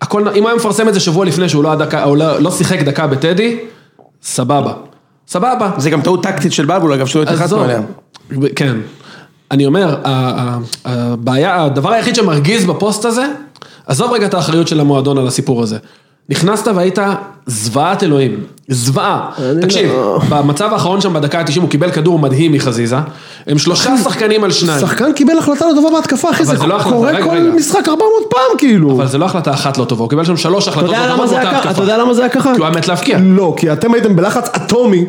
Speaker 5: הכל, אם היה מפרסם את זה שבוע לפני שהוא לא, היה דקה, או לא, לא שיחק דקה בטדי, סבבה. סבבה.
Speaker 1: זה גם טעות טקטית של בלבול, אגב, שלא התייחסנו
Speaker 5: עזוב.
Speaker 1: אליה.
Speaker 5: ב- כן. אני אומר, ה- ה- הבעיה, הדבר היחיד שמרגיז בפוסט הזה, עזוב רגע את האחריות של המועדון על הסיפור הזה. נכנסת והיית זוועת אלוהים, זוועה. תקשיב,
Speaker 2: לא-
Speaker 5: במצב האחרון שם בדקה ה-90 הוא קיבל כדור מדהים מחזיזה, הם שלושה שחקנים על שניים.
Speaker 2: שחקן קיבל החלטה לא טובה בהתקפה, אחי, זה
Speaker 5: אבל זה לא החלטה,
Speaker 2: קורה
Speaker 5: רגע,
Speaker 2: כל
Speaker 5: רגע.
Speaker 2: משחק 400 פעם כאילו.
Speaker 5: אבל זה לא החלטה אחת לא טובה, הוא קיבל שם שלוש
Speaker 2: אתה
Speaker 5: החלטות לא
Speaker 2: יודע
Speaker 5: טובות
Speaker 2: למה זה
Speaker 5: באותה
Speaker 2: היה ככה? אתה
Speaker 5: התקפה.
Speaker 2: יודע למה זה היה ככה?
Speaker 5: כי הוא היה מת להבקיע.
Speaker 2: לא, כי אתם הייתם בלחץ אטומי,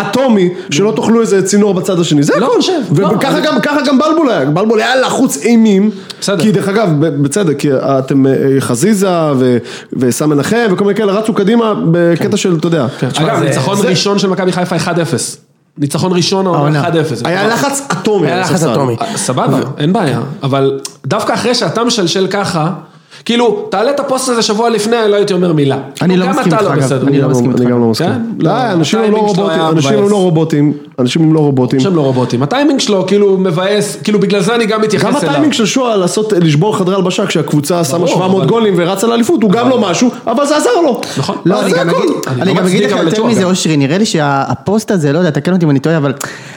Speaker 2: אטומי, שלא תאכלו איזה צינור בצד השני, זה
Speaker 5: לא
Speaker 2: הכל.
Speaker 5: חושב, לא,
Speaker 2: וככה
Speaker 5: אני-
Speaker 2: גם- ככה גם בלבול היה, בלבול היה לחוץ אימים,
Speaker 5: בסדר.
Speaker 2: כי דרך אגב, ב- בצדק, כי אתם אה, אה, חזיזה ו- וסם מנחם וכל מיני כאלה רצו קדימה בקטע של, אתה יודע,
Speaker 5: אגב,
Speaker 1: זה-
Speaker 5: ניצחון
Speaker 1: זה-
Speaker 5: ראשון של מכבי חיפה 1-0. ניצחון ראשון העונה אה, 1-0.
Speaker 2: היה לחץ אטומי.
Speaker 1: היה
Speaker 2: על
Speaker 1: לחץ
Speaker 5: אה,
Speaker 2: הספסל.
Speaker 1: אטומי.
Speaker 5: סבבה, אין בעיה, אבל דווקא אחרי שאתה משלשל ככה, כאילו, תעלה את הפוסט הזה שבוע לפני, לא הייתי אומר מילה.
Speaker 3: אני
Speaker 5: כאילו,
Speaker 3: לא
Speaker 5: גם
Speaker 3: מסכים
Speaker 5: אתה
Speaker 3: איתך,
Speaker 5: לא
Speaker 3: אגב.
Speaker 5: בסדר.
Speaker 3: אני לא מסכים
Speaker 2: אני
Speaker 3: איתך.
Speaker 2: גם לא מסכים.
Speaker 5: כן?
Speaker 2: לא, אנשים הם לא
Speaker 5: הטיימינג שלו
Speaker 2: רובוטים,
Speaker 5: היה
Speaker 2: אנשים הם לא רובוטים, אנשים הם
Speaker 5: מבאס.
Speaker 2: לא רובוטים.
Speaker 5: שהם לא רובוטים. הטיימינג שלו כאילו מבאס, כאילו בגלל זה אני גם מתייחס
Speaker 2: גם
Speaker 5: אליו.
Speaker 2: הטיימינג של שועה לעשות, לשבור חדרי הלבשה כשהקבוצה שמה 700
Speaker 5: אבל-
Speaker 2: גולים ורצה לאליפות, הוא גם לא משהו, אבל זה עזר לו.
Speaker 5: נכון.
Speaker 3: לא,
Speaker 2: אז
Speaker 3: אני
Speaker 2: זה
Speaker 3: גם
Speaker 2: הכל.
Speaker 3: אגיד,
Speaker 5: אני
Speaker 3: אני
Speaker 5: לא
Speaker 3: גם אגיד
Speaker 5: מצדיק,
Speaker 3: לך
Speaker 5: אבל
Speaker 3: יותר
Speaker 5: לתשוע
Speaker 3: מזה,
Speaker 5: גם.
Speaker 3: אושרי, נראה לי שהפוסט הזה, לא יודע, תקן אותי אם אני טועה, אבל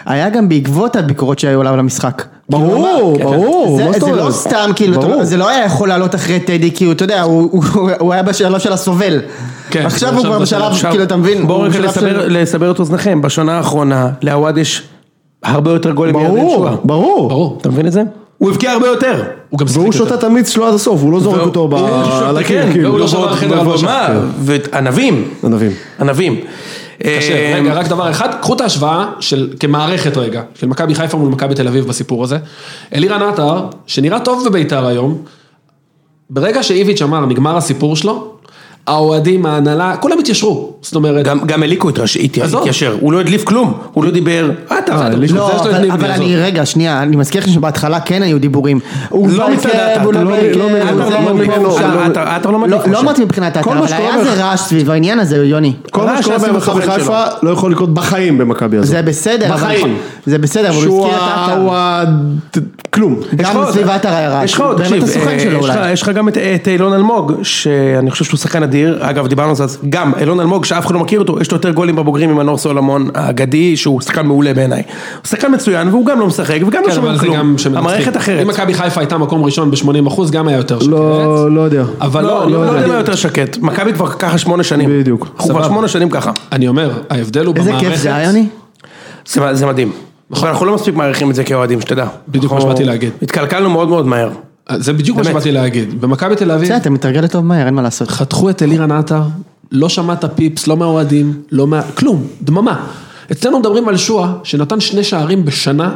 Speaker 3: היה גם בעקבות הביקורות שהיו עליו למשחק. כאילו,
Speaker 2: ברור, ברור,
Speaker 3: זה-
Speaker 2: מה זאת
Speaker 3: זה לא
Speaker 2: אומרת?
Speaker 3: סתם, כאילו, אתה-
Speaker 2: ברור.
Speaker 3: זה לא היה יכול לעלות אחרי טדי, כי הוא, אתה יודע, הוא- הוא- הוא היה בשלב של הסובל.
Speaker 5: כן,
Speaker 3: עכשיו הוא כבר בשלב,
Speaker 1: עכשיו,
Speaker 3: כאילו, אתה מבין?
Speaker 1: בואו
Speaker 3: הוא
Speaker 1: רגע
Speaker 3: בשלב
Speaker 1: לסבר-
Speaker 3: של-
Speaker 1: לסבר את אוזניכם, בשנה האחרונה לעווד יש הרבה יותר גולים מירדן
Speaker 2: ברור,
Speaker 1: שועה.
Speaker 2: ברור.
Speaker 5: ברור.
Speaker 1: אתה מבין את זה? הוא הבקיע הרבה יותר.
Speaker 5: הוא גם שיחק
Speaker 2: והוא
Speaker 5: יותר.
Speaker 2: שותה את המיץ שלו עד הסוף, הוא לא זורק
Speaker 1: והוא-
Speaker 2: אותו ב-
Speaker 1: הוא שותה,
Speaker 2: על
Speaker 1: כן,
Speaker 2: הקיר, כאילו.
Speaker 5: והוא לא שבר חדר
Speaker 1: ועוד-
Speaker 5: הלבשה.
Speaker 1: מה? וענבים.
Speaker 2: ענבים.
Speaker 1: ענבים.
Speaker 5: קשה.
Speaker 1: אה,
Speaker 5: רגע, רק דבר אחד, קחו את ההשוואה של, כמערכת רגע, של מכבי חיפה מול מכבי תל אביב בסיפור הזה. אלירן עטר, שנראה טוב בביתר היום, ברגע שאיביץ' אמר, נגמר הסיפור שלו, האוהדים, ההנהלה, כולם התיישרו. זאת אומרת,
Speaker 1: גם- גם אליקו התרש- התי-
Speaker 5: עזוב.
Speaker 1: התיישר, הוא לא הדליף כלום, הוא לא דיבר, אה אתה,
Speaker 5: אליקו.
Speaker 1: לא,
Speaker 5: זה
Speaker 3: לא,
Speaker 5: יש לו את
Speaker 3: אבל-
Speaker 5: ניב
Speaker 3: אבל
Speaker 5: לעזוב.
Speaker 3: אני, רגע, שנייה, אני מזכיר לכם שבהתחלה כן היו דיבורים. הוא
Speaker 1: לא
Speaker 3: בהרכב,
Speaker 1: מצד עטר,
Speaker 3: הוא לא
Speaker 1: לא-
Speaker 3: בהרכב,
Speaker 1: לא
Speaker 3: הוא
Speaker 1: עטר
Speaker 3: זה,
Speaker 1: לא
Speaker 3: הוא
Speaker 1: מדליף,
Speaker 3: פה,
Speaker 1: עטר-
Speaker 3: הוא שם.
Speaker 1: עטר- עטר לא מדליף,
Speaker 3: לא
Speaker 1: עכשיו.
Speaker 3: אמרתי מבחינת
Speaker 2: כל
Speaker 3: עטר,
Speaker 2: מה
Speaker 3: אבל
Speaker 2: שקורה
Speaker 3: היה
Speaker 2: בח-
Speaker 3: איזה רעש סביב העניין הזה, יוני.
Speaker 2: כל מה
Speaker 5: אה,
Speaker 1: רעש
Speaker 2: שקורה
Speaker 1: שעשו
Speaker 2: במכבי
Speaker 1: בחברים
Speaker 2: חיפה לא יכול לקרות בחיים במכבי הזאת.
Speaker 3: זה בסדר, אבל-
Speaker 2: בחיים.
Speaker 3: זה בסדר, אבל הוא
Speaker 2: שהוא
Speaker 3: הזכיר את
Speaker 2: ה...
Speaker 3: עטר.
Speaker 2: הוא ה... ת- כלום.
Speaker 1: יש לך
Speaker 3: גם
Speaker 1: עוד-
Speaker 3: סביב עטר היה רעש.
Speaker 1: יש לך עוד,
Speaker 3: הוא באמת
Speaker 1: תקשיב,
Speaker 3: הסוכן
Speaker 1: אה,
Speaker 3: שלו
Speaker 1: יש לך-
Speaker 3: אולי.
Speaker 1: יש לך גם את- אה, את אילון אלמוג, שאני חושב שהוא שחקן אדיר, אגב דיברנו על זה, אז גם אילון אלמוג שאף אחד לא מכיר אותו, יש לו יותר גולים בבוגרים ממנור סולומון האגדי, שהוא שחקן מעולה בעיניי. הוא שחקן מצוין והוא גם לא משחק וגם לא
Speaker 5: כן,
Speaker 1: שומעים
Speaker 5: אבל זה
Speaker 1: כלום,
Speaker 5: גם שמנצחים.
Speaker 1: המערכת אחרת.
Speaker 5: אם מכבי חיפה הייתה מקום ראשון ב-80 גם היה יותר שקט.
Speaker 2: לא, לא יודע.
Speaker 5: אבל
Speaker 1: לא,
Speaker 5: לא,
Speaker 1: לא יודע מה
Speaker 5: אני-
Speaker 1: יותר שקט, מכבי כבר ככה שמונה שנים.
Speaker 2: בדיוק.
Speaker 1: אנחנו כבר
Speaker 5: סבבה.
Speaker 1: שמונה שנים ככה.
Speaker 5: אני אומר, ההבדל הוא
Speaker 3: איזה
Speaker 5: במערכת.
Speaker 3: כיף זה היה, יוני?
Speaker 1: אה. זה זה מדהים. אבל אנחנו לא מספיק מעריכים את זה כאוהדים, שתדע.
Speaker 5: נכון. בדיוק מה
Speaker 1: אנחנו-
Speaker 5: שבאתי להגיד.
Speaker 1: התקלקלנו מאוד מאוד מהר.
Speaker 5: זה בדיוק מה שבאתי להגיד. במכבי תל אביב,
Speaker 3: בסדר, אתה מתרגל לטוב מהר, אין מה לעשות.
Speaker 1: אה.
Speaker 5: חתכו את אלירן עטר, לא שמעת פיפס, לא מהאוהדים, לא מה... כלום, דממה. אצלנו מדברים על שועה, שנתן שני שערים בשנה,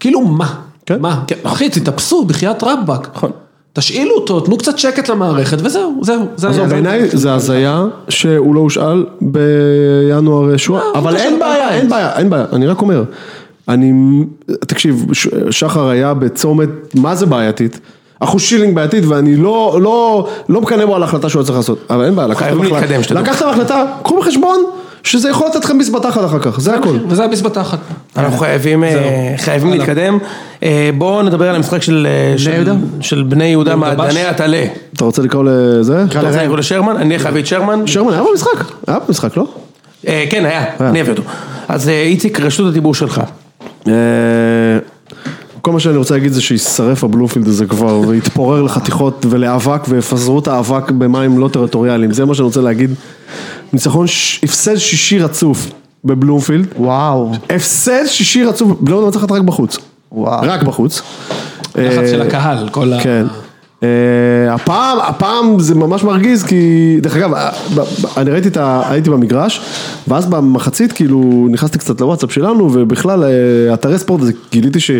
Speaker 5: כאילו מה?
Speaker 2: כן.
Speaker 5: מה? אחי, תתאפסו, בחייאת רבאק. נכון. תשאילו אותו, תנו קצת שקט למערכת, וזהו, זהו. זה
Speaker 2: עזוב,
Speaker 5: זה-
Speaker 2: בעיניי זה הזיה שהוא לא הושאל בינואר שועה,
Speaker 1: לא,
Speaker 5: אה,
Speaker 2: אבל
Speaker 5: הוא
Speaker 2: אין
Speaker 5: תושב
Speaker 2: בעיה,
Speaker 5: בבית.
Speaker 2: אין בעיה, אין בעיה, אני רק אומר, אני, תקשיב, ש- שחר היה בצומת, מה זה בעייתית? אחוז שילינג בעייתית ואני לא, לא, לא מקנא בו על ההחלטה שהוא היה צריך לעשות, אבל אין בעיה, לקחתם
Speaker 1: חייבים להתקדם,
Speaker 2: החלטה,
Speaker 1: שתדעו.
Speaker 2: לקחתם החלטה, קחו בחשבון שזה יכול לתת לכם מזבטחת אחר כך, זה הכל.
Speaker 5: וזה הביס בתחת.
Speaker 1: אנחנו חייבים, אה, חייבים להתקדם. אה, בואו נדבר על המשחק של אה, של-
Speaker 3: יהודה?
Speaker 1: של בני יהודה
Speaker 5: יהודה בש?
Speaker 1: מעדני עטלה.
Speaker 2: אתה רוצה לקרוא לזה?
Speaker 1: אתה רוצה לקרוא לשרמן? אני חייב את שרמן.
Speaker 2: שרמן היה במשחק, היה במשחק, לא?
Speaker 1: אה, כן, היה, אני אביא אותו. אז אה, איציק, רשות הדיבור שלך.
Speaker 2: אה, כל מה שאני רוצה להגיד זה שישרף הבלומפילד הזה כבר ויתפורר לחתיכות ולאבק ויפזרו את האבק במים לא טריטוריאליים, זה מה שאני רוצה להגיד. ניצחון, ש- הפסד שישי רצוף בבלומפילד,
Speaker 3: וואו.
Speaker 2: הפסד שישי רצוף, לא נצחת רק בחוץ,
Speaker 3: וואו.
Speaker 2: רק בחוץ.
Speaker 5: לחץ של
Speaker 2: אה,
Speaker 5: הקהל, כל ה...
Speaker 2: כן. אה, הפעם, הפעם זה ממש מרגיז כי, דרך אגב, אה, ב- ב- אני ראיתי את ה... הייתי במגרש, ואז במחצית כאילו נכנסתי קצת לוואטסאפ שלנו, ובכלל אה, אתרי ספורט, אז גיליתי ש...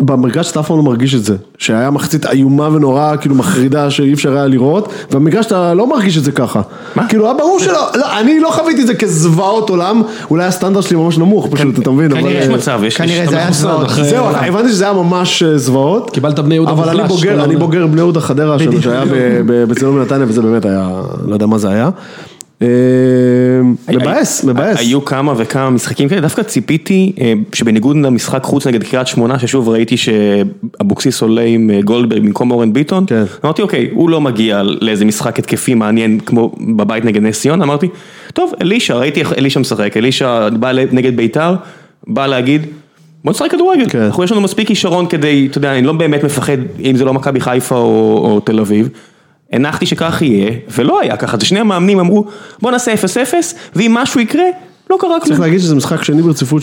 Speaker 2: במגרש אתה אף פעם לא מרגיש את זה, שהיה מחצית איומה ונוראה, כאילו מחרידה שאי אפשר היה לראות, ובמגרש אתה לא מרגיש את זה ככה. מה? כאילו היה ברור שלא, לא, אני לא חוויתי את זה כזוועות עולם, אולי הסטנדרט שלי ממש נמוך פשוט, אתה מבין? אבל-
Speaker 8: כן, יש מצב, יש...
Speaker 3: כנראה זה היה זוועות.
Speaker 2: זהו, הבנתי שזה היה ממש אה, זוועות.
Speaker 5: קיבלת בני יהודה
Speaker 2: אבל אני
Speaker 5: מוחלש, לא,
Speaker 2: בוגר,
Speaker 5: כל
Speaker 2: אני
Speaker 5: העונה.
Speaker 2: בוגר בני יהודה חדרה שלנו, שהיה ב- ב- בצילום בנתניה, וזה באמת היה, לא יודע מה זה היה. אה, מבאס, מבאס.
Speaker 8: היו כמה וכמה משחקים כאלה, דווקא ציפיתי אה, שבניגוד למשחק חוץ נגד קריית שמונה, ששוב ראיתי שאבוקסיס עולה עם אה, גולדברג במקום אורן ביטון,
Speaker 2: כן.
Speaker 8: אמרתי אוקיי, הוא לא מגיע לאיזה משחק התקפי מעניין כמו בבית נגד נס ציונה, אמרתי, טוב, אלישע, ראיתי איך אלישע משחק, אלישע בא ל- נגד ביתר, בא להגיד, בוא נשחק כדורגל,
Speaker 2: כן.
Speaker 8: אנחנו יש לנו מספיק כישרון כדי, אתה יודע, אני לא באמת מפחד אם זה לא מכבי חיפה או, או תל אביב. הנחתי שכך יהיה, ולא היה ככה, זה שני המאמנים אמרו, בוא נעשה 0-0, ואם משהו יקרה, לא קרה כלום.
Speaker 2: צריך להגיד שזה משחק שני ברציפות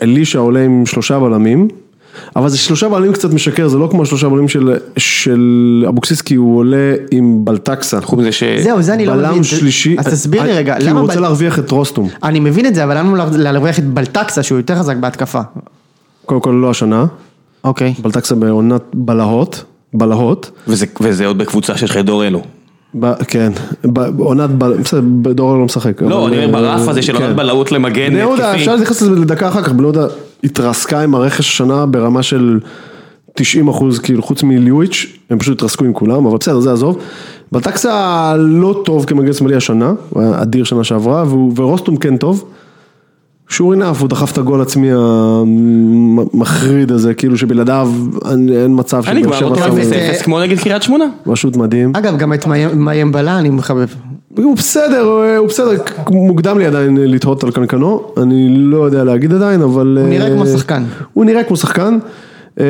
Speaker 2: שאלישע עולה עם שלושה בלמים. אבל זה שלושה בלמים קצת משקר, זה לא כמו השלושה בלמים של- של אבוקסיס, כי הוא עולה עם בלטקסה.
Speaker 8: חוץ מזה ש...
Speaker 3: זהו, זה אני לא מבין.
Speaker 2: בלם שלישי. אה,
Speaker 3: אז תסביר
Speaker 1: אה,
Speaker 3: לי רגע,
Speaker 2: כי
Speaker 3: למה...
Speaker 2: הוא רוצה
Speaker 3: בל-
Speaker 2: להרוויח את רוסטום.
Speaker 3: אני מבין את זה, אבל למה לא להרוויח את בלטקסה שהוא יותר חזק בהתקפה?
Speaker 2: קודם כל לא השנה,
Speaker 3: אוקיי.
Speaker 2: בלטקסה בעונת בלהות, בלהות.
Speaker 8: וזה, וזה עוד בקבוצה של חדור אלו.
Speaker 2: ב- כן, ב- עונת בל... בסדר, דורון לא משחק.
Speaker 8: לא,
Speaker 2: אבל-
Speaker 8: אני אומר ברף הזה של
Speaker 2: כן.
Speaker 8: עונת בלהות למגן
Speaker 2: בני יהודה,
Speaker 8: התקפי.
Speaker 2: אפשר להתייחס לזה לדקה אחר כך, בני יהודה התרסקה עם הרכש השנה ברמה של... 90 אחוז, כאילו, חוץ מליוויץ', הם פשוט התרסקו עם כולם, אבל בסדר, זה עזוב. בלטקסה לא טוב כמגן שמאלי השנה, הוא היה אדיר שנה שעברה, והוא- ורוסטום כן טוב. שור אינף, הוא דחף את הגול עצמי המחריד הזה, כאילו שבלעדיו אין, אין מצב
Speaker 8: היה נגמר אותו
Speaker 2: שמו-
Speaker 8: 0-0 כמו נגד קריית שמונה.
Speaker 2: פשוט מדהים.
Speaker 3: אגב, גם את מיימבלה אני מחבב.
Speaker 2: הוא בסדר, הוא בסדר, מוקדם לי עדיין אה, לתהות על קנקנו, אני לא יודע להגיד עדיין, אבל...
Speaker 3: הוא נראה
Speaker 2: אה,
Speaker 3: כמו שחקן.
Speaker 2: הוא נראה כמו שחקן, אה,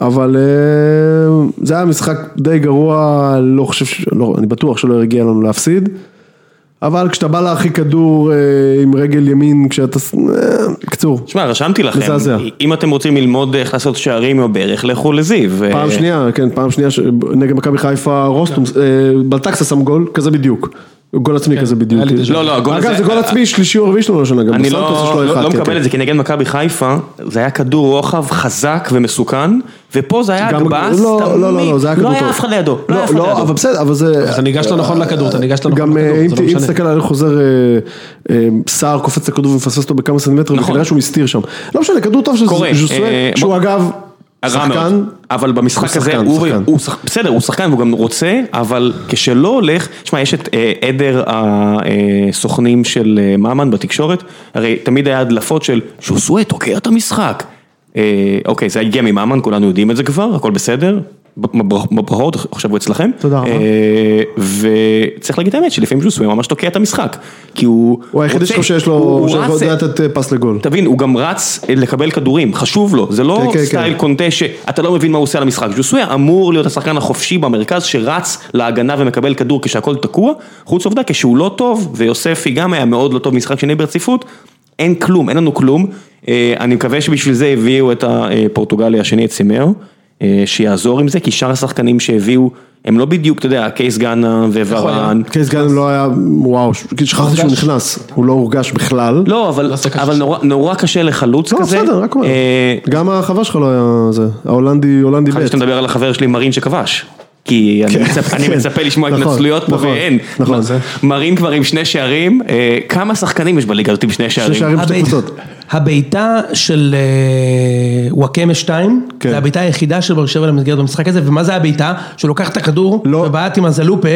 Speaker 2: אבל אה, זה היה משחק די גרוע, לא חושב, ש- לא, אני בטוח שלא הגיע לנו להפסיד, אבל כשאתה בא להרחיק כדור אה, עם רגל ימין, כשאתה... ס- אה, קצור,
Speaker 8: שמע, רשמתי לכם,
Speaker 2: מזעזע.
Speaker 8: אם אתם רוצים ללמוד איך לעשות שערים או בערך, לכו לזיו.
Speaker 2: פעם
Speaker 8: אה,
Speaker 2: שנייה, כן, פעם שנייה, ש- נגד מכבי חיפה, רוסטום, אה, בלטקסה שם גול, כזה בדיוק. גול עצמי כזה בדיוק.
Speaker 5: כן, לי דז'ה
Speaker 8: לא, לא, הגול
Speaker 2: אגב,
Speaker 8: הזה-
Speaker 2: זה גול עצמי שלישי או רביעי שלנו השנה, גם
Speaker 8: אני
Speaker 2: בסנטוס יש לו
Speaker 8: לא, לא,
Speaker 2: אחד,
Speaker 8: לא
Speaker 2: כן, כן.
Speaker 8: מקבל את זה, כי נגד מכבי חיפה, זה היה כדור רוחב חזק ומסוכן, ופה זה היה
Speaker 2: גם-
Speaker 8: הגבהה
Speaker 2: לא,
Speaker 8: סתמית.
Speaker 2: לא, לא, לא, זה היה כדור
Speaker 8: לא
Speaker 2: טוב.
Speaker 8: היה אף אחד לידו. לא היה אף אחד
Speaker 2: לא,
Speaker 8: לידו.
Speaker 2: אבל בסדר, אבל זה... אה,
Speaker 5: אתה ניגש לא נכון לכדור, אתה ניגש לא נכון
Speaker 2: גם אה,
Speaker 5: לכדור,
Speaker 2: אם
Speaker 5: זה
Speaker 2: ת-
Speaker 5: לא
Speaker 2: אם
Speaker 5: משנה.
Speaker 2: תסתכל על חוזר, אה, אה, סער קופץ לכדור ומפספס אותו בכמה סנטימטרים,
Speaker 8: נכון.
Speaker 2: וכנראה שהוא הסתיר שם. לא משנה, כדור טוב של
Speaker 8: קורה, אה,
Speaker 2: ז'וסואל, שהוא
Speaker 8: בוא-
Speaker 2: אגב,
Speaker 8: הרע
Speaker 2: שחקן,
Speaker 8: מאוד. אבל במשחק
Speaker 2: הוא
Speaker 8: הזה,
Speaker 2: שחקן,
Speaker 8: הוא-
Speaker 2: שחקן.
Speaker 8: הוא שח- בסדר, הוא שחקן והוא גם רוצה, אבל כשלא הולך, תשמע, יש את אה, עדר הסוכנים של אה, ממן בתקשורת, הרי תמיד היה הדלפות של שוסווה תוקע את המשחק. אה, אוקיי, זה הגיע מממן, כולנו יודעים את זה כבר, הכל בסדר. בבר- בברכות, עכשיו הוא אצלכם.
Speaker 3: תודה רבה.
Speaker 8: אה, וצריך להגיד את האמת, שלפעמים ז'וסווה ממש תוקע את המשחק. כי הוא...
Speaker 2: הוא היחידי
Speaker 8: רוצה-
Speaker 2: שלך שיש
Speaker 8: הוא
Speaker 2: לו,
Speaker 8: רץ-
Speaker 2: שיכול לתת אה, פס לגול.
Speaker 8: תבין, הוא גם רץ אה, לקבל כדורים, חשוב לו, זה לא
Speaker 2: כן, כן,
Speaker 8: סטייל
Speaker 2: כן.
Speaker 8: קונטה שאתה לא מבין מה הוא עושה על המשחק. ז'וסויה אמור להיות השחקן החופשי במרכז שרץ להגנה ומקבל כדור כשהכול תקוע, חוץ עובדה כשהוא לא טוב, ויוספי גם היה מאוד לא טוב משחק שני ברציפות, אין כלום, אין לנו כלום. אה, אני מקווה שבשביל זה הביאו את הפורטוגלי השני, את סימאו, אה, שיעזור עם זה, כי שאר השחקנים שהביאו, הם לא בדיוק, אתה יודע, קייס גאנה
Speaker 2: נכון,
Speaker 8: וורן,
Speaker 2: קייס גאנם לא היה, וואו, ש- שכחתי שהוא נכנס, הוא לא הורגש בכלל.
Speaker 8: לא, אבל, אבל נורא, נורא קשה לחלוץ
Speaker 2: לא,
Speaker 8: כזה.
Speaker 2: בסדר, רק אומר.
Speaker 8: אה,
Speaker 2: גם החבר שלך לא היה זה, ההולנדי, הולנדי
Speaker 8: חשבתי
Speaker 2: ב'.
Speaker 8: שאתה מדבר על החבר שלי מרין שכבש. כי אני מצפ- אני
Speaker 2: כן.
Speaker 8: מצפה לשמוע
Speaker 2: נכון,
Speaker 8: התנצלויות פה
Speaker 2: נכון,
Speaker 8: ואין.
Speaker 2: נכון,
Speaker 8: מ-
Speaker 2: זה-
Speaker 8: מרין כבר עם שני שערים, אה, כמה שחקנים יש בליגה הזאת עם שני
Speaker 2: שני
Speaker 8: שערים?
Speaker 2: שערים בשתי
Speaker 1: הבעיט-
Speaker 2: קבוצות.
Speaker 1: הבעיטה של אה, וואקמה 2,
Speaker 2: כן.
Speaker 1: זה הבעיטה היחידה של באר שבע למסגרת במשחק הזה, ומה זה הבעיטה? שהוא לוקח את הכדור,
Speaker 2: לא.
Speaker 1: ובעט עם הזלופה,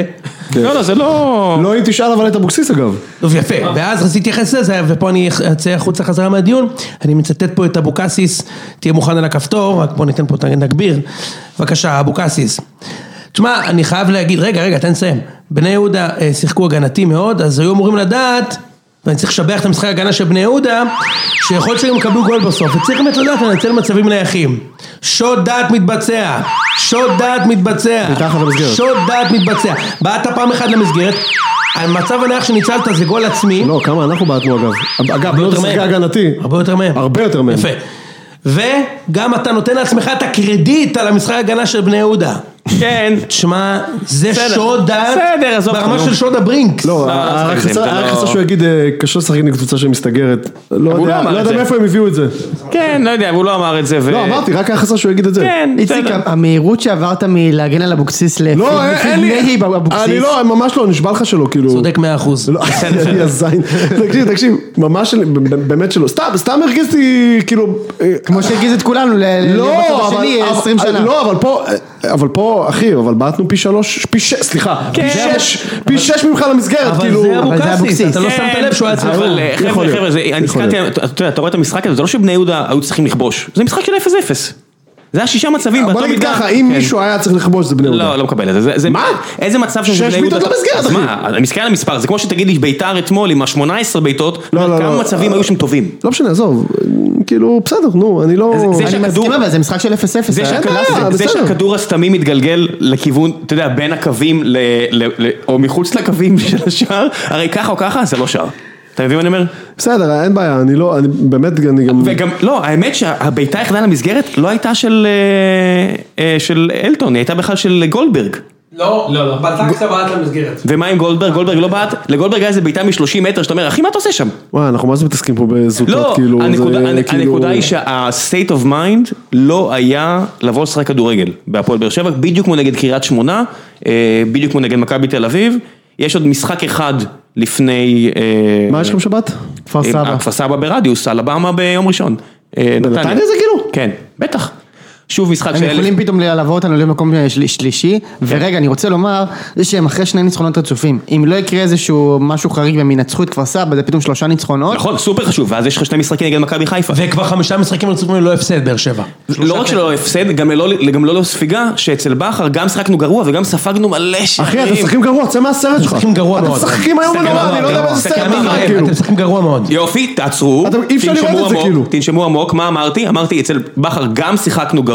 Speaker 8: לא, לא, זה לא...
Speaker 2: לא אם תשאל אבל את אבוקסיס אגב.
Speaker 1: טוב יפה, ואז רציתי להתייחס לזה, ופה אני אצא החוצה חזרה מהדיון, אני מצטט פה את אבוקסיס, תהיה מוכן על הכפתור, רק בוא ניתן פה, את ה- נגביר, בבקשה אבוקסיס. תשמע, אני חייב להגיד, רגע, רגע, תן לסיים. בני יהודה אה, שיחקו הגנתי מאוד, אז היו אמורים לדעת, ואני צריך לשבח את המשחק ההגנה של בני יהודה, שיכול להיות שהם יקבלו גול בסוף, וצריך באמת לדעת לנצל מצבים נייחים. שוד דעת מתבצע, שוד דעת מתבצע,
Speaker 2: מתחת למסגרת.
Speaker 1: שוד דעת לא מתבצע. בעטת פעם אחת למסגרת, המצב הנייח שניצלת זה גול עצמי,
Speaker 2: לא, כמה אנחנו בעטנו אגב. אגב,
Speaker 1: אה. הרבה
Speaker 2: לא
Speaker 1: יותר
Speaker 2: משחק
Speaker 1: מהם.
Speaker 2: הגנתי.
Speaker 1: הרבה יותר מהם.
Speaker 2: הרבה יותר מהם.
Speaker 1: יפה. וגם אתה נותן לעצמך את הקרדיט על המשחק ההגנה של בני יהודה.
Speaker 8: כן.
Speaker 1: תשמע, זה
Speaker 8: בסדר.
Speaker 1: שוד דעת,
Speaker 8: בסדר, עזוב
Speaker 1: ברמה
Speaker 8: אותנו.
Speaker 1: של שוד הברינקס.
Speaker 2: לא,
Speaker 8: לא,
Speaker 2: רק
Speaker 8: זה
Speaker 2: חסר-
Speaker 8: לא-
Speaker 2: רק חסר שהוא יגיד אה, קשה לשחק נגד קבוצה שמסתגרת. לא
Speaker 8: הוא לא
Speaker 2: יודע,
Speaker 8: אמר
Speaker 2: לא
Speaker 8: את
Speaker 2: יודע
Speaker 8: זה.
Speaker 2: מאיפה הם הביאו את זה.
Speaker 8: כן, לא יודע, הוא לא אמר את זה. ו-
Speaker 2: לא, אמרתי, רק היה חסר שהוא יגיד את זה.
Speaker 8: כן,
Speaker 3: איציק,
Speaker 8: בסדר.
Speaker 3: המהירות שעברת מלהגן על אבוקסיס
Speaker 2: לא, אה, אין לי...
Speaker 3: לפני אבוקסיס.
Speaker 2: אני לא, ממש לא, נשבע לך שלא, כאילו...
Speaker 1: צודק מאה אחוז.
Speaker 2: לא, אני הזין. תקשיב, תקשיב, ממש, באמת שלא. סתם, סתם הרגיזתי, כאילו... אה,
Speaker 3: כמו שהגיז את כולנו ל-
Speaker 2: לא,
Speaker 3: למצב
Speaker 2: אבל,
Speaker 3: השני
Speaker 2: אבל-
Speaker 3: 20 שנה.
Speaker 2: לא, אבל פה, אבל פה, אחי, אבל בעטנו פי שלוש, פי שש, סליחה,
Speaker 8: כן.
Speaker 2: פי שש, פי שש ממך למסגרת,
Speaker 1: אבל
Speaker 2: כאילו,
Speaker 1: זה
Speaker 3: אבל זה
Speaker 1: אבוקסיס,
Speaker 3: אבוקסיס.
Speaker 1: אתה לא
Speaker 8: כן,
Speaker 1: שמת לב שהוא היה צריך.
Speaker 8: אבל אה,
Speaker 2: יכול
Speaker 8: חבר'ה,
Speaker 2: להיות.
Speaker 8: חבר'ה, זה- אני
Speaker 2: יכול
Speaker 8: הסתכלתי, אתה אתה יודע, אתה רואה את המשחק הזה, זה לא שבני יהודה היו צריכים לכבוש, זה משחק של 0-0. זה היה שישה מצבים,
Speaker 2: בוא
Speaker 8: באותה
Speaker 2: נגיד
Speaker 8: מידה-
Speaker 2: ככה, אם
Speaker 8: כן.
Speaker 2: מישהו היה צריך לכבוש זה בני יהודה.
Speaker 8: לא, לא מקבל את זה. זה. זה-
Speaker 2: מה?
Speaker 8: איזה מצב
Speaker 2: שש
Speaker 8: של בני יהודה...
Speaker 2: בעיטות למסגרת,
Speaker 8: אז
Speaker 2: אחי.
Speaker 8: מה, אני מסתכל על המספר, זה כמו שתגיד לי ביתר אתמול עם ה-18 בעיטות,
Speaker 2: לא, לא,
Speaker 8: כמה
Speaker 2: לא.
Speaker 8: מצבים היו שם טובים.
Speaker 2: לא משנה, עזוב, כאילו, בסדר, נו, אני לא...
Speaker 8: זה- זה
Speaker 3: אני
Speaker 8: שהכדור-
Speaker 3: מסכים, אבל זה משחק של 0-0.
Speaker 8: זה
Speaker 3: אה?
Speaker 8: שהכדור-
Speaker 2: בעיה,
Speaker 8: זה- זה
Speaker 2: בסדר.
Speaker 8: שהכדור הסתמי מתגלגל לכיוון, אתה יודע, בין הקווים ל... ל- ל- או מחוץ לקווים של השער, הרי ככה או ככה זה לא שער. אתה מבין מה אני אומר?
Speaker 2: בסדר, אין בעיה, אני לא, אני באמת, אני גם...
Speaker 8: וגם, לא, האמת שהבעיטה היחידה למסגרת לא הייתה של אה, אה, של אלטון, היא הייתה בכלל של גולדברג.
Speaker 1: לא, לא, לא, בלטקסה בעט למסגרת.
Speaker 8: ומה עם גולדברג? גולדברג לא בעט, לגולדברג היה איזה בעיטה מ-30 מטר, שאתה אומר, אחי, מה אתה עושה שם?
Speaker 2: וואי, אנחנו מה זה מתעסקים פה בזוטות,
Speaker 8: לא,
Speaker 2: כאילו, זה-
Speaker 8: הנקודה, הנ-
Speaker 2: כאילו-
Speaker 8: הנקודה היא שה-state of mind לא היה לבוא לשחק כדורגל בהפועל באר שבע, בדיוק כמו נגד קריית שמונה, אה, בדיוק כמו נגד מכבי תל אביב, יש עוד משחק אחד לפני... אה,
Speaker 2: מה יש לכם שבת? כפר
Speaker 8: אה, כפר סבא ברדיוס, אלבמה ביום ראשון. אה,
Speaker 2: בנתניה זה כאילו?
Speaker 8: כן, בטח. שוב משחק
Speaker 3: הם
Speaker 8: של...
Speaker 3: יכולים פתאום ללוות לא אותנו למקום אה, של- שלישי,
Speaker 2: כן.
Speaker 3: ורגע, אני רוצה לומר, זה שהם אחרי שני ניצחונות רצופים. אם לא יקרה איזשהו משהו חריג והם ינצחו את כפר סבא, זה פתאום שלושה ניצחונות.
Speaker 8: נכון, סופר חשוב, ואז יש לך שני משחקים נגד מכבי חיפה.
Speaker 1: וכבר חמישה משחקים לא רצופים ללא הפסד, באר שבע.
Speaker 8: לא רק שלא הפסד, גם ללא- גם לא ספיגה, שאצל בכר גם שחקנו גרוע וגם ספגנו מלא שערים.
Speaker 2: אחי, אתם משחקים גרוע, צא מהסרט שלך.
Speaker 1: משחקים גרוע מאוד.
Speaker 2: אתם משחקים היום
Speaker 8: משחקים
Speaker 2: ונורא,
Speaker 8: גרוע,
Speaker 2: אני לא יודע
Speaker 8: גרוע.
Speaker 2: באיזה סרט
Speaker 8: משחקים
Speaker 2: אתה
Speaker 8: גרוע.
Speaker 2: חי,
Speaker 8: כן,
Speaker 2: כאילו.
Speaker 1: אתם משחקים גרוע מאוד.
Speaker 8: יופי, תעצרו,
Speaker 2: אתם- אי אפשר
Speaker 8: תנשמו
Speaker 2: לראות את זה,
Speaker 8: עמוק,
Speaker 2: כאילו.
Speaker 8: תנשמו עמוק, מה אמרתי? אמרתי, אצל בכר גם שיחקנו גרוע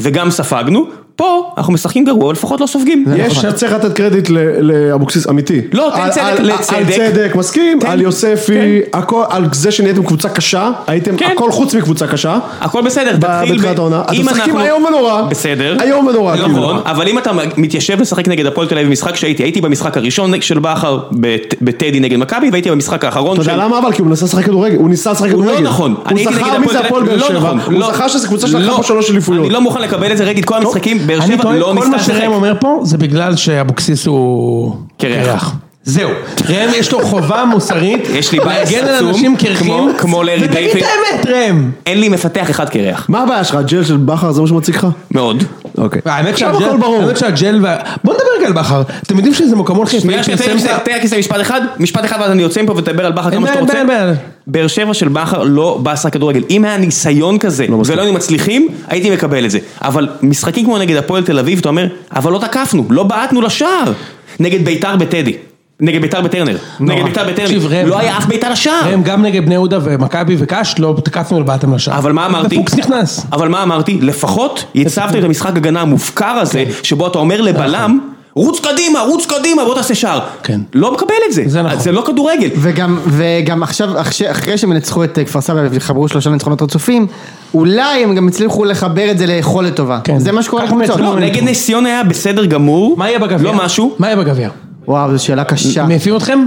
Speaker 8: וגם ספגנו, פה אנחנו משחקים גרוע, לפחות לא סופגים.
Speaker 2: יש, צריך לתת קרדיט ל- לאבוקסיס, אמיתי.
Speaker 8: לא, תן
Speaker 2: על-
Speaker 8: צדק
Speaker 2: על-
Speaker 8: לצדק.
Speaker 2: על צדק, מסכים,
Speaker 8: תן.
Speaker 2: על יוספי, הכל- על זה שנהייתם קבוצה קשה, הייתם
Speaker 8: כן.
Speaker 2: הכל חוץ מקבוצה קשה.
Speaker 8: הכל בסדר,
Speaker 2: ב-
Speaker 8: תתחיל
Speaker 2: בתחילת העונה. אתם
Speaker 8: אם
Speaker 2: משחקים
Speaker 8: אנחנו-
Speaker 2: איום ונורא.
Speaker 8: בסדר.
Speaker 2: איום ונורא, כאילו.
Speaker 8: נכון, אבל אם אתה מתיישב לשחק נגד הפועל תל אביב במשחק שהייתי, הייתי במשחק הראשון של בכר בת- בטדי נגד מכבי, והייתי במשחק האחרון
Speaker 2: אתה
Speaker 8: של...
Speaker 2: יודע למה אבל? כי הוא מנסה לשחק כדורגל, הוא ניסה לשחק
Speaker 8: הוא
Speaker 2: כדורגל.
Speaker 8: לא נכון,
Speaker 2: הוא
Speaker 8: אני הייתי נגד
Speaker 2: זכר מי זה הפועל באר
Speaker 8: לא
Speaker 2: שבע,
Speaker 8: נכון,
Speaker 2: הוא
Speaker 8: לא.
Speaker 2: זכר שזו קבוצה שלקחה
Speaker 8: לא.
Speaker 2: פה שלוש אליפויות.
Speaker 8: אני לא מוכן לקבל את זה, ראיתי את כל המשחקים, באר
Speaker 1: אני
Speaker 8: שבע
Speaker 1: טוען,
Speaker 8: לא
Speaker 1: כל
Speaker 8: ניסתה
Speaker 1: מה
Speaker 8: לשחק.
Speaker 1: שראם אומר פה, זה בגלל שאבוקסיס הוא...
Speaker 8: קרח.
Speaker 1: זהו, ראם יש לו חובה מוסרית,
Speaker 8: יש לי בעיה
Speaker 1: להגן על
Speaker 8: עצום,
Speaker 1: אנשים
Speaker 8: כמו-
Speaker 1: קרחים,
Speaker 8: כמו לארי
Speaker 1: ותגיד
Speaker 8: דיוויד.
Speaker 1: את האמת ראם.
Speaker 8: אין לי מפתח אחד קרח,
Speaker 2: מה הבעיה שלך? הג'ל של בכר זה מה שמציק לך?
Speaker 8: מאוד.
Speaker 2: אוקיי.
Speaker 1: האמת
Speaker 2: עכשיו
Speaker 1: שהג'ל-
Speaker 2: הכל ברור.
Speaker 1: האמת שהג'ל וה... בוא נדבר רגע על בכר, אתם יודעים שזה מוקמון חיפה,
Speaker 8: שנייה, שנייה, תן לי לסיים- תן לי רק לסיים משפט אחד, משפט אחד ואז אני יוצא מפה ותדבר על בכר
Speaker 1: אין
Speaker 8: כמה שאתה
Speaker 1: בעיה,
Speaker 8: רוצה.
Speaker 1: אין בעיה, אין בעיה.
Speaker 8: באר שבע של בכר לא בא לשחק כדורגל. אם היה ניסיון כזה, ולא היינו מצליחים, הייתי מקבל את זה. אבל משחקים כמו נגד הפועל תל אביב, אתה אומר, אבל לא תקפנו, לא בעטנו לשער. נגד ביתר בטדי. נגד ביתר בטרנר. נגד ביתר
Speaker 1: תקשיב,
Speaker 8: בטרנר.
Speaker 1: ראם.
Speaker 8: לא היה אף ביתר לשער.
Speaker 1: ראם גם נגד בני יהודה ומכבי וקאש לא תקפנו לבעטם לשער,
Speaker 8: אבל מה אמרתי?
Speaker 1: ופוקס נכנס,
Speaker 8: אבל מה אמרתי? לפחות יצבת את המשחק הגנה המופקר הזה,
Speaker 1: כן.
Speaker 8: שבו אתה אומר לבלם, רוץ קדימה, רוץ קדימה, בוא תעשה שער.
Speaker 1: כן.
Speaker 8: לא מקבל את זה.
Speaker 1: זה נכון.
Speaker 8: זה לא כדורגל.
Speaker 3: וגם, וגם עכשיו, אחש- אחרי שהם ינצחו את אה, כפר סבא וחברו שלושה ניצחונות רצופים, אולי הם גם הצליחו לחבר את זה ליכולת טובה.
Speaker 1: כן.
Speaker 3: זה מה שקורה
Speaker 1: ככה
Speaker 3: לקבוצות.
Speaker 1: מנצחים.
Speaker 8: לא, נגד נס ציונה היה בסדר גמור.
Speaker 1: מה יהיה בגביע?
Speaker 8: לא משהו.
Speaker 1: מה יהיה בגביע?
Speaker 3: וואו, זו שאלה קשה.
Speaker 1: מעיפים אתכם?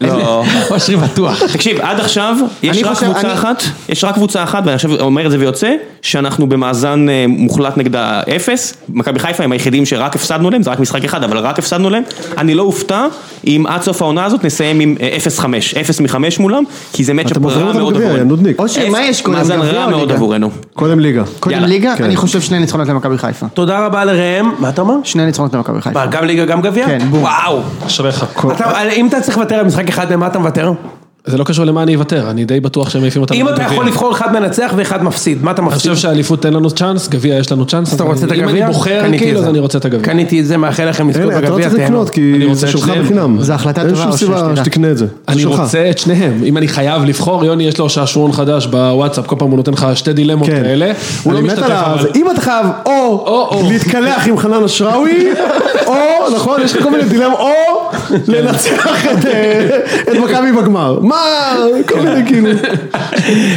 Speaker 8: לא.
Speaker 1: אושרי בטוח,
Speaker 8: תקשיב, עד עכשיו יש
Speaker 3: אני
Speaker 8: רק
Speaker 3: חושב-
Speaker 8: קבוצה
Speaker 3: אני-
Speaker 8: אחת, יש רק קבוצה אחת, ואני עכשיו אומר את זה ויוצא, שאנחנו במאזן אה, מוחלט נגד האפס. מכבי חיפה הם היחידים שרק הפסדנו להם, זה רק משחק אחד, אבל רק הפסדנו להם. אני לא אופתע אם עד סוף העונה הזאת נסיים עם אה, 0-5, 0 מ-5 מולם, כי זה
Speaker 2: אתם
Speaker 8: מצ'אפ
Speaker 2: עוזרים
Speaker 8: רע
Speaker 2: אותם
Speaker 8: מאוד
Speaker 2: בגביע,
Speaker 8: עבורנו.
Speaker 2: נודניק.
Speaker 3: אושרי, מה יש קודם?
Speaker 8: אה, מאזן
Speaker 3: גביע
Speaker 8: רע
Speaker 3: או
Speaker 8: מאוד
Speaker 3: ליגה?
Speaker 8: עבורנו.
Speaker 2: קודם ליגה.
Speaker 3: קודם
Speaker 8: יאללה,
Speaker 3: ליגה?
Speaker 2: כן.
Speaker 3: אני חושב שני ניצחונות למכבי חיפה.
Speaker 1: תודה רבה לראם, מה אתה אומר?
Speaker 3: שני ניצחונות למכבי חיפה.
Speaker 2: נכון.
Speaker 1: מה, גם ליגה גם גביע?
Speaker 3: כן, בום.
Speaker 1: וואו.
Speaker 5: אשריך.
Speaker 1: אתה- אם אתה צריך לוותר על משחק אחד, למה אתה מוותר?
Speaker 5: זה לא קשור למה אני אוותר, אני די בטוח שהם מעיפים אותנו.
Speaker 1: אם אתה
Speaker 5: לגביע.
Speaker 1: יכול לבחור אחד מנצח ואחד מפסיד, מה אתה
Speaker 5: אני
Speaker 1: מפסיד?
Speaker 5: חושב שהאליפות תן לנו צ'אנס, גביע יש לנו צ'אנס.
Speaker 1: אתה
Speaker 5: אבל
Speaker 1: רוצה את הגביע?
Speaker 5: אם אני בוחר
Speaker 1: קניתי
Speaker 5: כאילו,
Speaker 1: את
Speaker 5: אז
Speaker 1: זה.
Speaker 5: אני רוצה את הגביע.
Speaker 1: קניתי את זה, מאחל לכם לזכות
Speaker 2: אתה לא
Speaker 1: בגביע,
Speaker 2: צריך
Speaker 1: תהנו.
Speaker 2: לקנות, כי
Speaker 5: רוצה
Speaker 2: זה
Speaker 5: את
Speaker 2: שלך
Speaker 5: שניהם.
Speaker 2: בחינם.
Speaker 3: זו החלטה
Speaker 2: אין
Speaker 3: טובה,
Speaker 2: שום
Speaker 3: אושר,
Speaker 2: סיבה
Speaker 3: שתדע.
Speaker 2: שתקנה את זה.
Speaker 5: אני
Speaker 2: זה שלך.
Speaker 5: רוצה את שניהם, אם אני חייב לבחור, יוני יש לו שעשועון חדש בוואטסאפ, כל פעם הוא נותן לך שתי דילמות
Speaker 2: כן.
Speaker 5: כאלה, הוא לא
Speaker 2: אני מת
Speaker 5: משתתף
Speaker 2: עליו.
Speaker 5: אבל.
Speaker 2: אם אתה חייב או
Speaker 5: או.
Speaker 2: להתקלח עם חנן אשראוי, או, נכון, יש לך כל מיני דילמות, או
Speaker 5: כן.
Speaker 2: לנצח את אה, את מכבי בגמר. מה, כל
Speaker 5: כן.
Speaker 2: מיני כאילו.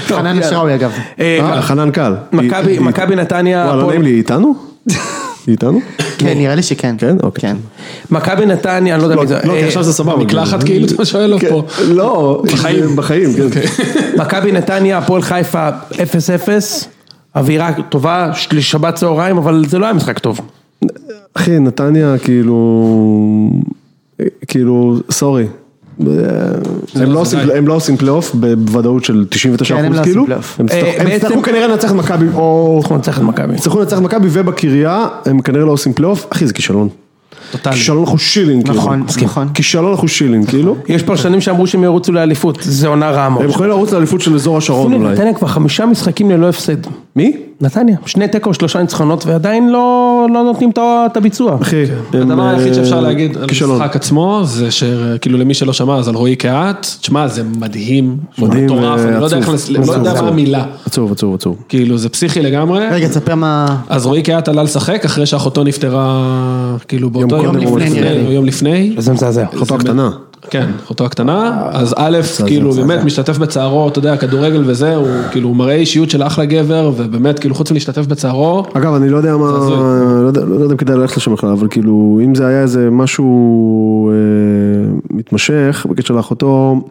Speaker 3: חנן אשראוי אגב.
Speaker 1: אה,
Speaker 2: אה, חנן קל.
Speaker 1: מכבי-
Speaker 2: היא-
Speaker 1: מכבי נתניה,
Speaker 2: וואלה, לא
Speaker 1: הפועל-
Speaker 2: נעים לי, היא איתנו? היא איתנו?
Speaker 3: כן, נראה לי שכן.
Speaker 2: כן? אוקיי.
Speaker 3: כן.
Speaker 1: מכבי נתניה, אני לא יודע
Speaker 2: לא,
Speaker 1: מי זה,
Speaker 2: לא, כי
Speaker 1: אה,
Speaker 2: עכשיו זה סבבה.
Speaker 5: המקלחת כאילו, אתה שואל אוקיי.
Speaker 2: כן,
Speaker 5: פה.
Speaker 2: לא, בחיים, בחיים, כן.
Speaker 1: מכבי נתניה, הפועל חיפה 0-0, אווירה טובה, של- שבת צהריים, אבל זה לא היה משחק טוב.
Speaker 2: אחי, נתניה כאילו, כאילו, סורי. הם לא עושים- הם לא עושים פלייאוף בוודאות של 99
Speaker 3: כן, הם לא
Speaker 2: אחוז
Speaker 3: עושים
Speaker 2: כאילו,
Speaker 3: פלייאוף.
Speaker 2: הם יצטרכו-
Speaker 1: אה,
Speaker 2: הם
Speaker 1: בעצם-
Speaker 2: יצטרכו כנראה לנצח את מכבי, או
Speaker 1: אנחנו נצטרך את מכבי.
Speaker 2: יצטרכו לנצח את מכבי ובקריה, הם כנראה לא עושים פלייאוף, אחי זה כישלון, כישלון אנחנו שילין, כאילו.
Speaker 3: נכון, נכון.
Speaker 2: כישלון אנחנו שילין,
Speaker 5: נכון.
Speaker 2: כאילו,
Speaker 1: יש פרשנים שאמרו שהם ירוצו לאליפות, זה עונה רעה מאוד.
Speaker 2: הם יכולים לרוץ לאליפות של אזור השרון
Speaker 1: הנה,
Speaker 2: אולי,
Speaker 1: נתניה כבר חמישה משחקים ללא הפסד.
Speaker 2: מי?
Speaker 1: נתניה, שני תיקו, שלושה ניצחונות, ועדיין לא לא נותנים את ה- את הביצוע.
Speaker 2: אחי, הם,
Speaker 5: כן. הדבר היחיד שאפשר
Speaker 2: אה,
Speaker 5: להגיד על
Speaker 2: כישלון,
Speaker 5: המשחק עצמו, זה שכאילו למי שלא שמע, אז על רועי קהת, תשמע, זה מדהים,
Speaker 2: מדהים,
Speaker 5: מטורף, אני לא יודע
Speaker 2: ועצוב.
Speaker 5: איך, לס- לא
Speaker 2: עצוב,
Speaker 5: יודע
Speaker 2: עצוב.
Speaker 5: מה המילה,
Speaker 2: עצוב עצוב עצוב,
Speaker 5: כאילו זה פסיכי לגמרי.
Speaker 3: רגע, תספר מה...
Speaker 5: אז רועי קהת עלה לשחק אחרי שאחותו נפטרה, כאילו באותו
Speaker 2: קודם
Speaker 5: יום
Speaker 2: או
Speaker 5: לפני,
Speaker 2: לפני.
Speaker 5: או יום לפני.
Speaker 1: זה מזעזע.
Speaker 2: אחותו הקטנה,
Speaker 5: כן, אחותו הקטנה, אז א', כאילו באמת משתתף בצערו, אתה יודע, כדורגל וזה, הוא כאילו מראה אישיות של אחלה גבר, ובאמת, כאילו חוץ מלהשתתף בצערו,
Speaker 2: אגב, אני לא יודע מה,
Speaker 5: הזוי.
Speaker 2: לא יודע, לא יודע אם כדאי ללכת לשם בכלל, אבל כאילו, אם זה היה איזה משהו אה, מתמשך בקשר לאחותו,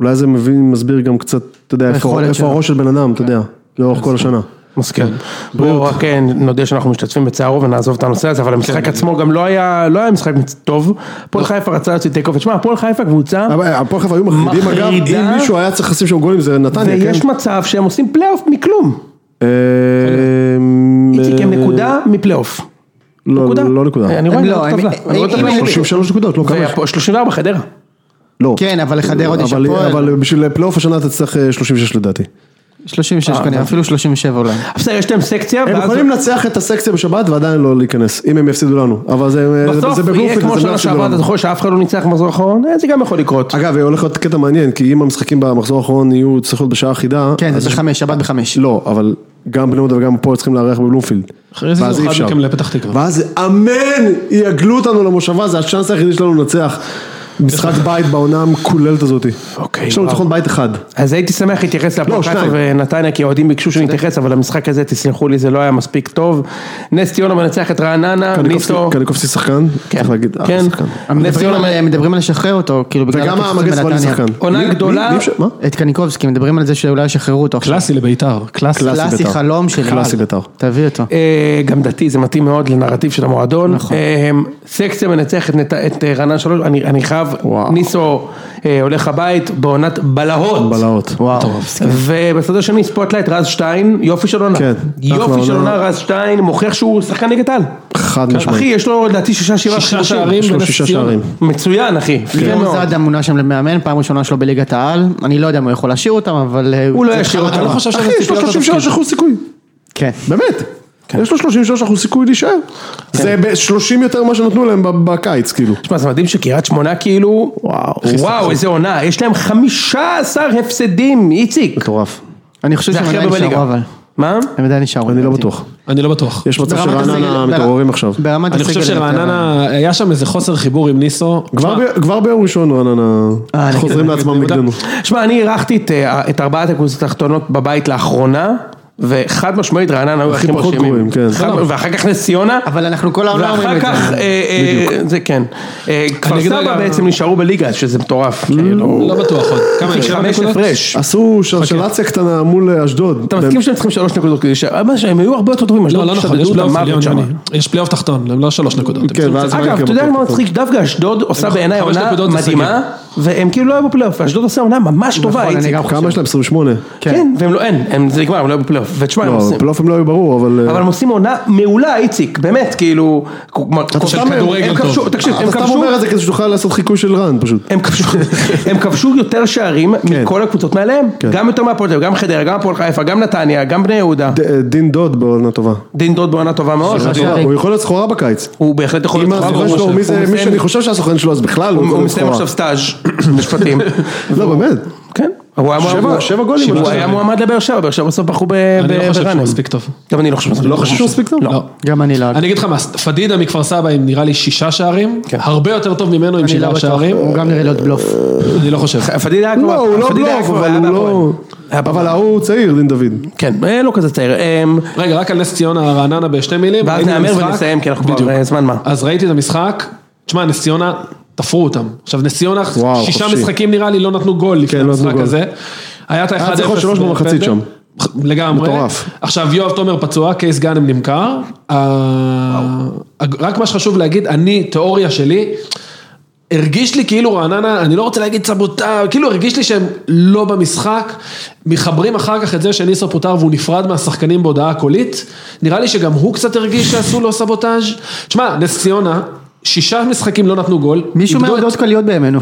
Speaker 2: אולי זה מבין, מסביר גם קצת, אתה יודע, איפה
Speaker 3: היכולת
Speaker 2: איפה
Speaker 3: שלו.
Speaker 2: הראש של בן אדם, אתה יודע, לאורך כל השנה. כן.
Speaker 1: מסכים. בואו רק אה, נודה שאנחנו משתתפים בצערו ונעזוב את הנושא
Speaker 2: כן.
Speaker 1: הזה, אבל המשחק עצמו גם לא היה, לא היה משחק מצ- טוב. הפועל חיפה רצה להוציא תיקו, ותשמע, הפועל חיפה קבוצה,
Speaker 2: לא. אבל הפועל חיפה היו מחרידים אגב,
Speaker 1: מחרידה.
Speaker 2: אם מישהו היה צריך לשים שם גולים זה נתניה, כן?
Speaker 1: ויש מצב שהם עושים פלייאוף מכלום.
Speaker 2: אה,
Speaker 9: איציק הם נקודה מפלייאוף.
Speaker 2: לא,
Speaker 9: נקודה.
Speaker 2: לא נקודה.
Speaker 9: אני רואה
Speaker 3: הם
Speaker 9: את
Speaker 3: לא, הם-
Speaker 9: הטבלה. אני רואה את
Speaker 3: אם
Speaker 9: הטבלה.
Speaker 3: הם-
Speaker 2: 33 נקודות, לא כמה.
Speaker 1: והפועל 34 חדרה.
Speaker 2: לא.
Speaker 3: כן, אבל לחדרה עוד יש
Speaker 2: אבל-
Speaker 3: הפועל.
Speaker 2: אבל בשביל פלייאוף השנה אתה צריך אה, 36 לדעתי.
Speaker 3: 36
Speaker 2: אה,
Speaker 3: כנראה, אפילו 37 אולי.
Speaker 9: בסדר, יש להם סקציה,
Speaker 2: הם
Speaker 9: ואז
Speaker 2: יכולים לנצח את הסקציה בשבת ועדיין לא להיכנס, אם הם יפסידו לנו. אבל זה
Speaker 9: בסוף
Speaker 2: זה
Speaker 9: יהיה
Speaker 2: בבלומפילד,
Speaker 9: כמו
Speaker 2: זה לא
Speaker 9: שנה
Speaker 2: יפסידו
Speaker 9: שעברה, אתה
Speaker 2: לנו.
Speaker 9: זוכר שאף אחד לא ניצח במחזור האחרון? אה, זה גם יכול לקרות.
Speaker 2: אגב, הולך להיות קטע מעניין, כי אם המשחקים במחזור האחרון יהיו צריכים להיות בשעה אחידה,
Speaker 3: כן,
Speaker 2: אז
Speaker 3: זה בחמש, שבת בחמש.
Speaker 2: לא, אבל גם בני יהודה וגם הפועל צריכים לארח בבלומפילד.
Speaker 5: אחרי זה
Speaker 2: ואז
Speaker 5: זה
Speaker 2: אי
Speaker 5: אחד
Speaker 2: אפשר.
Speaker 5: מכם לפתח תקווה.
Speaker 2: ואז אמן, יעגלו אותנו למושבה, זה הצ'אנס היחידי שלנו לנצח. משחק בית בעונה המקוללת הזאת.
Speaker 1: אוקיי,
Speaker 2: יש לנו
Speaker 1: וואו.
Speaker 2: ניצחון בית אחד.
Speaker 1: אז הייתי שמח להתייחס להפועל
Speaker 2: לא,
Speaker 1: חיפה
Speaker 2: שניים.
Speaker 1: ונתניה, כי האוהדים ביקשו שנתייחס, אבל המשחק הזה, תסלחו לי, זה לא היה מספיק טוב. נס ציונה מנצח את רעננה,
Speaker 2: קניקובסקי-
Speaker 1: ניסו,
Speaker 2: קניקובסקי שחקן, צריך להגיד, אחלה
Speaker 1: כן,
Speaker 2: שחקן.
Speaker 3: הם
Speaker 1: נס
Speaker 3: מדברים
Speaker 1: ציונה,
Speaker 3: על- מדברים על לשחרר אותו, כאילו בגלל...
Speaker 2: וגם
Speaker 3: הקיצוצים
Speaker 2: המגן שמאלי
Speaker 3: בנתניה.
Speaker 2: שחקן.
Speaker 1: עונה
Speaker 2: מי- מי-
Speaker 1: גדולה.
Speaker 2: מי אפשר- מה?
Speaker 3: את קניקובסקי, מדברים על זה שאולי ישחררו אותו עכשיו.
Speaker 5: קלאסי לביתר, קלאסי.
Speaker 3: קלאסי
Speaker 2: בית"ר.
Speaker 3: חלום שלי.
Speaker 2: קלאסי בית"ר.
Speaker 3: תביא אותו.
Speaker 1: אה, גם דתי, זה מתאים מאוד לנרטיב של המועדון.
Speaker 2: נכון.
Speaker 1: אה, סקציה מנצח את נת- את אה, רעננה שלוש, אני אני חייב, ניסו אה, הולך הבית בעונת בלהות.
Speaker 2: בלהות.
Speaker 3: וואו.
Speaker 1: ובצד השני ספוטלייט רז שטיין, יופי של עונה,
Speaker 2: כן, אחלה
Speaker 1: יופי של
Speaker 2: עונה.
Speaker 1: עונה רז שטיין מוכיח שהוא שחקן ליגת על,
Speaker 2: חד
Speaker 1: אחי
Speaker 2: משמעית.
Speaker 1: יש לו לדעתי שישה שבעה
Speaker 5: שישה
Speaker 1: חידושים.
Speaker 5: שערים
Speaker 2: יש לו
Speaker 5: בנס
Speaker 2: שישה
Speaker 5: ציונה.
Speaker 2: שערים.
Speaker 1: מצוין אחי,
Speaker 2: כן.
Speaker 1: יפה
Speaker 3: לירון
Speaker 1: מאוד.
Speaker 3: כן. זאדה מונה שם למאמן, פעם ראשונה שלו בליגת העל, אני לא יודע אם הוא יכול להשאיר אותם, אבל... אה,
Speaker 1: הוא לא
Speaker 3: זה
Speaker 1: ישאיר
Speaker 3: חרטה.
Speaker 1: אותם.
Speaker 5: אני לא חושב
Speaker 2: אחי,
Speaker 5: שזה
Speaker 2: יש לו
Speaker 5: ציפיית התפקיד.
Speaker 2: 33 אחוז סיכוי.
Speaker 3: כן.
Speaker 2: באמת.
Speaker 1: כן.
Speaker 2: יש לו 33 אחוז סיכוי להישאר. זה ב-30 יותר ממה שנתנו להם ב- בקיץ, כאילו.
Speaker 1: תשמע, זה מדהים שקריית שמונה כאילו, וואו, וואו איזה עונה, יש להם 15 הפסדים, איציק.
Speaker 2: מטורף.
Speaker 3: אני חושב
Speaker 1: זה
Speaker 3: שהם
Speaker 1: הכי
Speaker 3: עדיין
Speaker 1: הרבה
Speaker 3: נשארו
Speaker 1: בליגה.
Speaker 3: אבל.
Speaker 1: מה?
Speaker 3: הם עדיין נשארו.
Speaker 2: אני לא
Speaker 3: לדעתי.
Speaker 2: בטוח.
Speaker 5: אני לא בטוח.
Speaker 2: יש מצב
Speaker 3: ברמת
Speaker 2: שרעננה
Speaker 3: הסגל-
Speaker 2: מתעוררים
Speaker 3: בר-
Speaker 2: עכשיו.
Speaker 3: ברמת
Speaker 5: אני חושב
Speaker 3: הסגל
Speaker 5: שרעננה, היה שם איזה חוסר חיבור עם ניסו.
Speaker 2: כבר ב- כבר ביום ראשון רעננה
Speaker 1: אה,
Speaker 3: נגד-
Speaker 1: כן,
Speaker 2: חוזרים לעצמם
Speaker 5: נגד-
Speaker 2: נגדנו.
Speaker 1: שמע, אני אירחתי את, אה, את ארבעת הקבוצות התחתונות בבית לאחרונה, וחד משמעית רעננה היו הכי
Speaker 2: פחות
Speaker 1: מרשימים.
Speaker 2: גרועים, כן.
Speaker 1: חד- ואחר כך נס ציונה,
Speaker 3: אבל אנחנו כל העונה אומרים
Speaker 1: ואחר
Speaker 3: את זה.
Speaker 1: כך, אה, אה, זה כן. אה, כפר
Speaker 5: אני אגיד
Speaker 1: סבא
Speaker 5: רגע-
Speaker 1: בעצם נשארו בליגה, שזה מטורף. כאילו,
Speaker 5: לא בטוח עוד. כמה יש? שבע
Speaker 1: חמש
Speaker 5: נקודות?
Speaker 1: הפרש.
Speaker 2: עשו שלשלציה קטנה מול אשדוד.
Speaker 1: אתה מסכים שהם צריכים שלוש נקודות כדי ש... אה, מה שהם היו הרבה יותר טובים,
Speaker 5: לא,
Speaker 1: אשדוד
Speaker 5: לא נכון, יש
Speaker 1: שדדו את
Speaker 5: פלייאוף
Speaker 1: המוות
Speaker 5: עליון
Speaker 1: שם.
Speaker 5: שני. יש פלייאוף תחתון, הם לא שלוש נקודות.
Speaker 2: כן, ואז מה
Speaker 1: אגב,
Speaker 2: יקרה
Speaker 1: אתה יודע מה
Speaker 2: בפלייאוף?
Speaker 1: מצחיק? דווקא אשדוד עושה בעיניי
Speaker 5: חמש
Speaker 1: עונה
Speaker 5: נקודות זה
Speaker 1: מדהימה, והם כאילו לא היו בפלייאוף, אשדוד עושה עונה ממש טובה,
Speaker 3: נכון, אני
Speaker 1: איציק.
Speaker 3: גם
Speaker 2: כמה
Speaker 3: חושב.
Speaker 2: יש להם? 28?
Speaker 1: כן, והם לא, אין, הם- זה נגמר, הם לא היו בפלייאוף. ותשמע, הם
Speaker 2: לא,
Speaker 1: עושים...
Speaker 2: פלייאוף הם לא היו ברור, אבל...
Speaker 1: אבל הם עושים עונה מעולה, איציק, באמת, כאילו...
Speaker 5: סתם אומר- כדורגל
Speaker 1: הם
Speaker 5: טוב.
Speaker 1: כבשו, תקשיב,
Speaker 2: אה, אתה
Speaker 1: הם
Speaker 2: סתם
Speaker 1: כבשו...
Speaker 2: אומר את זה כדי שתוכל לעשות חיקוי של רן פשוט.
Speaker 1: הם כבשו, הם כבשו יותר שערים מכל הקבוצות מעליהם,
Speaker 2: כן.
Speaker 1: גם יותר מהפועל תל אביב, גם חדרה, גם הפועל חיפה, גם נתניה, גם בני יהודה,
Speaker 2: ד- אה, דין דוד בעונה טובה.
Speaker 1: דין דוד בעונה טובה מאוד,
Speaker 2: הוא יכול להיות סחורה בקיץ.
Speaker 1: הוא בהחלט יכול
Speaker 2: אם
Speaker 1: להיות סחורה,
Speaker 2: הסוכן
Speaker 1: הוא-
Speaker 2: שלו,
Speaker 1: הוא
Speaker 2: מי זה- מי
Speaker 1: מסיים-
Speaker 2: שאני חושב שהסוכן שלו, אז בכלל הוא
Speaker 1: הוא הוא
Speaker 2: יכול להיות
Speaker 1: מסיים
Speaker 2: סחורה.
Speaker 1: עכשיו סטאז' משפטים,
Speaker 2: לא, באמת.
Speaker 1: כן, הוא היה
Speaker 2: שבע-
Speaker 1: מועמד-
Speaker 2: שבע גולים,
Speaker 1: הוא
Speaker 2: שבע
Speaker 1: היה
Speaker 5: גולים.
Speaker 1: מועמד לבאר שבע, באר שבע בסוף בחרו ב-
Speaker 5: אני לא חושב שהוא
Speaker 1: ברנן,
Speaker 5: מספיק טוב.
Speaker 1: גם אני לא חושב
Speaker 2: לא חושב שהוא מספיק טוב?
Speaker 1: לא,
Speaker 3: גם אני לא.
Speaker 5: אני אגיד לך מה, פדידה מכפר סבא עם נראה לי שישה שערים,
Speaker 2: כן.
Speaker 5: הרבה יותר טוב ממנו עם
Speaker 3: אני לא
Speaker 5: שבעה
Speaker 3: בטוח.
Speaker 5: שערים,
Speaker 3: הוא גם נראה להיות בלוף.
Speaker 5: אני לא חושב.
Speaker 1: פדידה היה כבר,
Speaker 2: לא, הוא לא
Speaker 1: פדידה היה
Speaker 2: בלוף,
Speaker 1: כבר-
Speaker 2: אבל
Speaker 1: היה
Speaker 2: הוא
Speaker 1: בהפועל.
Speaker 2: לא...
Speaker 1: היה
Speaker 2: אבל
Speaker 1: בהפועל.
Speaker 2: ההוא צעיר, דין דוד.
Speaker 1: כן, אה, לא כזה צעיר, אה,
Speaker 5: רגע, רק על נס ציונה רעננה בשתי מילים.
Speaker 1: ואז
Speaker 5: ראיתי את
Speaker 1: נהמר
Speaker 5: המשחק.
Speaker 1: ונסיים, כי אנחנו כבר,
Speaker 5: בדיוק.
Speaker 1: אה, זמן מה.
Speaker 5: אז ראיתי את המשחק, תשמע, נס ציונה, תפרו אותם. עכשיו, נס ציונה,
Speaker 2: וואו,
Speaker 5: שישה
Speaker 2: חופשי.
Speaker 5: משחקים נראה לי, לא נתנו גול לפני
Speaker 2: כן, לא נתנו
Speaker 5: המשחק
Speaker 2: גול.
Speaker 5: הזה. היה את ה-1-0.
Speaker 2: היה צריך עוד שלוש
Speaker 5: בפנדל.
Speaker 2: במחצית שם.
Speaker 5: לגמרי.
Speaker 2: מטורף.
Speaker 5: עכשיו, יואב תומר פצוע, קייס גאנם נמכר. אה, רק מה שחשוב להגיד, אני, תיאוריה שלי, הרגיש לי כאילו רעננה, אני לא רוצה להגיד סבוטה, כאילו הרגיש לי שהם לא במשחק, מחברים אחר כך את זה שניסו פוטר והוא נפרד מהשחקנים בהודעה קולית, נראה לי שגם הוא קצת הרגיש שעשו לו סבוטאז'. תשמע, נס ציונה, שישה משחקים לא נתנו גול,
Speaker 3: מישהו
Speaker 5: איבדו את-
Speaker 3: מהעובדות קליות בימינו.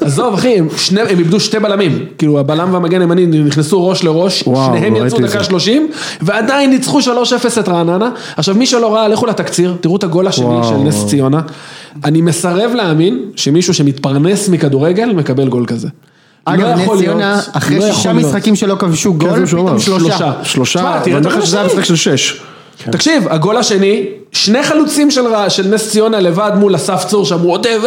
Speaker 5: עזוב אחי, הם, שני, הם איבדו שתי בלמים, כאילו הבלם והמגן הימני נכנסו ראש לראש,
Speaker 2: וואו,
Speaker 5: שניהם
Speaker 2: לא
Speaker 5: יצאו
Speaker 2: ראיתי
Speaker 5: דקה
Speaker 2: את זה.
Speaker 5: 30, ועדיין ניצחו 3-0 את רעננה. עכשיו מי שלא ראה, לכו לתקציר, תראו את הגול השני
Speaker 2: וואו.
Speaker 5: של נס ציונה. אני מסרב להאמין שמישהו שמתפרנס מכדורגל מקבל גול כזה.
Speaker 3: אגב,
Speaker 5: לא
Speaker 3: נס
Speaker 5: יכול
Speaker 3: ציונה,
Speaker 5: להיות,
Speaker 3: אחרי
Speaker 5: לא
Speaker 3: שישה
Speaker 5: יכול להיות.
Speaker 3: משחקים שלא כבשו
Speaker 2: כן, זה
Speaker 3: גול,
Speaker 2: מה שהוא אמר.
Speaker 3: פתאום שלושה.
Speaker 2: שלושה,
Speaker 5: תשמע, תראה
Speaker 2: ואני
Speaker 5: את
Speaker 2: אומר לך שזה היה
Speaker 5: השני.
Speaker 2: משחק של שש.
Speaker 5: כן. תקשיב, הגול השני, שני חלוצים של, רע- של נס ציונה לבד מול אסף צור שאמרו עוד ו...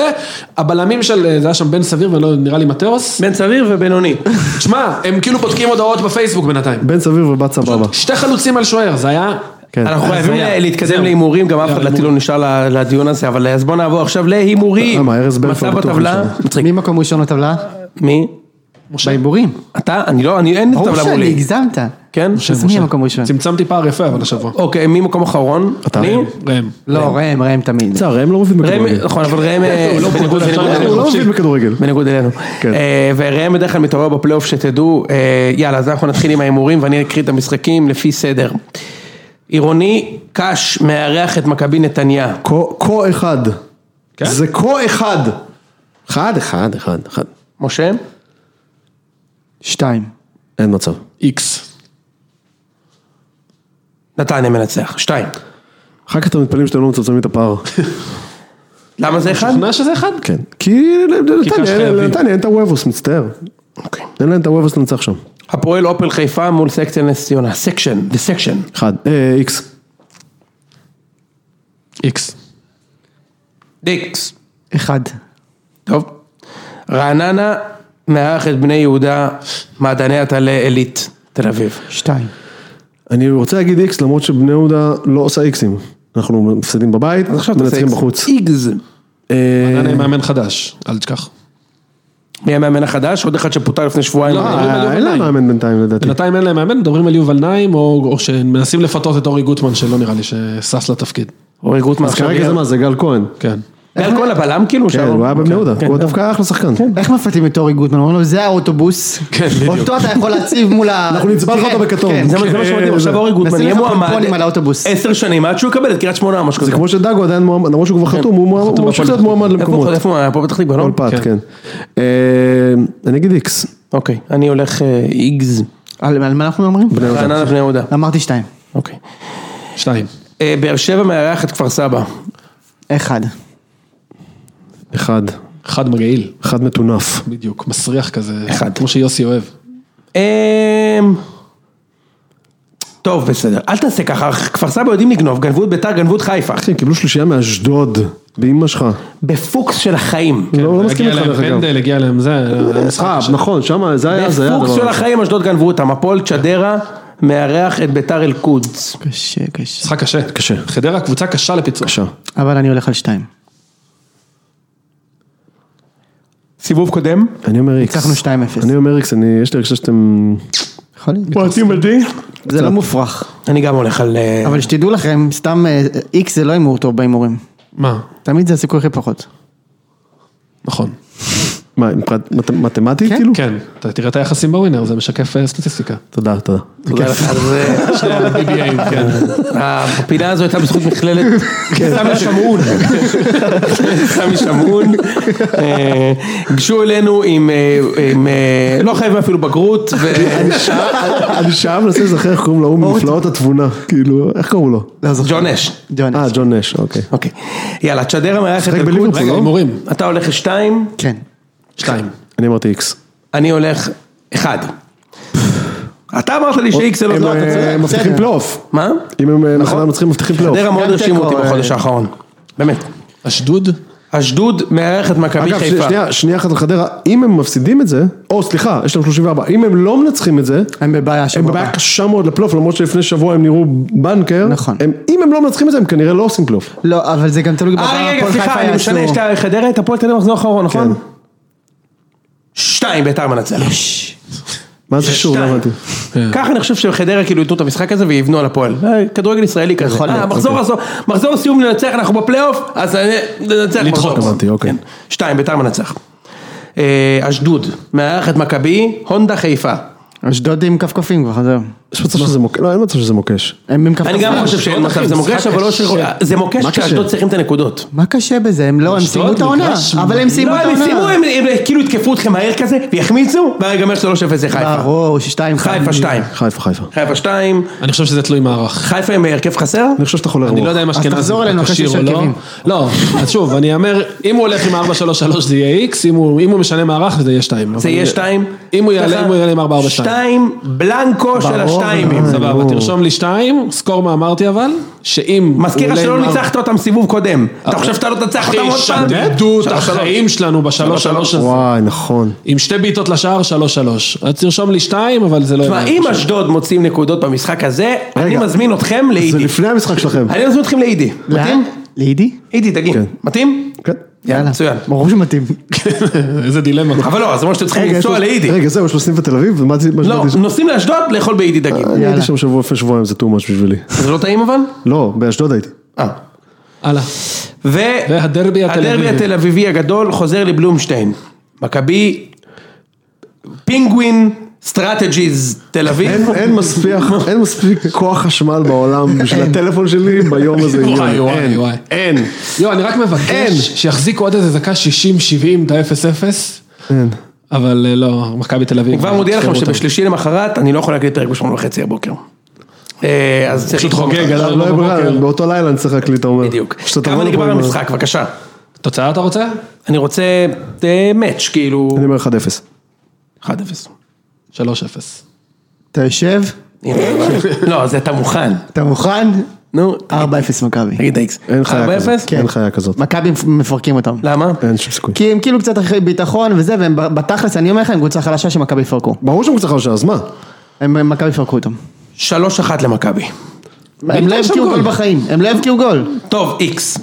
Speaker 5: הבלמים של, אה, זה היה שם בן סביר ולא נראה לי מטאוס.
Speaker 1: בן סביר ובינוני,
Speaker 5: תשמע, הם כאילו בודקים הודעות בפייסבוק בינתיים.
Speaker 2: בן סביר ובת סבבה.
Speaker 5: שתי חלוצים על שוער, זה היה...
Speaker 2: כן.
Speaker 1: אנחנו חייבים
Speaker 5: הזיה.
Speaker 1: להתקדם
Speaker 5: אה, זהו.
Speaker 1: להימורים, גם אף אחד
Speaker 5: להימורים.
Speaker 1: לטיל לא נשאר ל- לדיון הזה, אבל אה, אז בוא נעבור עכשיו להימורים,
Speaker 2: למה, ארז בלפר
Speaker 1: מצב
Speaker 2: בטוח
Speaker 1: בטבלה,
Speaker 2: נשאר.
Speaker 1: מצחיק,
Speaker 3: מי מקום ראשון בטבלה?
Speaker 1: מי?
Speaker 3: בהימורים.
Speaker 1: אתה? אני לא, אני אין לי
Speaker 3: ברור
Speaker 1: טבלה
Speaker 3: שאני
Speaker 1: מולי.
Speaker 3: הגזמת.
Speaker 1: כן?
Speaker 3: אז מי המקום ראשון?
Speaker 5: צמצמתי פער יפה אבל השבוע.
Speaker 1: אוקיי, מי מקום אחרון?
Speaker 2: אתה.
Speaker 1: אני?
Speaker 5: ראם.
Speaker 3: לא, ראם, ראם תמיד.
Speaker 2: צער, הם לא מבינים
Speaker 1: ראם,
Speaker 2: בכדורגל.
Speaker 1: נכון, אבל ראם, אה,
Speaker 5: לא,
Speaker 1: בניגוד בניגוד
Speaker 2: הוא
Speaker 1: אלינו.
Speaker 2: לא מבין בכדורגל.
Speaker 1: בניגוד אלינו.
Speaker 2: כן.
Speaker 1: אה, וראם בדרך כלל מתעורר בפלייאוף שתדעו, אה, יאללה, אז אנחנו נתחיל עם ההימורים ואני אקריא את המשחקים לפי סדר. עירוני קאש מארח את מכבי נתניה.
Speaker 2: כה- כה אחד.
Speaker 1: כן?
Speaker 2: זה כה אחד. אחד, אחד, אחד, אחד.
Speaker 1: משה?
Speaker 3: שתיים.
Speaker 2: אין מצב.
Speaker 5: איקס.
Speaker 1: נתניה מנצח. שתיים.
Speaker 2: אחר כך אתם מתפלאים שאתם לא מצמצמים את הפער.
Speaker 1: למה זה אחד?
Speaker 5: שוכנע שזה אחד?
Speaker 2: כן. כי
Speaker 5: קש
Speaker 2: לנתניה אין-
Speaker 5: חייבים.
Speaker 2: לנתניה אין את הוובוס, מצטער. אין להם את הוובוס לנצח שם.
Speaker 1: הפועל אופל חיפה מול סקציה נס ציונה. סקשן, דה סקשן.
Speaker 2: אחד. אה, איקס.
Speaker 5: איקס.
Speaker 1: דיקס.
Speaker 3: אחד.
Speaker 1: טוב. רעננה מארח את בני יהודה, מעדני עטלה עילית, תל אביב.
Speaker 3: שתיים.
Speaker 2: אני רוצה להגיד איקס למרות שבני יהודה לא עושה איקסים. אנחנו מפסידים בבית, מנצחים בחוץ.
Speaker 1: איגז.
Speaker 2: אה,
Speaker 5: אני מאמן חדש, אל תשכח.
Speaker 1: מי המאמן החדש? עוד אחד שפוטר לפני שבועיים.
Speaker 5: לא, מדברים על
Speaker 2: אה, אין
Speaker 5: יובל
Speaker 2: להם
Speaker 5: נעים.
Speaker 2: מאמן בינתיים לדעתי.
Speaker 5: בינתיים אין להם מאמן, מדברים על יובל נעים, או או שמנסים לפתות את אורי גוטמן, שלא נראה לי ששש לתפקיד.
Speaker 1: אורי גוטמן
Speaker 2: אז
Speaker 1: עכשיו.
Speaker 2: כרגע זה מה, זה גל כהן.
Speaker 5: כן.
Speaker 1: גל כהן הבלם כאילו?
Speaker 2: כן,
Speaker 1: שם?
Speaker 2: הוא היה בבני יהודה.
Speaker 1: כן,
Speaker 2: הוא
Speaker 1: כן.
Speaker 2: דווקא אחלה שחקן.
Speaker 3: איך מפתים את אורי גוטמן? אומרים לו, זה האוטובוס. כן,
Speaker 5: בדיוק.
Speaker 3: אותו אתה יכול להציב מול ה...
Speaker 2: אנחנו נצבע לך אותו בכתום.
Speaker 3: כן,
Speaker 1: זה מה זה מה שמדהים, עכשיו אורי גוטמן
Speaker 3: נשים
Speaker 1: יהיה
Speaker 3: לך
Speaker 1: מועמד
Speaker 3: פופקורנים על האוטובוס.
Speaker 1: עשר שנים עד שהוא יקבל את קריית שמונה או משהו
Speaker 2: זה
Speaker 1: כזה.
Speaker 2: כמו שדגו עדיין מועמד, למרות שהוא כבר חתום, הוא מועמד- הוא ממשיך להיות מועמד
Speaker 1: איפה הוא
Speaker 2: למקומות.
Speaker 1: חוזר? איפה הוא היה? פה בפתח תקווה, לא?
Speaker 2: כל פת, כן. אה, אני אגיד איקס.
Speaker 1: אוקיי, אני הולך אה, איגז.
Speaker 3: על על מה אנחנו אומרים?
Speaker 1: רעננה בני יהודה.
Speaker 3: אמרתי שתיים.
Speaker 1: אוקיי.
Speaker 5: שתיים.
Speaker 1: אה, באר שבע מארח את כפר סבא.
Speaker 3: אחד.
Speaker 2: אחד.
Speaker 5: אחד מגעיל.
Speaker 2: אחד מטונף.
Speaker 5: בדיוק. מסריח כזה.
Speaker 1: אחד.
Speaker 5: כמו שיוסי אוהב.
Speaker 1: אמ, טוב, בסדר. אל תעשה ככה, כפר סבא יודעים לגנוב, גנבו את ביתר, גנבו את חיפה.
Speaker 2: אחי, הם קיבלו שלישייה מאשדוד, באמא שלך.
Speaker 1: בפוקס של החיים.
Speaker 2: לא לא מסכים
Speaker 5: כן, הגיע
Speaker 2: איתך
Speaker 5: להם
Speaker 2: דרך אגב.
Speaker 5: פנדל, הגיע להם זה. היה משחק
Speaker 2: אה,
Speaker 5: קשה.
Speaker 2: נכון, שם זה היה, זה היה
Speaker 1: בפוקס
Speaker 2: הדבר.
Speaker 1: של החיים אשדוד גנבו אותם. הפועל צ'דרה מארח את ביתר אל-קודס.
Speaker 3: קשה, קשה.
Speaker 5: משחק קשה.
Speaker 2: קשה.
Speaker 5: חדרה קבוצה קשה לפיצוח.
Speaker 2: בבקשה.
Speaker 3: אבל אני הולך על שתיים.
Speaker 1: סיבוב קודם.
Speaker 2: אני אומר איקס.
Speaker 3: ניצחנו 2-0.
Speaker 2: אני אומר איקס, אני- יש לי הרגשה שאתם...
Speaker 3: יכול להיות.
Speaker 1: מועטים בדי.
Speaker 3: זה לא מופרך.
Speaker 1: אני גם הולך על... אה,
Speaker 3: אבל שתדעו לכם, סתם אה, איקס זה לא הימור טוב בהימורים.
Speaker 5: מה?
Speaker 3: תמיד זה הסיכוי הכי פחות.
Speaker 5: נכון.
Speaker 2: מה, מבחינת מת- מתמטית
Speaker 3: כן,
Speaker 2: כאילו?
Speaker 5: כן. אתה תראה את היחסים בווינר, זה משקף אה, סטטיסטיקה.
Speaker 2: תודה, תודה.
Speaker 1: תודה לך. אז, אה,
Speaker 5: BBA, כן.
Speaker 1: הפינה הזו הייתה בזכות מכללת סמי שמעון. סמי שמעון. אה, גשו אלינו עם, אה, עם, אה, לא חייבים אפילו בגרות,
Speaker 2: אני שם מנסה להיזכר איך קוראים להוא מנפלאות התבונה. כאילו, איך קראו לו?
Speaker 1: וג'ון אש.
Speaker 3: דיון.
Speaker 2: אה, ג'ון נש, אוקיי.
Speaker 1: אוקיי. יאללה, תשדר מארחת
Speaker 2: שיחק
Speaker 1: את
Speaker 2: בליברפול,
Speaker 1: הקודס.
Speaker 5: רגע,
Speaker 2: לא?
Speaker 5: הימורים.
Speaker 1: אתה הולך לשתיים,
Speaker 3: כן.
Speaker 5: שתיים.
Speaker 2: אני אמרתי איקס.
Speaker 1: אני הולך אחד. אתה אמרת לי שאיקס זה לא
Speaker 2: הם
Speaker 1: לא, אתה
Speaker 2: אה,
Speaker 1: צודק.
Speaker 2: מבטיחים פלייאוף.
Speaker 1: מה?
Speaker 2: אם הם אה, מחנה מצליחים מבטיחים פלייאוף.
Speaker 1: חדרה מאוד
Speaker 3: גם
Speaker 1: הרשימו
Speaker 3: תיקו,
Speaker 1: אותי
Speaker 2: אוקיי.
Speaker 3: אה,
Speaker 1: בחודש האחרון. באמת.
Speaker 5: אשדוד?
Speaker 1: אשדוד מארחת מכבי
Speaker 2: אגב,
Speaker 1: חיפה.
Speaker 2: שנייה, שנייה אחת על חדרה, אם הם מפסידים את זה, או סליחה, יש להם 34, אם הם לא מנצחים את זה,
Speaker 3: הם בבעיה
Speaker 2: הם
Speaker 3: שבוע
Speaker 2: בבעיה
Speaker 3: הבא.
Speaker 2: קשה מאוד לפלייאוף, למרות שלפני שבוע הם נראו בנקר,
Speaker 3: נכון.
Speaker 2: הם, אם הם לא מנצחים את זה, הם כנראה לא עושים פלייאוף.
Speaker 3: לא, אבל זה גם תלוי בבעיה.
Speaker 1: אה רגע סליחה אני משנה, יש את חדרה את הפועל תל אביב מחזור אחרון נכון? שתיים ביתר מנצח.
Speaker 2: מה זה קשור? לא
Speaker 1: שתיים.
Speaker 2: הבנתי.
Speaker 1: ככה אני חושב שחדרה כאילו יטעו את המשחק הזה ויבנו על הפועל. אה, כדורגל ישראלי כזה.
Speaker 3: יכול להיות,
Speaker 1: אה, מחזור הזו- מחזור סיום ננצח אנחנו בפלייאוף אז אה, ננצח מחזור.
Speaker 2: הבנתי, אוקיי.
Speaker 1: כן. שתיים ביתר מנצח. אה, אשדוד מארחת מכבי הונדה חיפה.
Speaker 3: אשדוד עם כפכפים כבר, זהו.
Speaker 2: יש מצב שזה מוקש, לא, אין מצב שזה מוקש.
Speaker 3: הם עם כפכפים.
Speaker 1: אני גם חושב שאין מצב זה מוקש אבל לא ש... זה מוקש
Speaker 2: מה קשה?
Speaker 1: שאשדוד צריכים את הנקודות.
Speaker 3: מה קשה בזה? הם לא, הם סיימו את העונה.
Speaker 5: מגרש
Speaker 3: אבל הם סיימו
Speaker 1: לא,
Speaker 3: את
Speaker 1: הם סיימו,
Speaker 3: העונה.
Speaker 1: הם הם כאילו יתקפו אתכם מהר כזה, ויחמיצו, וייגמר 3-0 לחיפה.
Speaker 3: ברור, אה, שתיים.
Speaker 1: חיפה 2.
Speaker 2: חיפה, חיפה.
Speaker 1: חיפה 2,
Speaker 5: אני חושב שזה תלוי מערך.
Speaker 1: חיפה עם הרכב חסר?
Speaker 2: אני חושב שאתה חולה
Speaker 5: אני
Speaker 2: רוח.
Speaker 5: לא יודע אם
Speaker 3: אז
Speaker 5: אשכנזי
Speaker 3: תחזור אלינו אחרי
Speaker 5: כשיר
Speaker 3: שיש
Speaker 5: או לא.
Speaker 3: הרכבים.
Speaker 5: לא, אז שוב, אני אומר, אם הוא הולך עם 4-3-3 זה יהיה איקס, אם הוא אם הוא משנה מערך זה יהיה 2.
Speaker 1: זה יהיה 2?
Speaker 5: אם הוא יעלה, אם הוא יעלה עם 4-4-2.
Speaker 1: 2 בלנקו של השתיים.
Speaker 5: אה, סבבה, תרשום לי 2, סקור מה אמרתי אבל, שאם...
Speaker 1: מזכיר
Speaker 5: הוא
Speaker 1: לך
Speaker 5: עולה
Speaker 1: שלא
Speaker 5: עם ארבע-
Speaker 1: ניצחת אותם סיבוב קודם. אתה חושב שאתה לא תנצח אותם עוד פעם?
Speaker 5: שישדדו את החיים שלנו בשלוש שלוש הזה.
Speaker 2: וואי, נכון.
Speaker 5: עם שתי בעיטות לשער, שלוש שלוש. אז תרשום לי שתיים, אבל זה לא...
Speaker 1: תשמע,
Speaker 5: יהיה.
Speaker 1: אם אשדוד מוצאים נקודות במשחק הזה, אני מזמין אתכם
Speaker 2: זה
Speaker 1: לאידי.
Speaker 2: לפני המשחק שלכם.
Speaker 1: אני מזמין אתכם לאידי. מתאים?
Speaker 3: לידי?
Speaker 1: אידי, תגיד. מתאים?
Speaker 2: כן.
Speaker 1: יאללה. מצוין.
Speaker 3: ברור שמתאים.
Speaker 5: איזה דילמה.
Speaker 1: אבל לא, אז אמרו שאתם צריכים
Speaker 2: רגע, יש לו-
Speaker 1: לנסוע לאידי.
Speaker 2: רגע, זהו, יש לו סניף בתל אביב? מה זה- מה
Speaker 1: לא,
Speaker 2: שבאתי שם?
Speaker 1: נוסעים לאשדוד לאכול באידי דגים.
Speaker 2: אני
Speaker 5: אה,
Speaker 3: יאללה.
Speaker 2: הייתי שם שבוע לפני שבועיים, זה too much בשבילי.
Speaker 1: זה לא טעים אבל?
Speaker 2: לא, באשדוד הייתי.
Speaker 1: אה.
Speaker 5: הלאה. והדרבי
Speaker 1: והדרבי
Speaker 5: התל אביבי.
Speaker 1: התל אביבי הגדול חוזר לבלומשטיין. מכבי, פינגווין סטרטג'יז תל אביב.
Speaker 2: אין- אין מספיק, אין מספיק כוח חשמל בעולם בשביל הטלפון שלי ביום הזה.
Speaker 5: וואי,
Speaker 2: אילן.
Speaker 5: וואי,
Speaker 2: אין,
Speaker 5: וואי.
Speaker 2: אין.
Speaker 5: לא, אני רק מבקש שיחזיקו עוד איזה דקה 60-70 את ה-0-0, אבל אה, לא, מכבי תל אביב.
Speaker 1: אני כבר מודיע לכם
Speaker 5: תפתרו אותם.
Speaker 1: שבשלישי למחרת אני לא יכול להקליט פרק בשמונה וחצי הבוקר. אה, אז צריך
Speaker 5: פשוט
Speaker 1: לתחום
Speaker 5: חוגג,
Speaker 1: אותם.
Speaker 5: אז- לא
Speaker 2: לא יהיה ברירה, באותו לילה אני צריך להקליט, אתה אומר.
Speaker 1: בדיוק.
Speaker 2: כשאתה
Speaker 1: כמה
Speaker 2: תבוא לפה
Speaker 1: נגמר
Speaker 2: עם ה-
Speaker 1: המשחק, בבקשה.
Speaker 5: תוצאה אתה רוצה?
Speaker 1: אני רוצה מאץ', כאילו...
Speaker 2: אני אומר 1-0.
Speaker 1: 1-0.
Speaker 5: 3-0.
Speaker 3: אתה יושב?
Speaker 1: הנה, לא, אז אתה מוכן.
Speaker 3: אתה מוכן?
Speaker 1: נו,
Speaker 3: 4-0 מכבי. כן.
Speaker 1: תגיד איקס.
Speaker 2: אין חיה
Speaker 1: 4-0?
Speaker 2: כזאת. כן. אין חיה כזאת.
Speaker 3: מכבי מפרקים אותם.
Speaker 1: למה?
Speaker 2: אין שום סיכוי.
Speaker 3: כי הם כאילו קצת אחרי ביטחון וזה, והם ב- בתכלס, אני אומר לך, הם קבוצה חלשה שמכבי יפרקו.
Speaker 2: ברור שהם קצת חלשה, אז מה?
Speaker 3: הם הם- מכבי יפרקו אותם.
Speaker 1: 3-1 למכבי.
Speaker 3: הם לא הבקיעו גול בחיים, הם לא הבקיעו גול.
Speaker 1: טוב, איקס.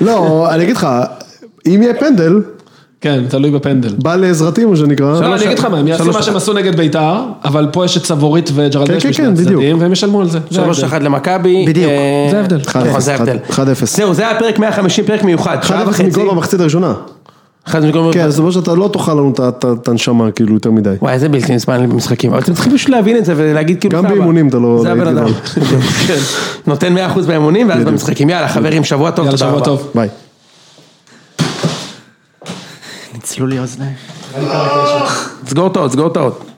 Speaker 2: לא, אני אגיד לך, אם יהיה פנדל,
Speaker 5: כן, תלוי בפנדל.
Speaker 2: בא לעזרתי מה שנקרא.
Speaker 5: לא, אני אגיד לך מה, הם יעשו מה שהם עשו נגד בית"ר, אבל פה יש את סבורית וג'רלדש
Speaker 2: כן,
Speaker 5: בשני
Speaker 2: כן, בדיוק.
Speaker 5: הצדדים, והם ישלמו על זה. זה ההבדל.
Speaker 1: 3-1 למכבי.
Speaker 3: בדיוק.
Speaker 1: אה,
Speaker 5: זה ההבדל.
Speaker 1: נכון, זה ההבדל.
Speaker 2: 1-0.
Speaker 1: זהו, זה היה פרק 150, פרק מיוחד. שעה
Speaker 2: 1-0
Speaker 1: וחצי.
Speaker 2: מגול במחצית הראשונה.
Speaker 1: אחד מגול
Speaker 2: כן, זאת אומרת שאתה לא תאכל לנו את ה- את ה- את הנשמה כאילו יותר מדי.
Speaker 1: וואי, זה בלתי נסבל לי במשחקים, אבל אתם צריכים פשוט להבין את זה ולהגיד כאילו...
Speaker 2: גם
Speaker 1: סבא.
Speaker 2: באימונים אתה לא-
Speaker 1: זה הבן
Speaker 2: לא
Speaker 1: אדם.
Speaker 2: הייתי
Speaker 1: כן. נותן 100% באימונים ואז במשחקים. יאללה, חברים, שבוע טוב,
Speaker 5: יאללה,
Speaker 1: לא תודה
Speaker 5: שבוע
Speaker 1: רבה.
Speaker 5: טוב.
Speaker 2: ביי.
Speaker 3: ניצלו לי אוזניים.
Speaker 1: סגור את האות, סגור את האות.